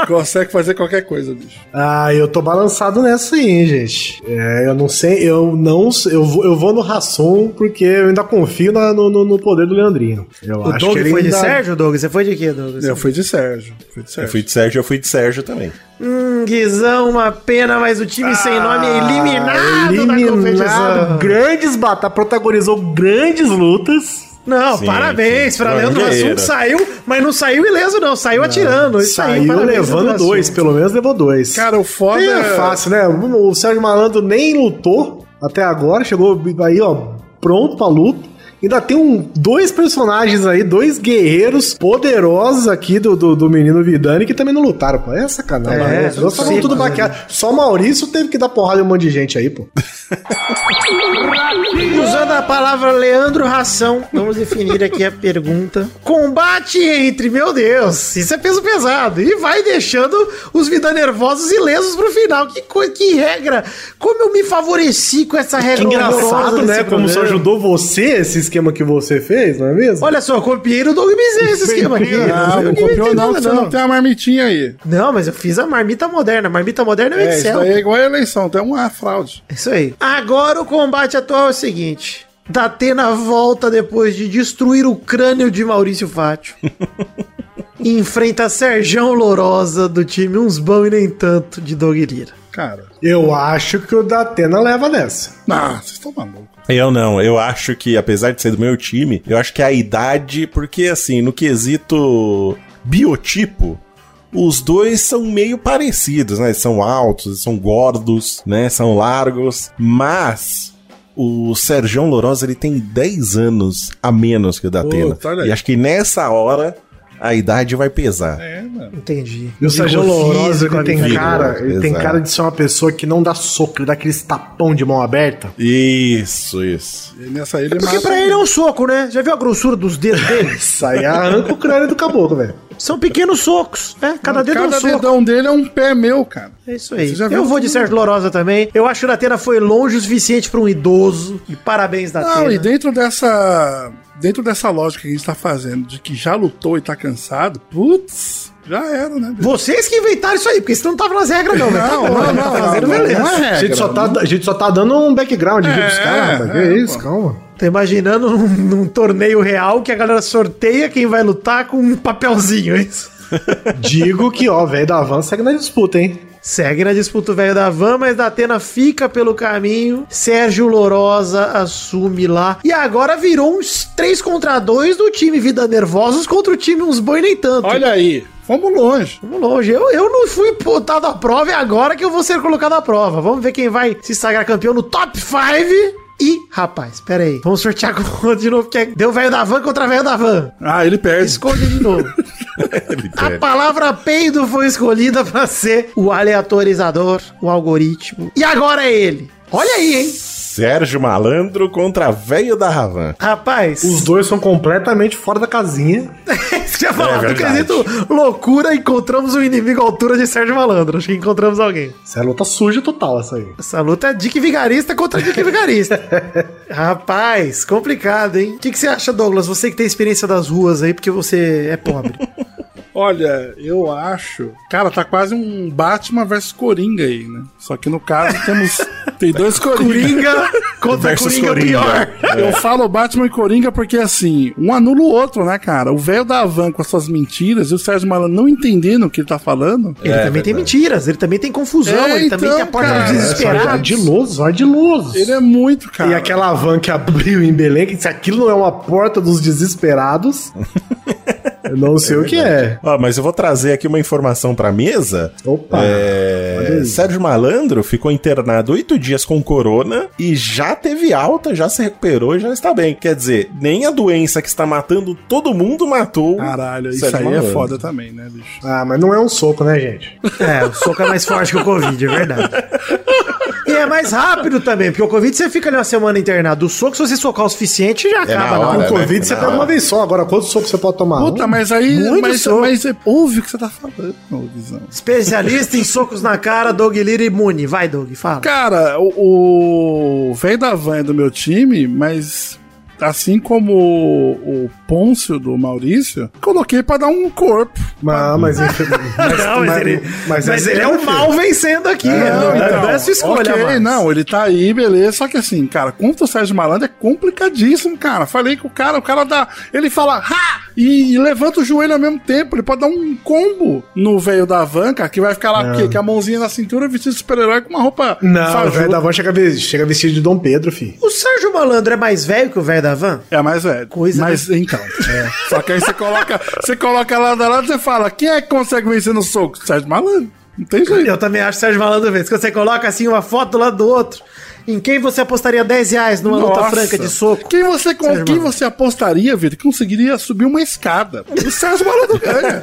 Speaker 1: consegue fazer qualquer coisa, bicho.
Speaker 5: Ah, eu tô balançado nessa aí, hein, gente. É, eu não sei, eu não eu vou, eu vou no Rassum porque eu ainda confio na- no, no- no poder do Leandrinho. Eu
Speaker 2: O Doug
Speaker 5: ele
Speaker 2: foi de
Speaker 5: ainda-
Speaker 2: Sérgio, Doug? Você É, foi de quê, Doug?
Speaker 1: Eu fui de Sérgio. Fui de
Speaker 3: Eu
Speaker 1: Sérgio.
Speaker 3: fui de Sérgio, eu fui de Sérgio também.
Speaker 2: Hum, Guizão, uma pena, mas o time sem nome é eliminado, da competição.
Speaker 5: Ah, Eliminado, grandes batalhas, protagonizou grandes lutas.
Speaker 2: Não,
Speaker 3: Sim,
Speaker 2: parabéns
Speaker 3: sim.
Speaker 2: pra Leandro
Speaker 3: Bandeira.
Speaker 2: Assunto. Saiu, mas não saiu ileso, não. Saiu atirando. Isso aí,
Speaker 5: Saiu
Speaker 2: parabéns,
Speaker 5: levando
Speaker 2: Leandro
Speaker 5: dois,
Speaker 2: Assunto.
Speaker 5: pelo menos levou dois.
Speaker 1: Cara, o foda.
Speaker 5: é fácil, né? O Sérgio Malandro nem lutou até agora, chegou aí, ó, pronto pra luta. Ainda tem um, dois personagens aí, dois guerreiros poderosos aqui do, do, do menino Vidani que também não lutaram, pô. É sacanagem.
Speaker 2: É,
Speaker 5: né? Os outros estavam tudo maquiado. Só Maurício teve que dar porrada em um monte de gente aí, pô.
Speaker 2: Usando a palavra Leandro Ração, vamos definir aqui a pergunta. Combate entre, meu Deus, isso é peso pesado. E vai deixando os vida nervosos ilesos pro final. Que, coi- que regra! Como eu me favoreci com essa
Speaker 5: É
Speaker 2: regra horrorosa
Speaker 1: né,
Speaker 5: né,
Speaker 2: desse programa.
Speaker 5: ajudou você esse esquema que você fez, não é mesmo?
Speaker 2: Olha só, eu copiei no Doug Bezerra esse esquema aqui.
Speaker 1: Não,
Speaker 2: Eu
Speaker 1: não
Speaker 2: inventei
Speaker 1: né? copiou não,
Speaker 2: nada,
Speaker 1: que você não tem a marmitinha aí.
Speaker 2: Não, mas eu fiz a marmita moderna. Marmita moderna é o
Speaker 1: É, isso
Speaker 2: Excel.
Speaker 1: daí é igual a eleição, tem uma fraude.
Speaker 2: É Isso aí. Agora o combate atual é o seguinte. Datena volta depois de destruir o crânio de Maurício Fátio. e enfrenta Serjão Lourosa do time Uns Bão e Nem Tanto de Doug Lira.
Speaker 1: Cara.
Speaker 5: Eu acho que o Datena leva nessa.
Speaker 1: Ah, vocês estão malucos.
Speaker 3: Eu não, eu acho que, apesar de ser do meu time, eu acho que a idade, porque assim, no quesito biotipo, os dois são meio parecidos, né? São altos, são gordos, né? São largos, mas o Sergião Lourosa, ele tem 10 anos a menos que o Datena.
Speaker 1: Puta, olha aí.
Speaker 3: e acho que nessa hora a idade vai pesar.
Speaker 1: É, mano.
Speaker 2: Entendi.
Speaker 5: E o Sérgio
Speaker 2: Vigor
Speaker 5: Lourosa,
Speaker 2: é físico,
Speaker 5: ele tem
Speaker 2: habilidade.
Speaker 3: vigor,
Speaker 5: cara, ele tem
Speaker 3: exato.
Speaker 5: cara de ser uma pessoa que não dá soco, ele dá aqueles tapão de mão aberta.
Speaker 3: Isso, isso.
Speaker 1: E nessa aí ele
Speaker 2: Porque
Speaker 1: mata.
Speaker 2: pra ele é um soco, né? Já viu a grossura dos dedos dele?
Speaker 5: Isso aí arranca o crânio do caboclo, velho.
Speaker 2: São pequenos socos, né? Cada dedo é um
Speaker 1: Cada
Speaker 2: soco.
Speaker 1: dedão dele é um pé meu, cara.
Speaker 2: É isso aí.
Speaker 1: Você já viu
Speaker 2: Eu vou de
Speaker 1: tudo.
Speaker 2: Sérgio Lourosa também. Eu acho que o Datena foi longe o suficiente pra um idoso. E parabéns, Datena.
Speaker 1: Não, e dentro dessa. Dentro dessa lógica que a gente tá fazendo, de que já lutou e tá cansado, putz, já era, né? bicho?
Speaker 2: Vocês que inventaram isso aí, porque isso não tava nas regras, não, né? Tá velho.
Speaker 1: Não, não, não, não,
Speaker 2: Fazendo
Speaker 1: não,
Speaker 2: beleza.
Speaker 1: não é
Speaker 5: A gente,
Speaker 1: regra,
Speaker 5: só tá,
Speaker 1: não.
Speaker 5: a gente só tá dando um background aqui pros
Speaker 1: É,
Speaker 5: caras, rapaz. Que
Speaker 1: é,
Speaker 5: isso,
Speaker 1: pô.
Speaker 5: calma.
Speaker 2: Tô imaginando num, num torneio real que a galera sorteia quem vai lutar com um papelzinho, é isso?
Speaker 5: Digo que, ó, velho da van segue na disputa, hein?
Speaker 2: Segue na disputa o velho da van, mas Datena fica pelo caminho. Sérgio Lorosa assume lá. E agora virou uns 3 contra 2 do time Vida Nervosos contra o time Uns Boi Nem Tanto.
Speaker 1: Olha aí, fomos longe.
Speaker 2: Vamos longe. Eu, eu não fui botado à prova, é agora que eu vou ser colocado à prova. Vamos ver quem vai se sagrar campeão no top 5. Ih, rapaz, pera aí. Vamos sortear com o outro de novo, porque é- deu velho da van contra velho da van.
Speaker 1: Ah, ele perde.
Speaker 2: Escolha de novo. A palavra peido foi escolhida pra ser o aleatorizador, o algoritmo. E agora é ele. Olha aí, hein?
Speaker 3: Sérgio Malandro contra Velho da Ravan.
Speaker 2: Rapaz. *laughs*
Speaker 5: Os dois são completamente fora da casinha.
Speaker 2: Isso que eu ia falar,
Speaker 3: É
Speaker 2: do
Speaker 3: verdade.
Speaker 2: quesito loucura, encontramos um inimigo à altura de Sérgio Malandro. Acho que encontramos alguém.
Speaker 5: Essa é a luta suja total, essa aí.
Speaker 2: Essa luta é Dick Vigarista contra Dick Vigarista. Rapaz, complicado, hein? O que, que você acha, Douglas? Você que tem experiência das ruas aí, porque você é pobre.
Speaker 1: Olha, eu acho. Cara, tá quase um Batman versus Coringa aí, né? Só que no caso *laughs* temos. Tem dois Coringa. É.
Speaker 2: Coringa contra
Speaker 3: Versus
Speaker 2: Coringa, é
Speaker 3: Coringa.
Speaker 2: pior.
Speaker 1: Eu falo Batman e Coringa porque, assim, um anula o outro, né, cara? O velho da Havan com as suas mentiras e o Sérgio Malandro não entendendo o que ele tá falando.
Speaker 2: Ele
Speaker 5: É,
Speaker 2: também tem mentiras, ele também tem confusão,
Speaker 1: É,
Speaker 2: ele também
Speaker 1: então,
Speaker 2: tem a porta
Speaker 1: cara,
Speaker 2: do desesperado.
Speaker 5: é Ardiloso, ardiloso.
Speaker 1: Ele é muito, cara.
Speaker 5: E aquela van que abriu em Belém, que se aquilo não é uma porta dos desesperados,
Speaker 2: *laughs*
Speaker 5: eu não sei o que é.
Speaker 3: *laughs* Ó, mas eu vou trazer aqui uma informação pra mesa.
Speaker 2: É,
Speaker 5: Opa. Olha
Speaker 3: É,
Speaker 5: aí.
Speaker 3: Sérgio Malandro ficou internado oito dias com corona e já teve alta, já se recuperou e já está bem. Quer dizer, nem a doença que está matando todo mundo matou.
Speaker 1: Caralho, isso
Speaker 3: Sérgio
Speaker 1: aí é
Speaker 3: Malandro.
Speaker 1: foda também, né, bicho?
Speaker 5: Ah, mas não é um soco, né, gente?
Speaker 2: É, o soco é mais forte que o Covid, é verdade. E é mais rápido também, porque o Covid você fica ali uma semana internado. O soco, se você socar o suficiente, já acaba.
Speaker 3: na
Speaker 2: não.
Speaker 3: hora,
Speaker 5: Com
Speaker 3: né?
Speaker 5: Covid *laughs* você
Speaker 3: Não.
Speaker 5: pega uma vez só. Agora, quantos socos você pode tomar?
Speaker 1: Puta,
Speaker 5: Um?
Speaker 1: mas aí.
Speaker 2: muito
Speaker 1: Mas,
Speaker 2: soco.
Speaker 1: mas é- ouve o que você tá falando, Guizão.
Speaker 2: Especialista em socos na cara, Doug Lira imune. Vai, Doug, fala.
Speaker 1: Cara, o, o velho da van é do meu time, mas assim como o, o Pôncio do Maurício, coloquei pra dar um corpo.
Speaker 5: Ah, mas, mas,
Speaker 2: *laughs* Não, mas, ele, mas ele é o
Speaker 5: mal.
Speaker 2: mal vencendo aqui. É, não, é a sua escolha,
Speaker 1: então, ok,
Speaker 2: Marcos.
Speaker 1: não, ele tá aí, beleza. Só que assim, cara, contra o Sérgio Malandro é complicadíssimo, cara. Falei que o cara, o cara dá. Ele fala ha! E, e levanta o joelho ao mesmo tempo. Ele pode dar um combo no velho da van, cara, que vai ficar lá porque, com a mãozinha na cintura, vestido de super-herói com uma roupa.
Speaker 5: É. Não, o
Speaker 1: fajuta.
Speaker 5: velho da van chega, ve- chega vestido de Dom Pedro, fi.
Speaker 2: O Sérgio Malandro é mais velho que o velho da van?
Speaker 1: É mais velho.
Speaker 2: Coisa,
Speaker 1: Mas
Speaker 5: *laughs*
Speaker 1: então. é. Só que aí você coloca, você coloca lá da lado e você fala: quem é que consegue vencer no soco? Sérgio Malandro. Não tem jeito.
Speaker 2: Eu também acho o Sérgio Malandro vence. Quando você coloca assim uma foto do lado do outro, em quem você apostaria 10 reais numa luta
Speaker 1: Nossa.
Speaker 2: franca de soco?
Speaker 1: Quem você, com,
Speaker 2: Sérgio
Speaker 1: quem
Speaker 2: Malandro.
Speaker 1: você apostaria, Vitor, que conseguiria subir uma escada? O Sérgio Malandro *laughs* ganha.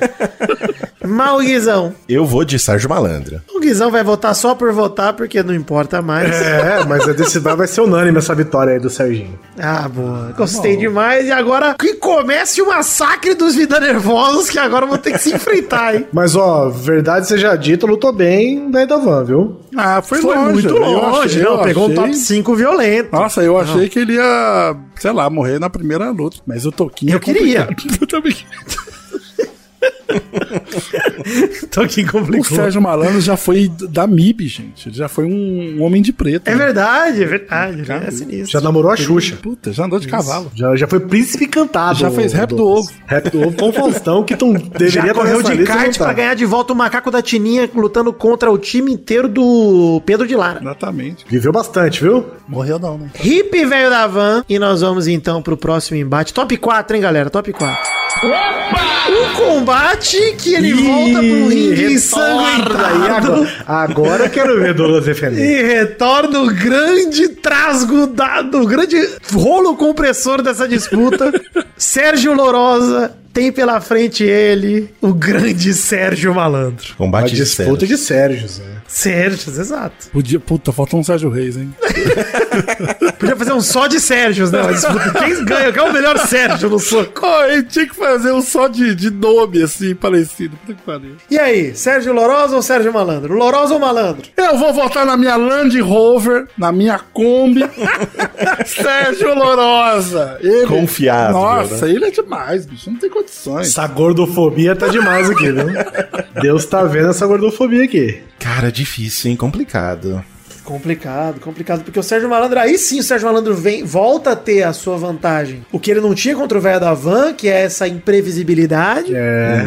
Speaker 2: Mal o Guizão.
Speaker 3: Eu vou de Sérgio Malandro.
Speaker 2: O Guizão vai votar só por votar, porque não importa mais.
Speaker 5: É, mas a decisão vai ser unânime essa vitória aí do Serginho.
Speaker 2: Ah,
Speaker 5: Tá
Speaker 2: boa. Gostei demais. E agora que comece o massacre dos Vida Nervosos, que agora vão ter que se enfrentar, hein?
Speaker 5: *laughs* Mas, ó, verdade seja dita, lutou bem daí da van, viu?
Speaker 1: Ah, foi, longe.
Speaker 2: muito
Speaker 1: velho. Eu
Speaker 2: longe,
Speaker 1: achei-
Speaker 2: não.
Speaker 1: eu
Speaker 2: Pegou um
Speaker 1: achei-
Speaker 2: top 5 violento.
Speaker 1: Nossa, eu achei que ele ia, sei lá, morrer na primeira luta. Mas o Toquinho.
Speaker 2: Eu
Speaker 1: é complicado. *laughs* eu também.
Speaker 2: Tô aqui
Speaker 1: O
Speaker 2: complicado.
Speaker 1: Sérgio Malandro já foi da MIB, gente. Ele já foi um, um homem de preto.
Speaker 2: É
Speaker 1: né?
Speaker 2: verdade, é verdade. É
Speaker 5: Já
Speaker 2: sinistro.
Speaker 5: namorou a Xuxa.
Speaker 1: Puta, já andou de cavalo.
Speaker 5: Já, já foi príncipe cantado.
Speaker 1: Já fez rap do ovo.
Speaker 5: Rap do ovo com o Faustão, que tão, deveria
Speaker 2: Já
Speaker 5: tá
Speaker 2: correu
Speaker 5: nessa
Speaker 2: de
Speaker 5: lista e não
Speaker 2: kart
Speaker 5: tá.
Speaker 2: pra ganhar de volta o macaco da Tininha lutando contra o time inteiro do Pedro de Lara.
Speaker 1: Exatamente.
Speaker 5: Viveu bastante, viu?
Speaker 1: Morreu não, né?
Speaker 2: Hip velho da van. E nós vamos então pro próximo embate. Top 4, hein, galera? Top 4. Um combate que ele volta pro ringue
Speaker 5: Aí
Speaker 2: ensanguentado.
Speaker 5: agora, agora eu quero
Speaker 2: *laughs*
Speaker 5: ver Douglas defender.
Speaker 2: E retorna o grande trasgo da- do grande rolo compressor dessa disputa. Sérgio Lorosa tem pela frente ele, o grande Sérgio Malandro.
Speaker 5: A
Speaker 3: Combate de
Speaker 5: disputa
Speaker 3: Sérgio.
Speaker 5: de Sérgio, Zé.
Speaker 2: Sérgio, exato.
Speaker 1: Podia, puta, faltou um Sérgio Reis, hein?
Speaker 2: Podia fazer um só de Sérgios, né? Uma disputa. Quem ganha? Quem é o melhor Sérgio no soco?
Speaker 1: Oh, ele tinha que fazer um só de, de nome, assim, parecido. Puta que pariu.
Speaker 2: E aí, Sérgio Lorosa ou Sérgio Malandro? Lorosa ou Malandro?
Speaker 1: Eu vou votar na minha Land Rover, na minha
Speaker 3: *laughs*
Speaker 1: Kombi. Sérgio Lorosa. Ele...
Speaker 3: Confiável, né?
Speaker 1: Nossa, ele é demais, bicho. Não tem condições.
Speaker 5: Essa gordofobia tá demais aqui, viu? Deus tá vendo essa gordofobia aqui.
Speaker 3: Cara, difícil, hein? Complicado.
Speaker 2: Complicado, complicado, porque o Sérgio Malandro, aí sim o Sérgio Malandro vem, volta a ter a sua vantagem. O que ele não tinha contra o velho da van, que é essa imprevisibilidade,
Speaker 5: É.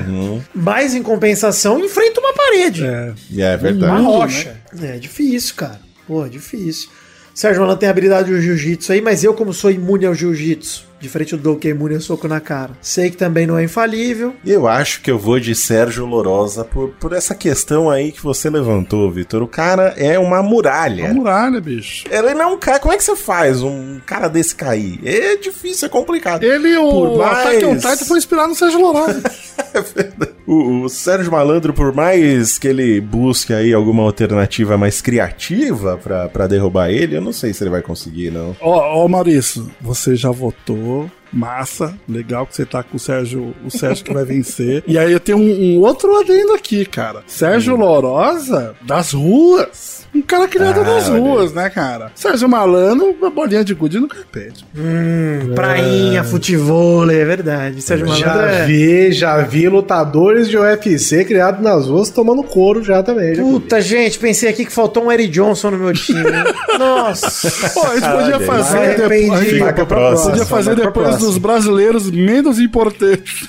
Speaker 2: mas em compensação enfrenta uma parede.
Speaker 3: E é
Speaker 2: Uma
Speaker 3: verdade.
Speaker 2: rocha. É difícil, cara. Pô, é difícil. Sérgio Malandro tem a habilidade do jiu-jitsu aí, mas eu, como sou imune ao jiu-jitsu, Diferente do Doug que é imune a soco na cara. Sei que também não é infalível.
Speaker 3: Eu acho que eu vou de Sérgio Lorosa por, por essa questão aí que você levantou, Vitor. O cara é uma muralha.
Speaker 1: É muralha, bicho.
Speaker 3: Ele não cai. Como é que você faz um cara desse cair? É difícil, é complicado.
Speaker 1: Ele, o
Speaker 3: Por mais-
Speaker 1: Attack on Titan, foi inspirado no Sérgio Lourenço.
Speaker 3: *laughs* É verdade. o, o Sérgio Malandro, por mais que ele busque aí alguma alternativa mais criativa pra, pra derrubar ele, eu não sei se ele vai conseguir, não.
Speaker 1: Ó, ó, Maurício, você já votou. Massa, legal que você tá com o Sérgio, o Sérgio que vai vencer. E aí eu tenho um, um outro adendo aqui, cara. Sérgio Lorosa, das ruas. Um cara criado
Speaker 3: Ah,
Speaker 1: das
Speaker 3: olha
Speaker 1: ruas, né, cara? Sérgio Malandro, uma bolinha de gude no carpete.
Speaker 2: Hum, prainha, futebol, é verdade. Sérgio Malandro
Speaker 5: Já
Speaker 2: é...
Speaker 5: vi, já vi lutadores de UFC criados nas ruas tomando couro já também. já vi.
Speaker 2: Puta, gente, pensei aqui que faltou um Eric Johnson no meu time. hein? Nossa.
Speaker 1: Pô, a gente podia fazer,
Speaker 2: vai,
Speaker 1: depois, a gente
Speaker 2: arrependi.
Speaker 3: Fica pra próxima.
Speaker 5: é
Speaker 1: podia fazer depois dos brasileiros menos importantes.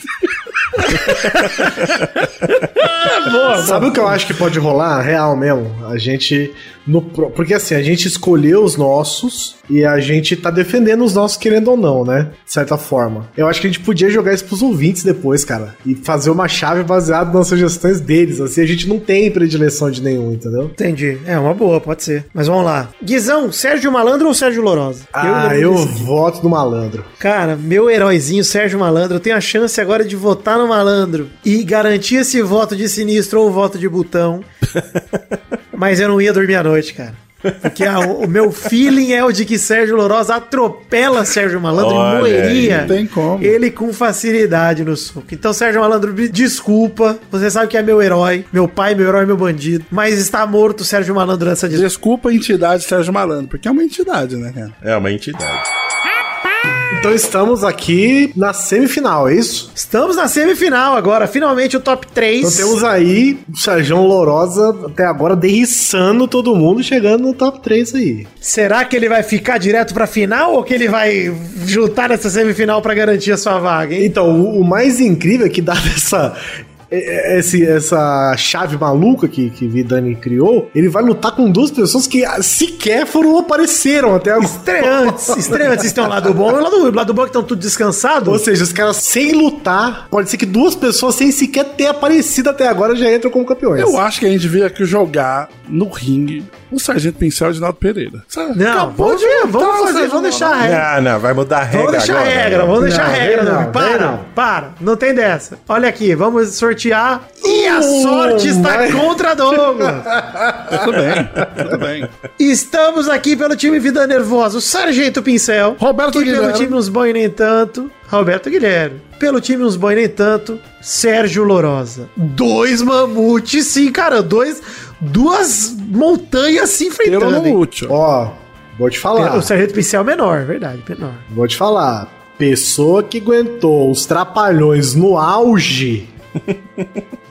Speaker 1: né?
Speaker 5: Sabe o que eu acho que pode rolar? Real mesmo. A gente. No, pro- porque assim, a gente escolheu os nossos e a gente tá defendendo os nossos, querendo ou não, né? De certa forma. Eu acho que a gente podia jogar isso pros ouvintes depois, cara. E fazer uma chave baseada nas sugestões deles. Assim, a gente não tem predileção de nenhum, entendeu?
Speaker 2: Entendi. É uma boa, pode ser. Mas vamos lá. Guizão, Sérgio Malandro ou Sérgio Lorosa?
Speaker 5: Ah, eu, voto no malandro.
Speaker 2: Cara, meu heróizinho Sérgio Malandro, eu tenho a chance agora de votar no Malandro e garantir esse voto de sinistro ou voto de botão. Mas eu não ia dormir à noite, cara. Porque a- o meu feeling é o de que Sérgio Lorosa atropela Sérgio Malandro
Speaker 3: Olha
Speaker 2: e
Speaker 3: aí.
Speaker 2: moeria.
Speaker 1: Não tem como.
Speaker 2: Ele com facilidade no soco. Então, Sérgio Malandro, me desculpa. Você sabe que é meu herói, meu pai, meu herói, meu bandido. Mas está morto o Sérgio Malandro nessa disputa.
Speaker 1: Desculpa a entidade Sérgio Malandro, porque é uma entidade, né, cara?
Speaker 3: É uma entidade.
Speaker 5: Então estamos aqui na semifinal, é isso?
Speaker 2: Estamos na semifinal agora. Finalmente o top 3.
Speaker 5: Então temos aí o Sérgio Lourosa até agora derriçando todo mundo, chegando no top 3 aí.
Speaker 2: Será que ele vai ficar direto pra final ou que ele vai juntar nessa semifinal pra garantir a sua vaga, hein?
Speaker 5: Então, o, o mais incrível é que dada *laughs* essa. e- e- esse- essa chave maluca que, que Vidani criou, ele vai lutar com duas pessoas que sequer foram apareceram até agora.
Speaker 2: Estreantes, estreantes estão lá do bom e o lado ruim. O lado bom é que estão tudo descansados.
Speaker 5: Ou seja, os caras sem lutar, pode ser que duas pessoas sem sequer ter aparecido até agora já entram como campeões.
Speaker 1: Eu acho que a gente devia que jogar no ringue o Sargento Pincel de Naldo Pereira. Sabe?
Speaker 2: Não,
Speaker 1: Acabou
Speaker 2: vamos,
Speaker 1: de
Speaker 2: ver,
Speaker 1: inventar
Speaker 2: vamos
Speaker 1: o
Speaker 2: fazer,
Speaker 1: Sargento
Speaker 2: vamos deixar a regra.
Speaker 3: Ah, não, vai mudar a regra
Speaker 2: Vamos deixar a
Speaker 3: agora. né?
Speaker 2: regra, vamos deixar a
Speaker 5: Não,
Speaker 2: regra,
Speaker 5: vem
Speaker 2: não.
Speaker 5: não,
Speaker 2: Para,
Speaker 5: vem não.
Speaker 2: para, não tem dessa. Olha aqui, vamos sortear. E a sorte está contra Douglas.
Speaker 1: Tudo bem, tudo
Speaker 2: *laughs*
Speaker 1: bem.
Speaker 2: Estamos aqui pelo time Vida Nervosa, o Sargento Pincel.
Speaker 1: Roberto
Speaker 2: que Pelo
Speaker 1: Guilherme.
Speaker 2: time Uns Boi Nem Tanto, Roberto Guilherme. Pelo time Uns Boi Nem Tanto, Sérgio Lorosa. Dois mamutes, sim, cara. Dois, duas montanhas se
Speaker 1: Pelo
Speaker 2: enfrentando.
Speaker 1: no
Speaker 2: hein?
Speaker 1: útil.
Speaker 5: Ó, vou te falar.
Speaker 2: O Sargento Pincel é menor, verdade, menor.
Speaker 5: Vou te falar. Pessoa que aguentou os trapalhões no
Speaker 3: *laughs*
Speaker 5: auge.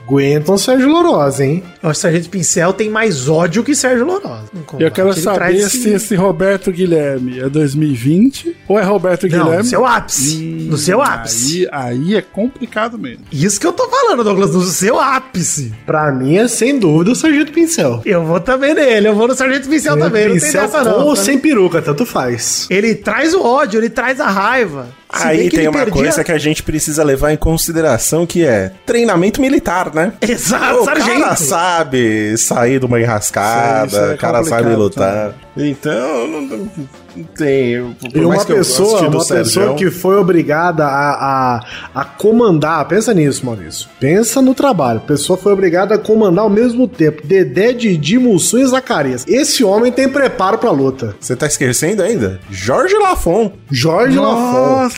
Speaker 5: aguentam o Sérgio Lourosa, hein?
Speaker 2: O Sargento Pincel tem mais ódio que Sérgio Lorosa. Em
Speaker 1: E
Speaker 2: combate,
Speaker 1: eu quero
Speaker 2: ele
Speaker 1: saber
Speaker 2: traz
Speaker 1: se
Speaker 2: esse-
Speaker 1: esse Roberto Guilherme é 2020 ou é Roberto
Speaker 2: Não,
Speaker 1: Guilherme.
Speaker 2: no seu ápice.
Speaker 1: Hum,
Speaker 2: no seu ápice.
Speaker 1: Aí, aí é complicado mesmo.
Speaker 2: Isso que eu tô falando, Douglas, no seu ápice.
Speaker 5: Pra mim é sem dúvida o Sargento Pincel.
Speaker 2: Eu vou também nele, eu vou no Sargento Pincel
Speaker 5: Sargento
Speaker 2: também, não
Speaker 5: Pincel
Speaker 2: tem dessa não.
Speaker 3: tá?
Speaker 5: Ou sem peruca, tanto faz.
Speaker 2: Ele traz o ódio, ele traz a raiva. Se bem
Speaker 3: Aí
Speaker 2: que
Speaker 3: tem
Speaker 2: ele
Speaker 3: uma
Speaker 2: perdia-
Speaker 3: coisa que a gente precisa levar em consideração que é treinamento militar, né?
Speaker 2: *laughs* Exato,
Speaker 3: O
Speaker 2: Ah, sargento.
Speaker 3: cara sabe sair de uma
Speaker 1: Isso aí, isso
Speaker 3: enrascada,
Speaker 1: é
Speaker 3: o cara
Speaker 1: complicado,
Speaker 3: sabe lutar. Então, não, não- não tem. eu- Por
Speaker 5: E
Speaker 3: mais
Speaker 5: uma
Speaker 3: que eu
Speaker 5: pessoa,
Speaker 3: goste do
Speaker 5: uma pessoa
Speaker 3: Sérgio,
Speaker 5: que foi obrigada a, a, a comandar, pensa nisso, Maurício. Pensa no trabalho. Pessoa foi obrigada a comandar ao mesmo tempo. Dedé, Didi, Mussum e Zacarias. Esse homem tem preparo pra luta.
Speaker 3: Você tá esquecendo ainda? Jorge Lafon.
Speaker 5: Jorge Lafon.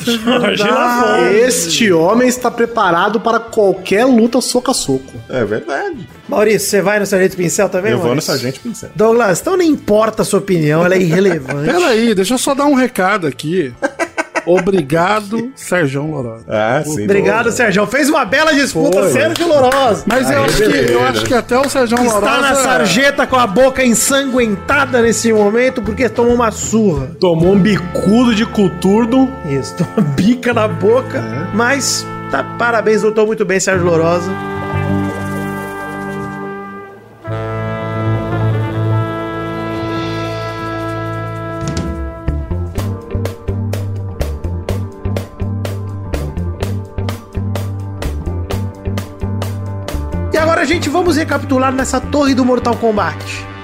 Speaker 1: Jorge
Speaker 5: Este homem está preparado para qualquer luta soco a soco.
Speaker 3: É verdade.
Speaker 2: Maurício, você vai no Sargento Pincel também,
Speaker 3: eu vou no
Speaker 2: É Maurício?
Speaker 3: Sargento Pincel.
Speaker 2: Douglas, então não importa a sua opinião,
Speaker 3: *laughs*
Speaker 2: ela é irrelevante.
Speaker 1: Peraí, deixa eu só dar um recado
Speaker 2: *laughs*
Speaker 1: aqui. Obrigado, Sérgio Lorosa.
Speaker 3: Ah, sim.
Speaker 2: Obrigado, Sérgio. Fez uma bela disputa,
Speaker 5: Foi.
Speaker 2: Sérgio Lorosa.
Speaker 1: Mas eu acho, que, eu acho que até o Sérgio Lorosa.
Speaker 2: Está na sarjeta com a boca ensanguentada nesse momento porque tomou uma surra.
Speaker 5: Tomou um bicudo de culturno.
Speaker 2: Isso, *laughs* tomou uma bica na boca. Mas, tá, parabéns, lutou muito bem, Sérgio Lorosa. Agora, gente, vamos recapitular nessa torre do Mortal Kombat.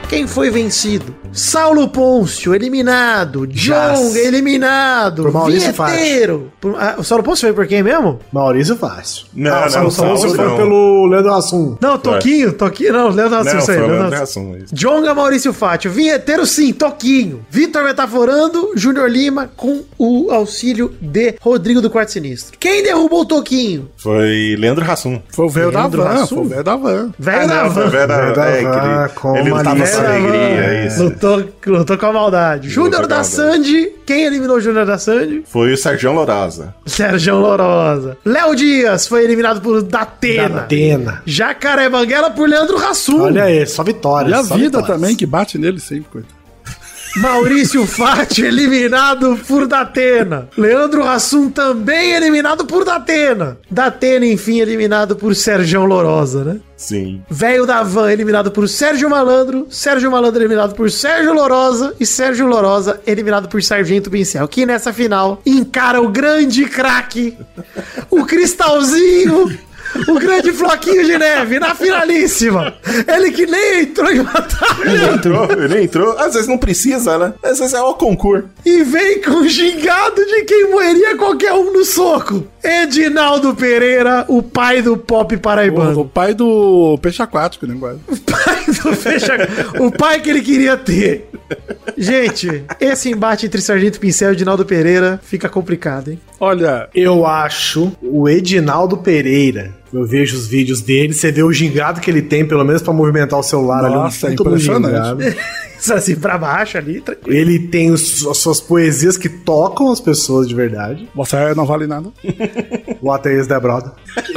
Speaker 2: Quem foi vencido? Saulo Pôncio, eliminado. Jong,
Speaker 5: Jazz.
Speaker 2: eliminado.
Speaker 5: Por Maurício é
Speaker 2: Vieteiro. Por- ah, o Saulo Pôncio veio por quem mesmo?
Speaker 5: Maurício Fácil.
Speaker 3: Não,
Speaker 5: Ah, o
Speaker 3: não,
Speaker 5: Saulo Pôncio
Speaker 3: Saulo
Speaker 5: foi
Speaker 3: não.
Speaker 5: pelo Leandro Hassum.
Speaker 2: Não, Toquinho, Toquinho, não, Leandro Assunção.
Speaker 3: Não,
Speaker 2: isso
Speaker 3: foi
Speaker 2: aí,
Speaker 3: o
Speaker 2: Leandro
Speaker 3: Leandro
Speaker 2: Assunção.
Speaker 3: Hassum, isso.
Speaker 2: Jonga Maurício Fátio, vinheteiro sim, Toquinho. Vitor Metaforando, Júnior Lima com o auxílio de Rodrigo do Quarto Sinistro. Quem derrubou o Toquinho?
Speaker 3: Foi Leandro Hassum.
Speaker 1: Foi o velho da
Speaker 2: Leandro
Speaker 1: van,
Speaker 2: Hassum?
Speaker 1: foi o velho da van.
Speaker 2: Velho da
Speaker 3: Ah, não, foi
Speaker 2: van.
Speaker 3: Vera,
Speaker 5: Vera
Speaker 3: é,
Speaker 5: Van,
Speaker 3: querido.
Speaker 5: com
Speaker 3: ele não tava
Speaker 5: uma
Speaker 3: sem
Speaker 5: linda-
Speaker 3: alegria, é isso.
Speaker 2: Lutou, lutou com a maldade. Júnior
Speaker 3: com a
Speaker 2: da
Speaker 3: maldade.
Speaker 2: Sandy. Quem eliminou o Júnior da Sandy?
Speaker 3: Foi o Sérgio Loraza.
Speaker 2: Sérgio Lorosa. Léo Dias foi eliminado por Datena.
Speaker 5: Atena.
Speaker 2: Jacaré Banguela por Leandro Rassum.
Speaker 5: Olha aí, só vitórias.
Speaker 1: E a
Speaker 5: só
Speaker 1: vida
Speaker 5: vitórias.
Speaker 1: também, que bate nele sempre, coitado.
Speaker 2: Maurício Fátio eliminado por Datena. Leandro Hassum também eliminado por Datena. Datena, enfim, eliminado por Sérgio Lorosa, né?
Speaker 3: Sim.
Speaker 2: Velho da Van eliminado por Sérgio Malandro. Sérgio Malandro eliminado por Sérgio Lorosa. E Sérgio Lorosa eliminado por Sargento Pincel. Que nessa final encara o grande craque, o cristalzinho. O grande floquinho de neve na finalíssima. Ele que nem entrou em batalha.
Speaker 3: Ele entrou, ele entrou. Às vezes não precisa, né? Às vezes é o concurso.
Speaker 2: e vem com um gingado de quem morreria qualquer um no soco. Edinaldo Pereira, o pai do pop
Speaker 1: Porra,
Speaker 2: paraibano.
Speaker 1: o pai do peixe aquático, né, quase.
Speaker 2: O pai do fecha... o pai que ele queria ter. Gente, esse embate entre Sargento Pincel e Edinaldo Pereira fica complicado, hein?
Speaker 1: Olha,
Speaker 5: Eu acho o Edinaldo Pereira. Eu vejo os vídeos dele, você vê o gingado que ele tem, pelo menos pra movimentar o celular
Speaker 1: Nossa,
Speaker 5: ali. um puta do
Speaker 1: impressionante.
Speaker 5: gingado.
Speaker 2: Isso assim, pra baixo ali, tranquilo.
Speaker 5: Ele tem os- as suas poesias que tocam as pessoas de verdade.
Speaker 1: você não vale nada.
Speaker 5: What is the é brother?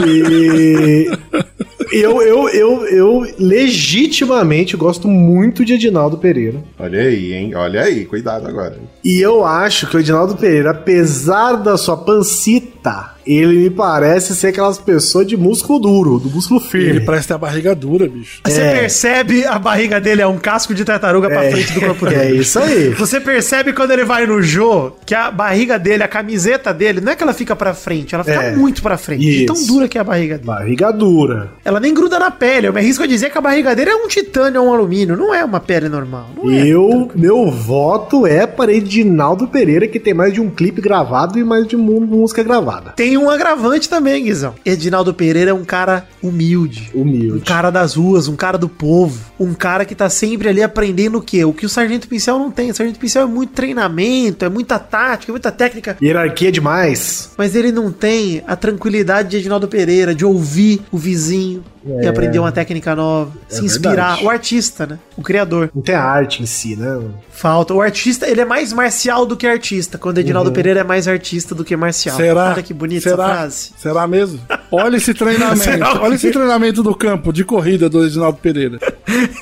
Speaker 5: E *laughs* eu, eu, eu, eu legitimamente gosto muito de Edinaldo Pereira.
Speaker 3: Olha aí, hein? Olha aí, cuidado agora.
Speaker 5: E eu acho que o Edinaldo Pereira, apesar da sua pancita, ele me parece ser aquelas pessoas de músculo duro, do músculo
Speaker 1: Ele
Speaker 5: firme.
Speaker 1: parece ter a barriga dura, bicho.
Speaker 2: Você
Speaker 5: É.
Speaker 2: percebe a barriga dele é um casco de tartaruga pra tá frente do corpo dele.
Speaker 5: *laughs* É isso aí.
Speaker 2: Você percebe quando ele vai no Jô que a barriga dele, a camiseta dele, não é que ela fica pra frente, ela fica
Speaker 5: É.
Speaker 2: muito pra frente. De tão
Speaker 5: Isso.
Speaker 2: dura que é a barriga dele.
Speaker 5: Barriga dura.
Speaker 2: Ela nem gruda na pele. Eu me arrisco a dizer que a barriga dele é um titânio ou um alumínio, não é uma pele normal. Não é.
Speaker 5: Eu, meu voto é para Edinaldo Pereira, que tem mais de um clipe gravado e mais de uma música gravada.
Speaker 2: Tem um agravante também, Guizão. Edinaldo Pereira é um cara humilde. Um
Speaker 5: Humilde.
Speaker 2: cara das ruas, um cara do povo, um cara que tá sempre ali aprendendo o quê? O que o Sargento Pincel não tem. O Sargento Pincel é muito treinamento, é muita tática, é muita técnica.
Speaker 5: Hierarquia é demais.
Speaker 2: Mas ele não tem a tranquilidade de Edinaldo Pereira, de ouvir o vizinho e aprender uma técnica nova, se inspirar.
Speaker 5: verdade.
Speaker 2: O artista, né? O criador.
Speaker 5: Não tem a arte em si, né?
Speaker 2: Falta. O artista, ele é mais marcial do que artista, quando Edinaldo Pereira é mais artista do que marcial.
Speaker 1: Uhum. Será?
Speaker 2: Olha que bonita
Speaker 1: Será?
Speaker 2: essa frase.
Speaker 1: Será
Speaker 2: *laughs*
Speaker 1: mesmo? Olha esse treinamento.
Speaker 2: Será o
Speaker 1: olha esse treinamento do campo de corrida do Edinaldo Pereira.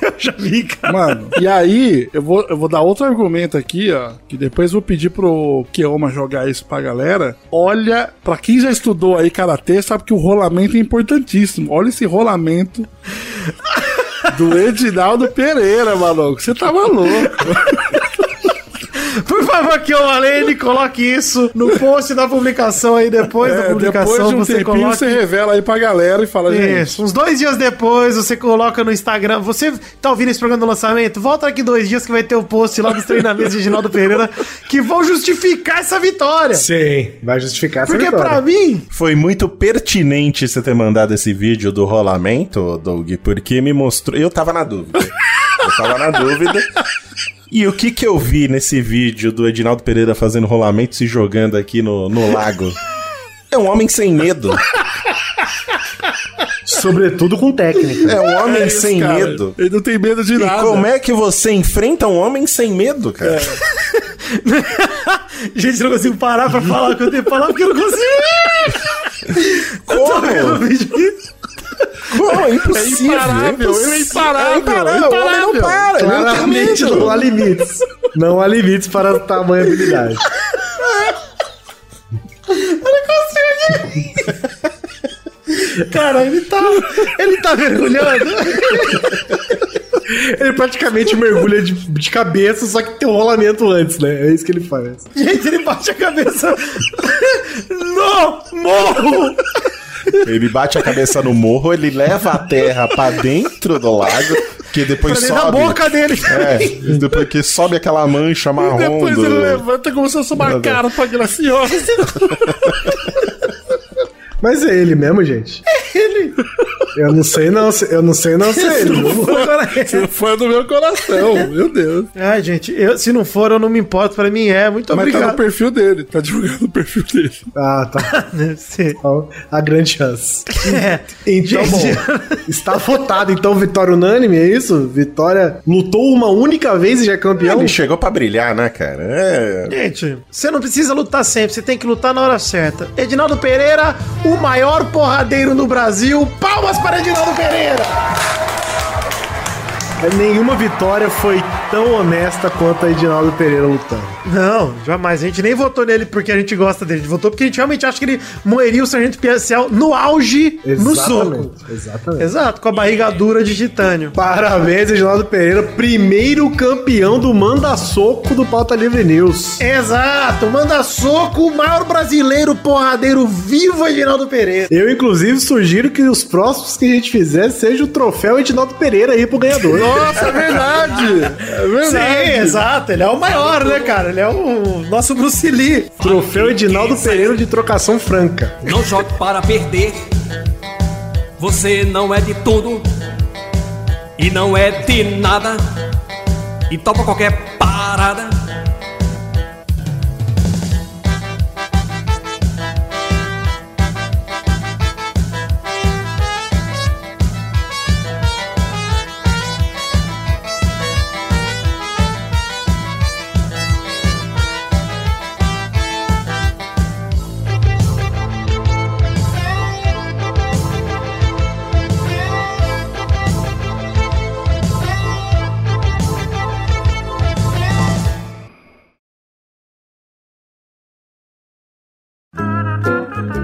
Speaker 2: Eu já vi, cara.
Speaker 1: Mano, e aí, eu vou, eu vou dar outro argumento aqui, ó. Que depois eu vou pedir pro Kioma jogar isso pra galera. Olha, pra quem já estudou aí karatê, sabe que o rolamento é importantíssimo. Olha esse
Speaker 2: *laughs*
Speaker 1: rolamento do Edinaldo Pereira, maluco. Você tá maluco.
Speaker 2: *laughs* Por favor, que eu Alene, coloque isso no post da publicação aí, depois da
Speaker 1: É,
Speaker 2: publicação.
Speaker 1: depois de um
Speaker 2: você
Speaker 1: tempinho,
Speaker 2: coloca.
Speaker 1: você revela aí pra galera e fala, gente.
Speaker 2: Isso. Uns dois dias depois, você coloca no Instagram. Você tá ouvindo esse programa do lançamento? Volta aqui dois dias que vai ter o post lá dos treinamentos de Reginaldo Pereira que vão justificar essa vitória.
Speaker 5: Sim. Vai justificar essa
Speaker 2: Porque
Speaker 5: vitória.
Speaker 2: pra mim,
Speaker 3: Foi muito pertinente você ter mandado esse vídeo do rolamento, Doug, porque me mostrou. Eu tava na dúvida. Eu tava na dúvida. E o que que eu vi nesse vídeo do Edinaldo Pereira fazendo rolamento, se jogando aqui no, no lago? É um homem sem medo.
Speaker 5: Sobretudo com técnica.
Speaker 3: É um homem sem
Speaker 1: cara,
Speaker 3: medo.
Speaker 1: Ele não tem medo de
Speaker 3: E
Speaker 1: nada.
Speaker 3: como é que você enfrenta um homem sem medo, cara?
Speaker 2: *laughs* gente, eu não consigo parar pra falar o que eu tenho que falar porque eu não consigo. *laughs* Tô vendo o
Speaker 3: Como?
Speaker 2: vídeo aqui.
Speaker 3: Como? É impossível.
Speaker 1: É imparável,
Speaker 3: impossível.
Speaker 1: ele é imparável,
Speaker 3: É imparável. O homem não
Speaker 1: imparável.
Speaker 3: para. ele não tem
Speaker 5: Claramente
Speaker 3: medo.
Speaker 5: não há limites. Não há limites para tamanha habilidade.
Speaker 2: Cara, ele tá. Ele tá mergulhando.
Speaker 5: Ele praticamente mergulha de, de cabeça, só que tem um rolamento antes, né? É isso que ele faz.
Speaker 2: Gente, ele bate a cabeça. Não! Morro!
Speaker 3: Ele bate a cabeça no morro, ele leva a terra pra dentro do lago, que depois
Speaker 1: Pra
Speaker 3: sobe.
Speaker 1: dentro da boca dele.
Speaker 3: É, depois que sobe aquela mancha marrom.
Speaker 1: Depois
Speaker 3: do-
Speaker 1: ele levanta como se fosse uma
Speaker 3: Nada.
Speaker 1: cara pra aquela senhora.
Speaker 5: *laughs* Mas é ele mesmo, gente. É ele. Eu não sei não, se- eu não sei não se é ele. viu?
Speaker 2: Agora é.
Speaker 1: Você foi um do meu *laughs* coração, meu Deus. Tá
Speaker 2: Ai, gente, eu, se não for, eu não me importo. Pra mim é. Muito
Speaker 1: Mas tá no
Speaker 2: obrigado.
Speaker 1: perfil dele, tá divulgando o perfil dele.
Speaker 5: Ah, tá.
Speaker 2: *laughs* Sim.
Speaker 5: Então, A grande chance.
Speaker 2: É.
Speaker 5: Então, bom, está votado. Então, vitória unânime, é isso? Vitória lutou uma única vez e já é campeão?
Speaker 3: Ele chegou pra brilhar, né, cara? É.
Speaker 2: Gente, você não precisa lutar sempre, você tem que lutar na hora certa. Edinaldo Pereira, o maior porradeiro no Brasil. Palmas para Edinaldo Pereira!
Speaker 5: É, Nenhuma vitória foi tão honesta quanto a Edinaldo Pereira lutando.
Speaker 2: Não, jamais. A gente nem votou nele porque a gente gosta dele. A gente votou porque a gente realmente acha que ele moeria o Sargento Pincel no auge, no soco.
Speaker 5: Exatamente.
Speaker 2: Exato, com a barriga dura de titânio.
Speaker 5: Parabéns, Edinaldo Pereira, primeiro campeão do Manda Soco do Pauta Livre News.
Speaker 2: Exato, manda soco, o maior brasileiro porradeiro vivo, Edinaldo Pereira.
Speaker 5: Eu, inclusive, sugiro que os próximos que a gente fizer seja o troféu Edinaldo Pereira aí pro ganhador.
Speaker 1: Nossa, é verdade! É
Speaker 2: Sim,
Speaker 1: verdade!
Speaker 2: exato, ele é o maior, né, cara? Ele é o nosso Bruce Lee.
Speaker 5: troféu Edinaldo Pereira de trocação franca.
Speaker 10: Não jogue para perder. Você não é de tudo e não é de nada. E topa qualquer parada.